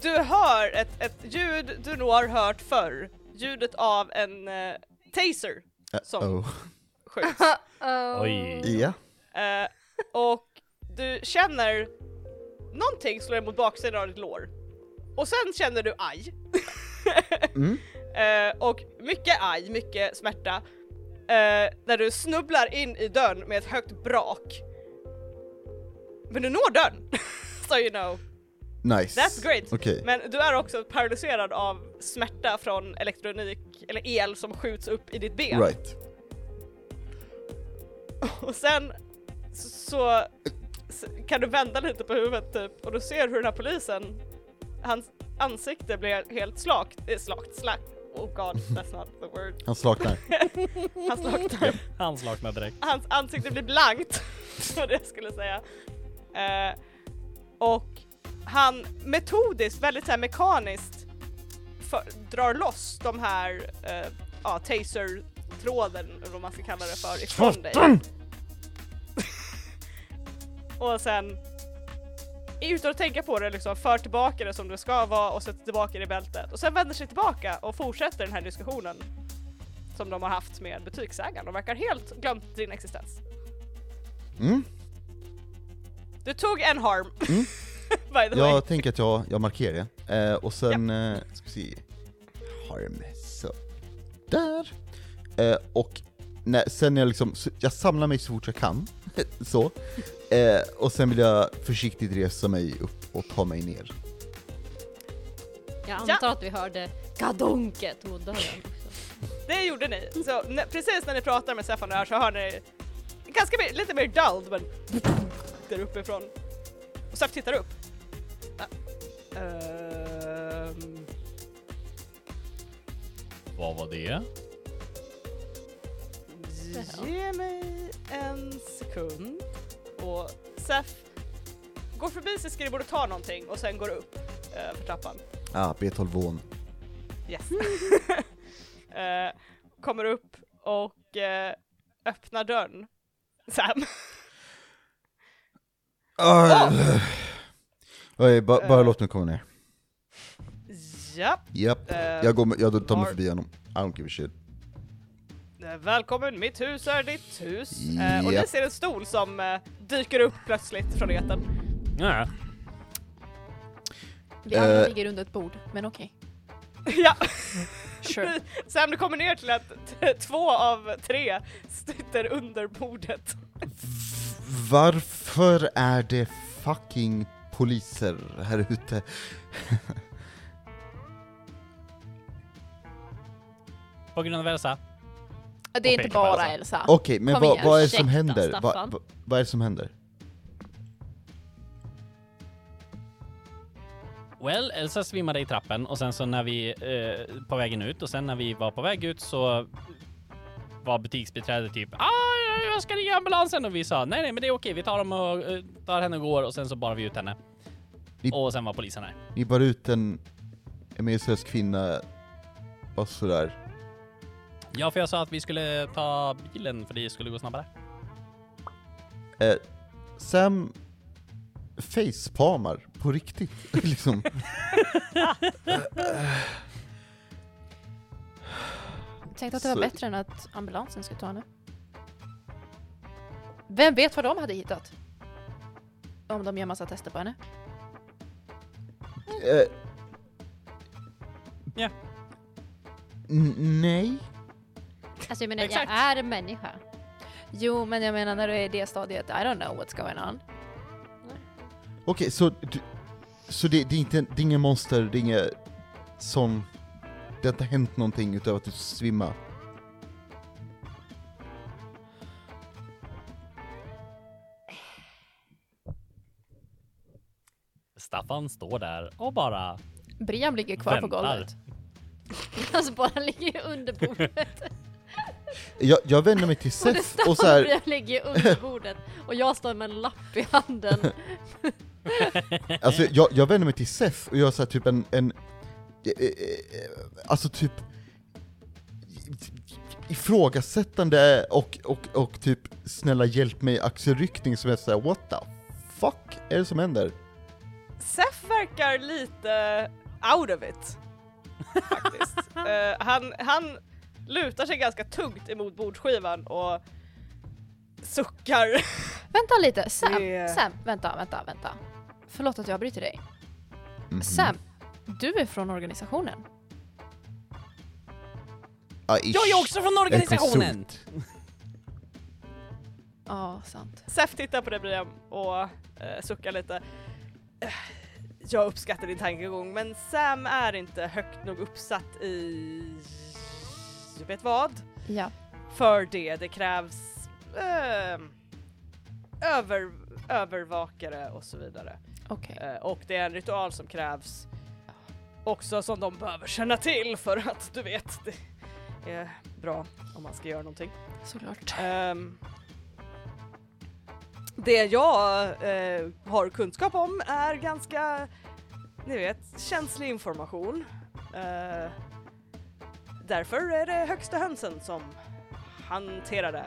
[SPEAKER 1] du hör ett, ett ljud du nog har hört förr. Ljudet av en eh, taser som
[SPEAKER 4] Uh-oh.
[SPEAKER 1] skjuts.
[SPEAKER 3] Oj.
[SPEAKER 4] Ja.
[SPEAKER 1] Eh, och du känner någonting slår emot baksidan av ditt lår. Och sen känner du aj.
[SPEAKER 4] Mm.
[SPEAKER 1] Eh, och mycket aj, mycket smärta. Eh, när du snubblar in i dörren med ett högt brak. Men du når dörren! so you know.
[SPEAKER 4] Nice.
[SPEAKER 1] That's great.
[SPEAKER 4] Okej.
[SPEAKER 1] Men du är också paralyserad av smärta från elektronik, eller el som skjuts upp i ditt ben.
[SPEAKER 4] Right.
[SPEAKER 1] Och sen så, så s- kan du vända lite på huvudet typ och du ser hur den här polisen, hans ansikte blir helt slakt, eh, slakt, slakt. Oh god, that's not the word.
[SPEAKER 4] Han slaknar.
[SPEAKER 1] Han slaktar.
[SPEAKER 3] Han slaknar direkt.
[SPEAKER 1] Hans ansikte blir blankt, var det jag skulle säga. Eh, och han metodiskt, väldigt så här mekaniskt för, drar loss de här eh, ja, tasertråden, eller vad man ska kalla det för, ifrån dig. och sen utan att tänka på det liksom för tillbaka det som det ska vara och sätter tillbaka det i bältet och sen vänder sig tillbaka och fortsätter den här diskussionen som de har haft med butiksägaren och verkar helt glömt din existens.
[SPEAKER 4] Mm.
[SPEAKER 1] Du tog en harm.
[SPEAKER 4] Mm.
[SPEAKER 1] By the way.
[SPEAKER 4] Jag tänker att jag, jag markerar det. Eh, och sen, eh, ska vi se. Harm. Så. Där. Eh, och när, sen när jag liksom, så- jag samlar mig så fort jag kan. så. Eh, och sen vill jag försiktigt resa mig upp och ta mig ner.
[SPEAKER 5] Jag antar att vi hörde gadonket mot dörren. också.
[SPEAKER 1] Det gjorde ni. Så nä- precis när ni pratar med Stefan där så hör ni ganska mer, lite mer dulled men där uppifrån. Och Stefan tittar upp. Ja. Ehm,
[SPEAKER 3] Vad var det?
[SPEAKER 1] Ge mig en sekund. Och Sef går förbi sitt skrivbord och tar någonting och sen går upp eh, för trappan.
[SPEAKER 4] Ah, B12-vån.
[SPEAKER 1] Yes. Eh, kommer upp och eh, öppnar dörren. Sam.
[SPEAKER 4] Ah. Oj, ba, bara
[SPEAKER 1] Eh.
[SPEAKER 4] låt mig komma ner.
[SPEAKER 1] Japp.
[SPEAKER 4] Japp,
[SPEAKER 1] Eh,
[SPEAKER 4] jag, går med, jag tar mig
[SPEAKER 1] har-
[SPEAKER 4] förbi honom. I don't give a shit.
[SPEAKER 1] Eh, Välkommen, mitt hus är ditt hus. Eh, och ni
[SPEAKER 4] Japp.
[SPEAKER 1] ser en stol som eh, dyker upp plötsligt från etern.
[SPEAKER 3] Ja.
[SPEAKER 2] Vi andra
[SPEAKER 4] Eh.
[SPEAKER 2] ligger under ett bord, men okej.
[SPEAKER 1] ja,
[SPEAKER 2] Sure.
[SPEAKER 1] Sam du kommer ner till att t- två av tre sitter under bordet.
[SPEAKER 4] Varför är det fucking poliser här ute?
[SPEAKER 3] På grund av Elsa.
[SPEAKER 2] Det är
[SPEAKER 3] Och
[SPEAKER 2] inte
[SPEAKER 3] pekar på
[SPEAKER 2] bara
[SPEAKER 3] Elsa.
[SPEAKER 2] Elsa.
[SPEAKER 4] Okej, men
[SPEAKER 2] Kom
[SPEAKER 4] vad,
[SPEAKER 2] igen,
[SPEAKER 4] vad är det som
[SPEAKER 5] ursäkta,
[SPEAKER 4] händer? Vad
[SPEAKER 5] Staffan.
[SPEAKER 4] vad- vad är det som händer?
[SPEAKER 3] Well, Elsa svimmade i trappen och sen så när vi eh, på vägen ut och sen när vi var på väg ut så var butiksbiträdet typ ah, jag ska ringa ambulansen och vi sa nej, nej, men det är okej. Vi tar dem och eh, tar henne och går och sen så bar vi ut henne.
[SPEAKER 4] Vi-
[SPEAKER 3] Och sen var polisen här.
[SPEAKER 4] Ni bar ut en MSS kvinna, bara sådär.
[SPEAKER 3] Ja, för jag sa att vi skulle ta bilen för det skulle gå snabbare.
[SPEAKER 4] Eh, Sam facepalmar på riktigt, liksom.
[SPEAKER 2] Jag tänkte att det var
[SPEAKER 4] Så-
[SPEAKER 2] bättre än att ambulansen skulle ta henne. Vem vet vad de hade hittat? Om de gör massa tester på henne.
[SPEAKER 4] Eh,
[SPEAKER 3] Ja.
[SPEAKER 4] N- nej.
[SPEAKER 5] Alltså jag menar,
[SPEAKER 1] Exakt.
[SPEAKER 5] jag är en människa.
[SPEAKER 2] Jo, men jag menar när du är i det stadiet, I don't know what's going on.
[SPEAKER 4] Okej, så, du, så det, det, är inte, det är ingen monster, det är ingen sån... Det har inte hänt någonting utöver att du svimmar?
[SPEAKER 3] Staffan står där och bara
[SPEAKER 2] Brian ligger kvar på
[SPEAKER 3] Väntar.
[SPEAKER 2] golvet.
[SPEAKER 5] Alltså bara ligger under bordet.
[SPEAKER 4] Jag, jag vänder mig till
[SPEAKER 5] Både
[SPEAKER 4] Seth
[SPEAKER 5] Staffan
[SPEAKER 4] och
[SPEAKER 5] och
[SPEAKER 4] så här,
[SPEAKER 5] Brian ligger under bordet. Och jag står med en lapp i handen.
[SPEAKER 4] alltså jag, jag vänder mig till Seth och gör så här typ en, en eh, eh, alltså typ ifrågasättande och, och, och typ snälla hjälp mig axelryckning som är såhär what the fuck är det som händer?
[SPEAKER 1] Sef verkar lite out of it. Faktiskt. Eh, han, han lutar sig ganska tungt emot bordsskivan och suckar.
[SPEAKER 2] Vänta lite, Sam,
[SPEAKER 1] Det-
[SPEAKER 2] Sam, vänta, vänta, vänta. Förlåt att jag bryter dig.
[SPEAKER 4] Mhm.
[SPEAKER 2] Sam, du är från organisationen.
[SPEAKER 4] Ja, ish.
[SPEAKER 3] från
[SPEAKER 4] Jag är konsult.
[SPEAKER 2] Ja, sant.
[SPEAKER 1] Sef tittar på dig Brian och eh, suckar lite. Eh, Jag uppskattar din tankegång men Sam är inte högt nog uppsatt i... Du vet vad?
[SPEAKER 2] Ja.
[SPEAKER 1] För det, det krävs eh, över, övervakare och så vidare.
[SPEAKER 2] Okej.
[SPEAKER 1] Eh, och det är en ritual som krävs också som de behöver känna till för att du vet, det är bra om man ska göra någonting.
[SPEAKER 2] Såklart.
[SPEAKER 1] Ehm, det jag eh, har kunskap om är ganska, ni vet, känslig information. Eh, därför är det högsta hönsen som hanterar det.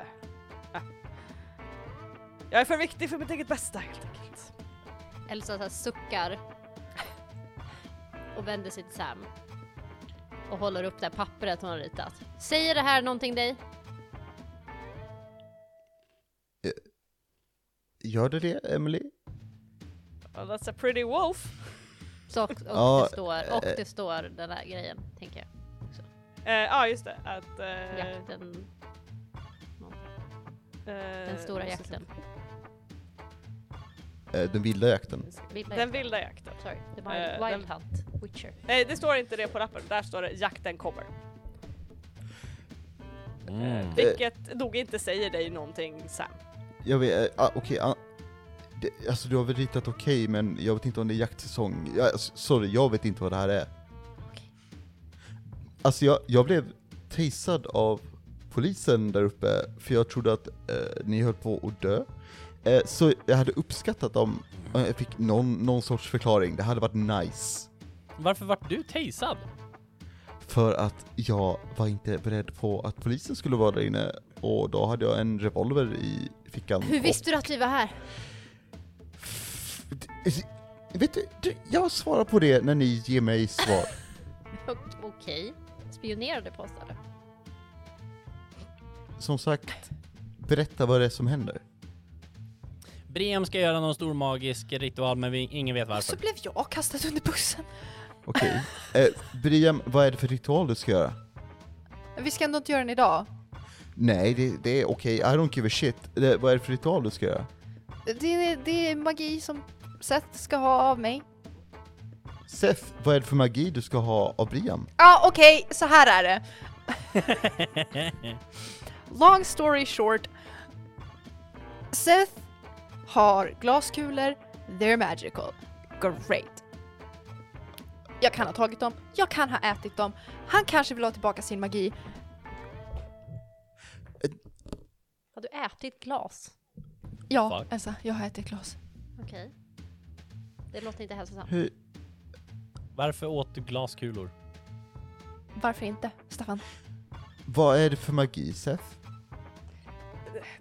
[SPEAKER 1] Ah. Jag är för viktig för mitt eget bästa helt enkelt.
[SPEAKER 5] Elsa så här suckar. Och vänder sig till Sam. Och håller upp det här pappret hon har ritat. Säger det här någonting dig?
[SPEAKER 4] Gör det det, Emily?
[SPEAKER 1] Well, that's a pretty wolf.
[SPEAKER 5] Så, och, och,
[SPEAKER 4] Ja,
[SPEAKER 5] det står, och
[SPEAKER 4] eh.
[SPEAKER 5] det står den där grejen, tänker jag.
[SPEAKER 1] Eh, Ja just det, att... eh,
[SPEAKER 5] Jakten,
[SPEAKER 1] eh,
[SPEAKER 5] den stora
[SPEAKER 1] måste se.
[SPEAKER 5] jakten.
[SPEAKER 4] Eh, Den vilda jakten?
[SPEAKER 5] Vilda
[SPEAKER 1] Den
[SPEAKER 5] jakten.
[SPEAKER 1] vilda jakten.
[SPEAKER 5] Sorry, the
[SPEAKER 1] Eh,
[SPEAKER 5] wild, wild hunt. Witcher.
[SPEAKER 1] Nej, det står inte det på lappen. Där står det jakten kommer.
[SPEAKER 3] Mm.
[SPEAKER 2] Eh.
[SPEAKER 1] Vilket nog inte säger dig någonting Sam.
[SPEAKER 4] Jag vet, ah, okej, ah, det- alltså du har väl ritat okej men jag vet inte om det är jaktsäsong. Ja, s- sorry, jag vet inte vad det här är. Alltså jag, jag blev tasad av polisen där uppe för jag trodde att eh, ni höll på att dö. Eh, så jag hade uppskattat om om jag fick någon, någon sorts förklaring, det hade varit nice.
[SPEAKER 3] Varför vart du tasad?
[SPEAKER 4] För att jag var inte beredd på att polisen skulle vara där inne och då hade jag en revolver i fickan.
[SPEAKER 5] Hur
[SPEAKER 4] och-
[SPEAKER 5] visste du att vi var här?
[SPEAKER 4] Vet du, du, jag svarar på det när ni ger mig svar.
[SPEAKER 5] O- Okej. Spionerade på oss eller?
[SPEAKER 4] Som sagt, berätta vad det är som händer.
[SPEAKER 3] Brem ska göra någon stor magisk ritual men vi, ingen vet
[SPEAKER 2] Och så
[SPEAKER 3] varför.
[SPEAKER 2] blev jag kastad under bussen.
[SPEAKER 4] Okej. Eh, Briam, vad är det för ritual du ska göra?
[SPEAKER 2] Vi ska ändå inte göra den idag.
[SPEAKER 4] Nej, det, det är okej, I don't give a shit. Det, vad är det för ritual du ska göra?
[SPEAKER 2] Det är, det är magi som Seth ska ha av mig.
[SPEAKER 4] Seth, vad är det för magi du ska ha av Briam?
[SPEAKER 2] Ja, ah, okej, så här är det. Long story short. Seth har glaskulor, they're magical. Great. Jag kan ha tagit dem, jag kan ha ätit dem, han kanske vill ha tillbaka sin magi.
[SPEAKER 5] Har du ätit glas?
[SPEAKER 2] Ja,
[SPEAKER 3] Fuck.
[SPEAKER 2] Elsa, jag har ätit glas.
[SPEAKER 5] Okej. Det låter inte hälsosamt.
[SPEAKER 4] Hur,
[SPEAKER 3] Varför åt du glaskulor?
[SPEAKER 2] Varför inte, Staffan?
[SPEAKER 4] vad är det för magi, Seth?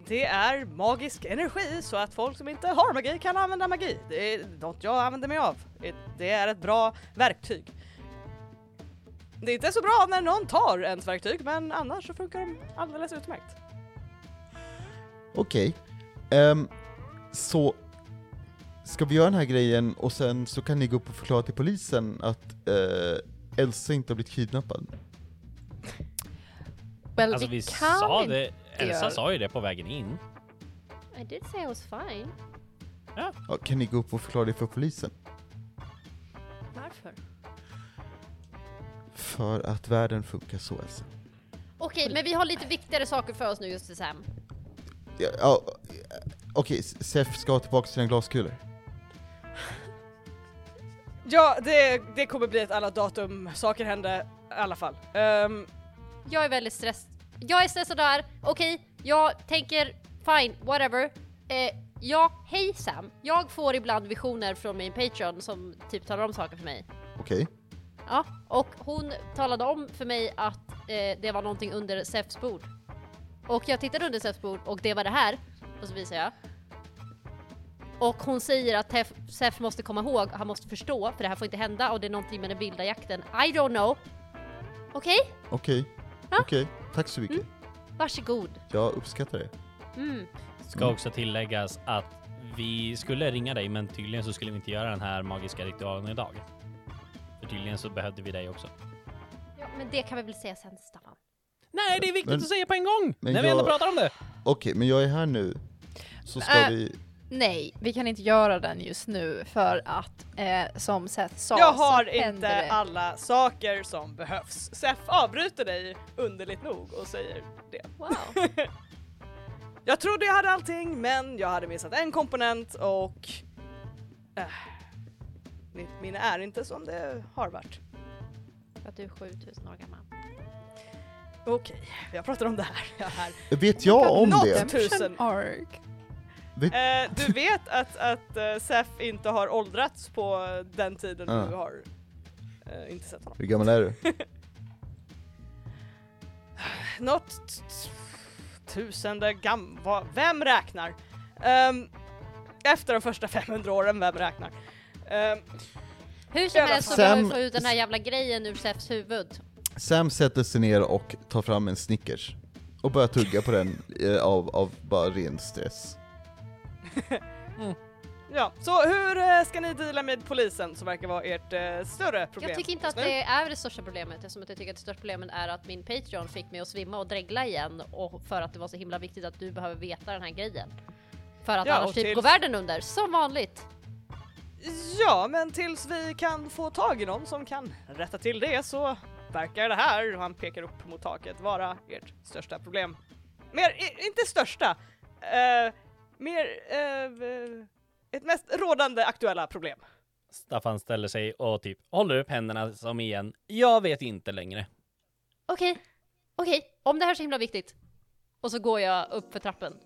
[SPEAKER 1] Det är magisk energi så att folk som inte har magi kan använda magi. Det är något jag använder mig av. Det är ett bra verktyg. Det är inte så bra när någon tar ens verktyg men annars så funkar de alldeles utmärkt.
[SPEAKER 4] Okej. Ehm, så ska vi göra den här grejen och sen så kan ni gå upp och förklara till polisen att eh, Elsa inte har blivit kidnappad.
[SPEAKER 2] Well,
[SPEAKER 3] Alltså
[SPEAKER 2] vi,
[SPEAKER 3] vi
[SPEAKER 2] kan
[SPEAKER 3] sa
[SPEAKER 2] inte.
[SPEAKER 3] det, Elsa
[SPEAKER 2] göra-
[SPEAKER 3] sa ju det på vägen in.
[SPEAKER 5] I did say I was fine.
[SPEAKER 4] Ja, kan ni gå upp och förklara det för polisen?
[SPEAKER 5] Varför?
[SPEAKER 4] För att världen funkar så alltså. Elsa.
[SPEAKER 5] Okej, men vi har lite viktigare saker för oss nu just i Sam.
[SPEAKER 4] Ja, ja, Okej, Sef ska ha tillbaka sina glaskulor.
[SPEAKER 1] Ja, det, det kommer bli ett alla datum. Saker hände i alla fall. Ehm,
[SPEAKER 5] Jag är väldigt stressad. Jag är stressad där. Okej, jag tänker fine, whatever. Eh, ja, hej Sam. Jag får ibland visioner från min Patreon som typ talar om saker för mig.
[SPEAKER 4] Okej.
[SPEAKER 5] Ja, och hon talade om för mig att eh, det var någonting under Sefs bord. Och jag tittade under Sefs bord och det var det här. Och så visar jag. Och hon säger att Tef, Sef måste komma ihåg, han måste förstå, för det här får inte hända och det är någonting med den vilda jakten. I don't know. Okej,
[SPEAKER 4] Okej.
[SPEAKER 5] Ja.
[SPEAKER 4] Okej. Tack så mycket.
[SPEAKER 5] varsågod.
[SPEAKER 4] Jag uppskattar det.
[SPEAKER 5] Mm.
[SPEAKER 3] Ska också tilläggas att vi skulle ringa dig men tydligen så skulle vi inte göra den här magiska ritualen idag. För tydligen så behövde vi dig också.
[SPEAKER 5] Ja, men det kan vi väl säga sen Staffan.
[SPEAKER 3] Nej, det är viktigt
[SPEAKER 4] Men-
[SPEAKER 3] att säga på en gång!
[SPEAKER 4] men
[SPEAKER 3] När vi ändå
[SPEAKER 4] jag-
[SPEAKER 3] pratar om det!
[SPEAKER 4] Okej, men jag är här nu. Så ska
[SPEAKER 2] Äh.
[SPEAKER 4] vi...
[SPEAKER 2] Nej, vi kan inte göra den just nu för att eh, som Seth sa
[SPEAKER 1] jag
[SPEAKER 2] så
[SPEAKER 1] har
[SPEAKER 2] händer
[SPEAKER 1] inte
[SPEAKER 2] det.
[SPEAKER 1] alla saker som behövs. Sef avbryter dig underligt nog och säger det.
[SPEAKER 5] Wow.
[SPEAKER 1] Jag trodde jag hade allting men jag hade missat en komponent och... Äh, mitt minne är inte som det har varit.
[SPEAKER 5] För att du är 7000 år gammal.
[SPEAKER 1] Okej, jag pratar om det här. Jag är här.
[SPEAKER 4] Vet jag om
[SPEAKER 1] Något
[SPEAKER 4] det?
[SPEAKER 1] tusen.
[SPEAKER 2] Arc.
[SPEAKER 1] Eh, du vet att, att eh, Sef inte har åldrats på den tiden
[SPEAKER 4] Ah.
[SPEAKER 1] du har eh, inte sett honom.
[SPEAKER 4] Hur gammal är du?
[SPEAKER 1] Något t- t- tusende gam... vad- Vem räknar? Ehm, efter de första 500 åren, vem räknar? Ehm,
[SPEAKER 5] Hur som
[SPEAKER 1] Jävla
[SPEAKER 5] helst så
[SPEAKER 4] fan.
[SPEAKER 5] behöver vi
[SPEAKER 4] Sam-
[SPEAKER 5] få ut den här jävla grejen ur Sefs huvud.
[SPEAKER 4] Sam sätter sig ner och tar fram en Snickers. Och börjar tugga på den eh, av, av bara ren stress.
[SPEAKER 1] Ja, så hur eh, ska ni deala med polisen som verkar vara ert eh, större problem?
[SPEAKER 5] Jag tycker inte
[SPEAKER 1] just
[SPEAKER 5] att
[SPEAKER 1] nu?
[SPEAKER 5] det är det största problemet eftersom att jag tycker att det största problemet är att min Patreon fick mig att svimma och dregla igen och för att det var så himla viktigt att du behöver veta den här grejen. För att
[SPEAKER 1] Ja,
[SPEAKER 5] annars
[SPEAKER 1] och
[SPEAKER 5] typ
[SPEAKER 1] till-
[SPEAKER 5] går världen under, som vanligt.
[SPEAKER 1] Ja, men tills vi kan få tag i någon som kan rätta till det så verkar det här, och han pekar upp mot taket, vara ert största problem. Mer, i, inte största, eh, mer eh, eh, ett mest rådande aktuella problem.
[SPEAKER 3] Staffan ställer sig och typ håller upp händerna som igen. Jag vet inte längre.
[SPEAKER 5] Okej, okej, om det här är så himla viktigt. Och så går jag upp för trappen.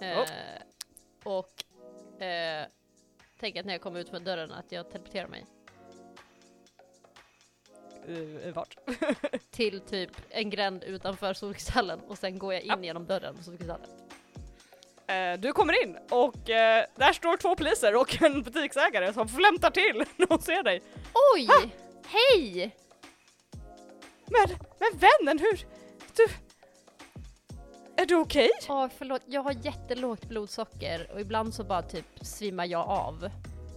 [SPEAKER 5] Eh,
[SPEAKER 1] Oh.
[SPEAKER 5] Och eh, tänker att när jag kommer ut med dörren att jag teleporterar mig
[SPEAKER 1] Eh, vart?
[SPEAKER 5] till typ en gränd utanför Solvikshallen och sen går jag in
[SPEAKER 1] Ja.
[SPEAKER 5] genom dörren på Solvikshallen.
[SPEAKER 1] Eh, du kommer in och eh, där står två poliser och en butiksägare som flämtar till när hon ser dig.
[SPEAKER 5] Oj! Hej!
[SPEAKER 1] Men, men vännen, hur... Du... Är du okej?
[SPEAKER 5] Åh förlåt, jag har jättelågt blodsocker och ibland så bara typ svimmar jag av.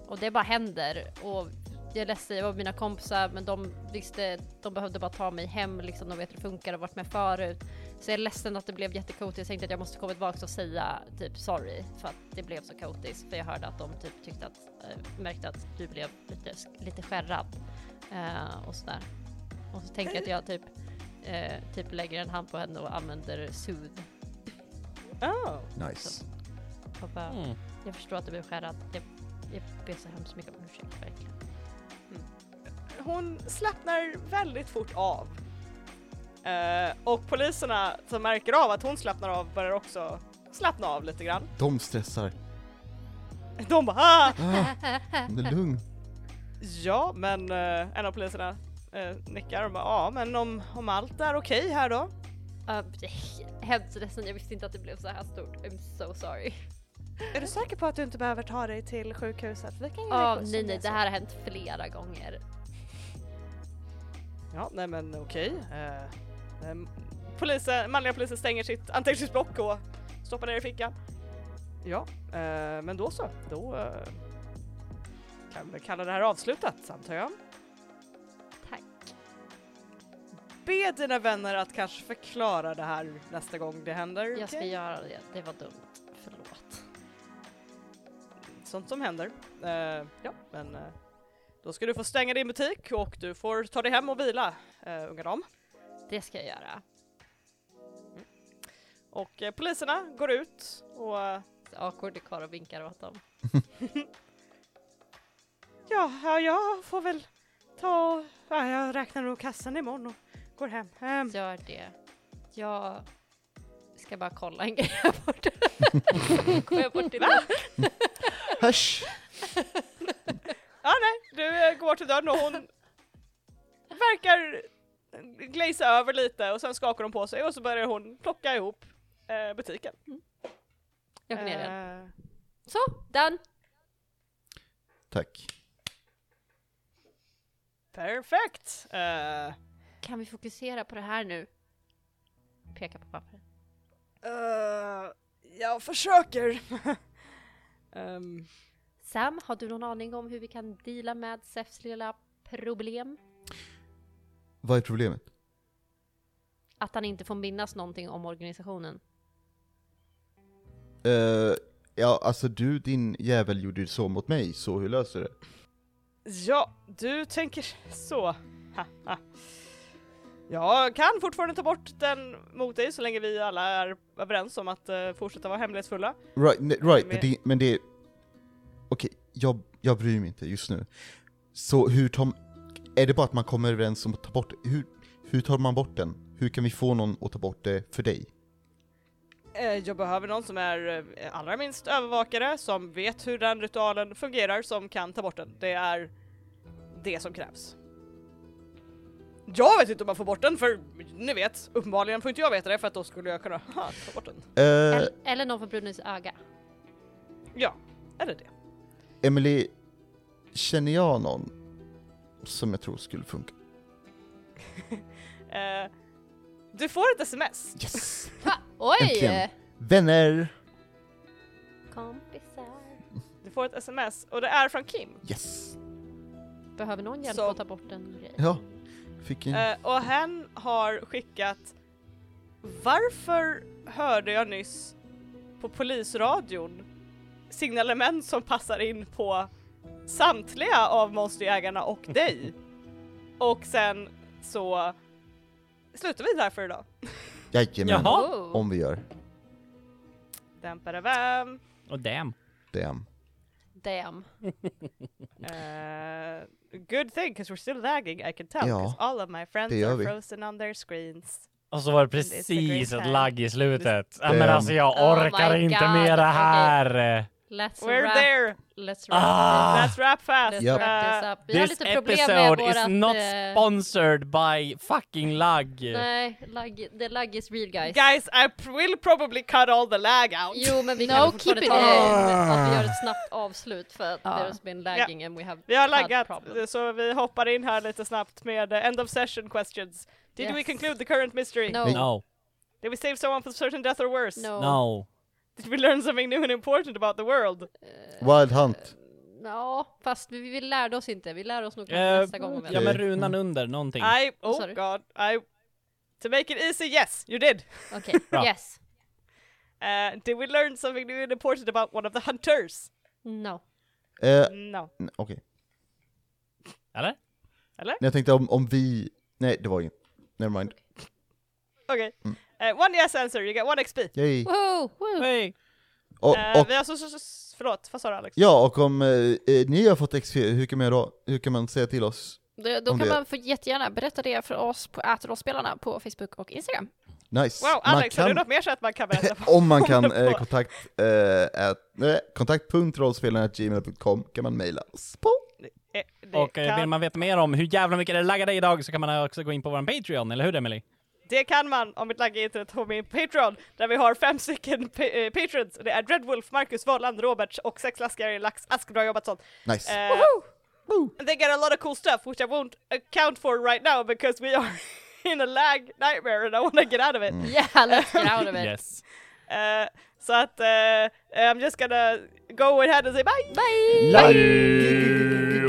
[SPEAKER 5] Och det bara händer. Och jag är ledsen, jag var med mina kompisar men de visste, de behövde bara ta mig hem liksom, de vet hur det funkar och varit med förut. Så jag är ledsen att det blev jättekaotiskt, jag tänkte att jag måste komma tillbaka och säga typ sorry för att det blev så kaotiskt. För jag hörde att de typ tyckte att, eh, märkte att du blev lite, lite skärrad. Eh, och sådär. Och så tänker jag att jag typ, eh, typ lägger en hand på henne och använder soothe
[SPEAKER 1] Oh.
[SPEAKER 4] Nice.
[SPEAKER 5] och bara,
[SPEAKER 3] Mm.
[SPEAKER 5] jag förstår att du blev skärrad. Jag, jag ber så hemskt mycket om ursäkt verkligen.
[SPEAKER 1] Hon slappnar väldigt fort av. Eh, och poliserna som märker av att hon slappnar av börjar också slappna av lite grann.
[SPEAKER 4] De stressar.
[SPEAKER 1] De bara ah!
[SPEAKER 4] Ah, det är lugn.
[SPEAKER 1] Ja, men eh, en av poliserna eh, nickar och bara ja, men om, om allt är okej här då?
[SPEAKER 5] Uh, hemskt ledsen, jag visste inte att det blev så här stort. I'm so sorry.
[SPEAKER 6] Är du säker på att du inte behöver ta dig till sjukhuset? Vi kan ju
[SPEAKER 5] Ja,
[SPEAKER 6] räcka oss
[SPEAKER 5] nej
[SPEAKER 6] om
[SPEAKER 5] nej,
[SPEAKER 6] är
[SPEAKER 5] det
[SPEAKER 6] så.
[SPEAKER 5] här har hänt flera gånger.
[SPEAKER 1] Ja, nej men okej. Eh, ehm, polisen, manliga polisen stänger sitt anteckningsblock och stoppar ner i fickan. Ja, eh, men då så. Då eh, kan vi kalla det här avslutat antar jag.
[SPEAKER 5] Tack.
[SPEAKER 1] Be dina vänner att kanske förklara det här nästa gång det händer.
[SPEAKER 5] Jag ska
[SPEAKER 1] okej?
[SPEAKER 5] göra det, det var dumt. Förlåt.
[SPEAKER 1] Sånt som händer. Eh, ja, men eh, då ska du få stänga din butik och du får ta dig hem och vila, uh, unga dam.
[SPEAKER 5] Det ska jag göra.
[SPEAKER 1] Och eh, poliserna går ut och eh,
[SPEAKER 5] Så Awkward är kvar och vinkar åt dem.
[SPEAKER 6] Ja, ja, jag får väl ta och... Ja, jag räknar nog kassan imorgon och går hem. Ehm,
[SPEAKER 5] Mm. Gör det. Jag ska bara kolla en grej här borta. Går jag bort till dörren?
[SPEAKER 4] Hörs!
[SPEAKER 1] du eh, går till dörren och hon verkar glazea över lite och sen skakar hon på sig och så börjar hon plocka ihop eh, butiken.
[SPEAKER 5] Jag går ner igen.
[SPEAKER 1] Eh,
[SPEAKER 5] Så, done!
[SPEAKER 4] Tack.
[SPEAKER 1] perfekt! Eh,
[SPEAKER 5] Kan vi fokusera på det här nu? Peka på pappret.
[SPEAKER 1] Eh, jag försöker. Ehm,
[SPEAKER 5] Sam, har du någon aning om hur vi kan deala med Sefs lilla problem?
[SPEAKER 4] Vad är problemet?
[SPEAKER 5] Att han inte får minnas någonting om organisationen.
[SPEAKER 4] Eh, ja, alltså du din jävel gjorde ju så mot mig, så hur löser du det?
[SPEAKER 1] ja, du tänker så. Ha, ha. Jag kan fortfarande ta bort den mot dig så länge vi alla är överens om att eh, fortsätta vara hemlighetsfulla.
[SPEAKER 4] Right, ne- right men
[SPEAKER 1] Men-
[SPEAKER 4] det... Men det Okej, jag, jag bryr mig inte just nu. Så hur tar... Är det bara att man kommer överens om att ta bort hur, hur tar man bort den? Hur kan vi få någon att ta bort det för dig?
[SPEAKER 1] Eh, Jag behöver någon som är eh, allra minst övervakare, som vet hur den ritualen fungerar, som kan ta bort den. Det är det som krävs. Jag vet inte om man får bort den för ni vet, uppenbarligen får inte jag veta det för att då skulle jag kunna ha, ta bort den.
[SPEAKER 4] Eh,
[SPEAKER 5] Eller, eller någon från Brunnens öga.
[SPEAKER 1] Ja, eller det.
[SPEAKER 4] Emily, känner jag någon som jag tror skulle funka?
[SPEAKER 1] Eh, du får ett sms.
[SPEAKER 4] Yes!
[SPEAKER 5] Ha, oj!
[SPEAKER 4] Äntligen. Vänner!
[SPEAKER 5] Kompisar.
[SPEAKER 1] Du får ett sms och det är från Kim.
[SPEAKER 4] Yes!
[SPEAKER 5] Behöver någon hjälp
[SPEAKER 1] Så-
[SPEAKER 5] att ta bort en grej?
[SPEAKER 4] Ja, fick en...
[SPEAKER 1] Eh, och han har skickat Varför hörde jag nyss på polisradion signalement som passar in på samtliga av monsterjägarna och dig. Och sen så slutar vi där för idag.
[SPEAKER 4] Jajamän,
[SPEAKER 3] Jaha.
[SPEAKER 5] Oh.
[SPEAKER 4] om vi gör
[SPEAKER 1] Dämpare vem?
[SPEAKER 3] Och damn.
[SPEAKER 4] det.
[SPEAKER 5] Damn.
[SPEAKER 1] Uh, good thing, because we're still lagging, I can tell.
[SPEAKER 4] Ja,
[SPEAKER 1] Because all of my friends
[SPEAKER 4] det gör
[SPEAKER 1] are
[SPEAKER 4] vi.
[SPEAKER 1] frozen on their screens.
[SPEAKER 11] Och så var det
[SPEAKER 1] It's a great
[SPEAKER 11] precis ett
[SPEAKER 1] time.
[SPEAKER 11] lagg i slutet. Ja,
[SPEAKER 4] Damn.
[SPEAKER 11] men alltså jag
[SPEAKER 5] Oh
[SPEAKER 11] orkar
[SPEAKER 5] my
[SPEAKER 11] inte
[SPEAKER 5] God,
[SPEAKER 11] med det
[SPEAKER 5] okej.
[SPEAKER 11] här.
[SPEAKER 5] Let's
[SPEAKER 1] We're
[SPEAKER 5] wrap,
[SPEAKER 1] there!
[SPEAKER 5] let's wrap,
[SPEAKER 11] Ah.
[SPEAKER 1] Let's wrap fast!
[SPEAKER 5] let's
[SPEAKER 4] Yep.
[SPEAKER 5] wrap
[SPEAKER 1] Uh,
[SPEAKER 5] this up. Vi har
[SPEAKER 11] This
[SPEAKER 5] lite problem med
[SPEAKER 11] episode is
[SPEAKER 5] vårat...
[SPEAKER 11] not
[SPEAKER 5] eh,
[SPEAKER 11] sponsored by fucking lagg.
[SPEAKER 5] Nej, lag, the lag is real guys.
[SPEAKER 1] Guys, I p- will probably cut all the lag out.
[SPEAKER 5] Jo men vi
[SPEAKER 2] No,
[SPEAKER 5] kan fortfarande
[SPEAKER 2] keep it
[SPEAKER 5] ta
[SPEAKER 2] in. Ah.
[SPEAKER 5] att vi gör
[SPEAKER 4] Ah.
[SPEAKER 5] ett snabbt avslut för att
[SPEAKER 2] Ja.
[SPEAKER 5] there's been lagging and we have
[SPEAKER 1] Vi har
[SPEAKER 5] had
[SPEAKER 1] laggat,
[SPEAKER 5] problems.
[SPEAKER 1] så vi hoppar in här lite snabbt med eh, end of session questions. Did we
[SPEAKER 5] Yes.
[SPEAKER 1] conclude the current mystery?
[SPEAKER 5] No, no.
[SPEAKER 11] No,
[SPEAKER 1] Did we save someone from certain death or worse?
[SPEAKER 11] no.
[SPEAKER 1] Did we learn something new and important about the world?
[SPEAKER 5] Eh,
[SPEAKER 4] Wild Hunt.
[SPEAKER 5] Ja, fast vi, vi lärde oss inte. Vi lär oss nog
[SPEAKER 11] Eh, mm.
[SPEAKER 5] nästa gång om
[SPEAKER 11] ja
[SPEAKER 5] vi
[SPEAKER 11] men runan under någonting.
[SPEAKER 1] I, oh
[SPEAKER 5] Sorry.
[SPEAKER 1] god, I, to make it easy, yes, you did.
[SPEAKER 5] Okej,
[SPEAKER 11] Bra.
[SPEAKER 5] yes.
[SPEAKER 1] Uh, did we learn something new and important about one of the hunters?
[SPEAKER 5] No.
[SPEAKER 4] Eh,
[SPEAKER 1] No.
[SPEAKER 4] n- Okej,
[SPEAKER 11] Eller?
[SPEAKER 4] Nej, jag tänkte om, om vi... Nej, det var inget. Never mind.
[SPEAKER 1] Okay. Uh, one yes answer, you get one XP.
[SPEAKER 4] Yay.
[SPEAKER 5] Woohoo! Woo.
[SPEAKER 11] Hey.
[SPEAKER 4] Och,
[SPEAKER 1] Eh,
[SPEAKER 4] och,
[SPEAKER 1] vi har så, så, så, förlåt, vad sa du Alex?
[SPEAKER 4] ja, och om eh, eh, ni har fått XP, hur kan, man, göra- hur kan man säga till oss?
[SPEAKER 2] Då, då
[SPEAKER 4] Om
[SPEAKER 2] kan
[SPEAKER 4] det-
[SPEAKER 2] man få jättegärna berätta det för oss på ätrollspelarna på Facebook och Instagram.
[SPEAKER 4] Nice.
[SPEAKER 1] Wow,
[SPEAKER 4] Man
[SPEAKER 1] Alex, har du
[SPEAKER 4] kan-
[SPEAKER 1] något mer så att man kan berätta på?
[SPEAKER 4] Om man kan
[SPEAKER 1] man får.
[SPEAKER 4] eh, kontakt, eh, at, nej, kontakt.rollspelarna.gmail.com kan man mejla oss på.
[SPEAKER 1] Eh, det
[SPEAKER 11] Och eh,
[SPEAKER 1] kan-
[SPEAKER 11] vill man veta mer om hur jävla mycket det laggade idag så kan man också gå in på vår Patreon, eller hur Emelie?
[SPEAKER 1] Det kan man om ett lagg i internet på min Patreon där vi har fem stycken pa- eh, patrons. Det är Dreadwolf, Marcus, Valand, Roberts och sex laskare i lax. Ask, bra jobbat sånt.
[SPEAKER 4] Nice.
[SPEAKER 1] Eh, and they get a lot of cool stuff which I won't account for right now because we are in a lag nightmare and I want to get out of
[SPEAKER 4] Mm.
[SPEAKER 1] it.
[SPEAKER 5] Yeah, let's get out of it.
[SPEAKER 11] Yes.
[SPEAKER 1] Eh, så uh, øh, att eh, I'm just gonna go ahead and say bye!
[SPEAKER 5] Bye!
[SPEAKER 4] Bye.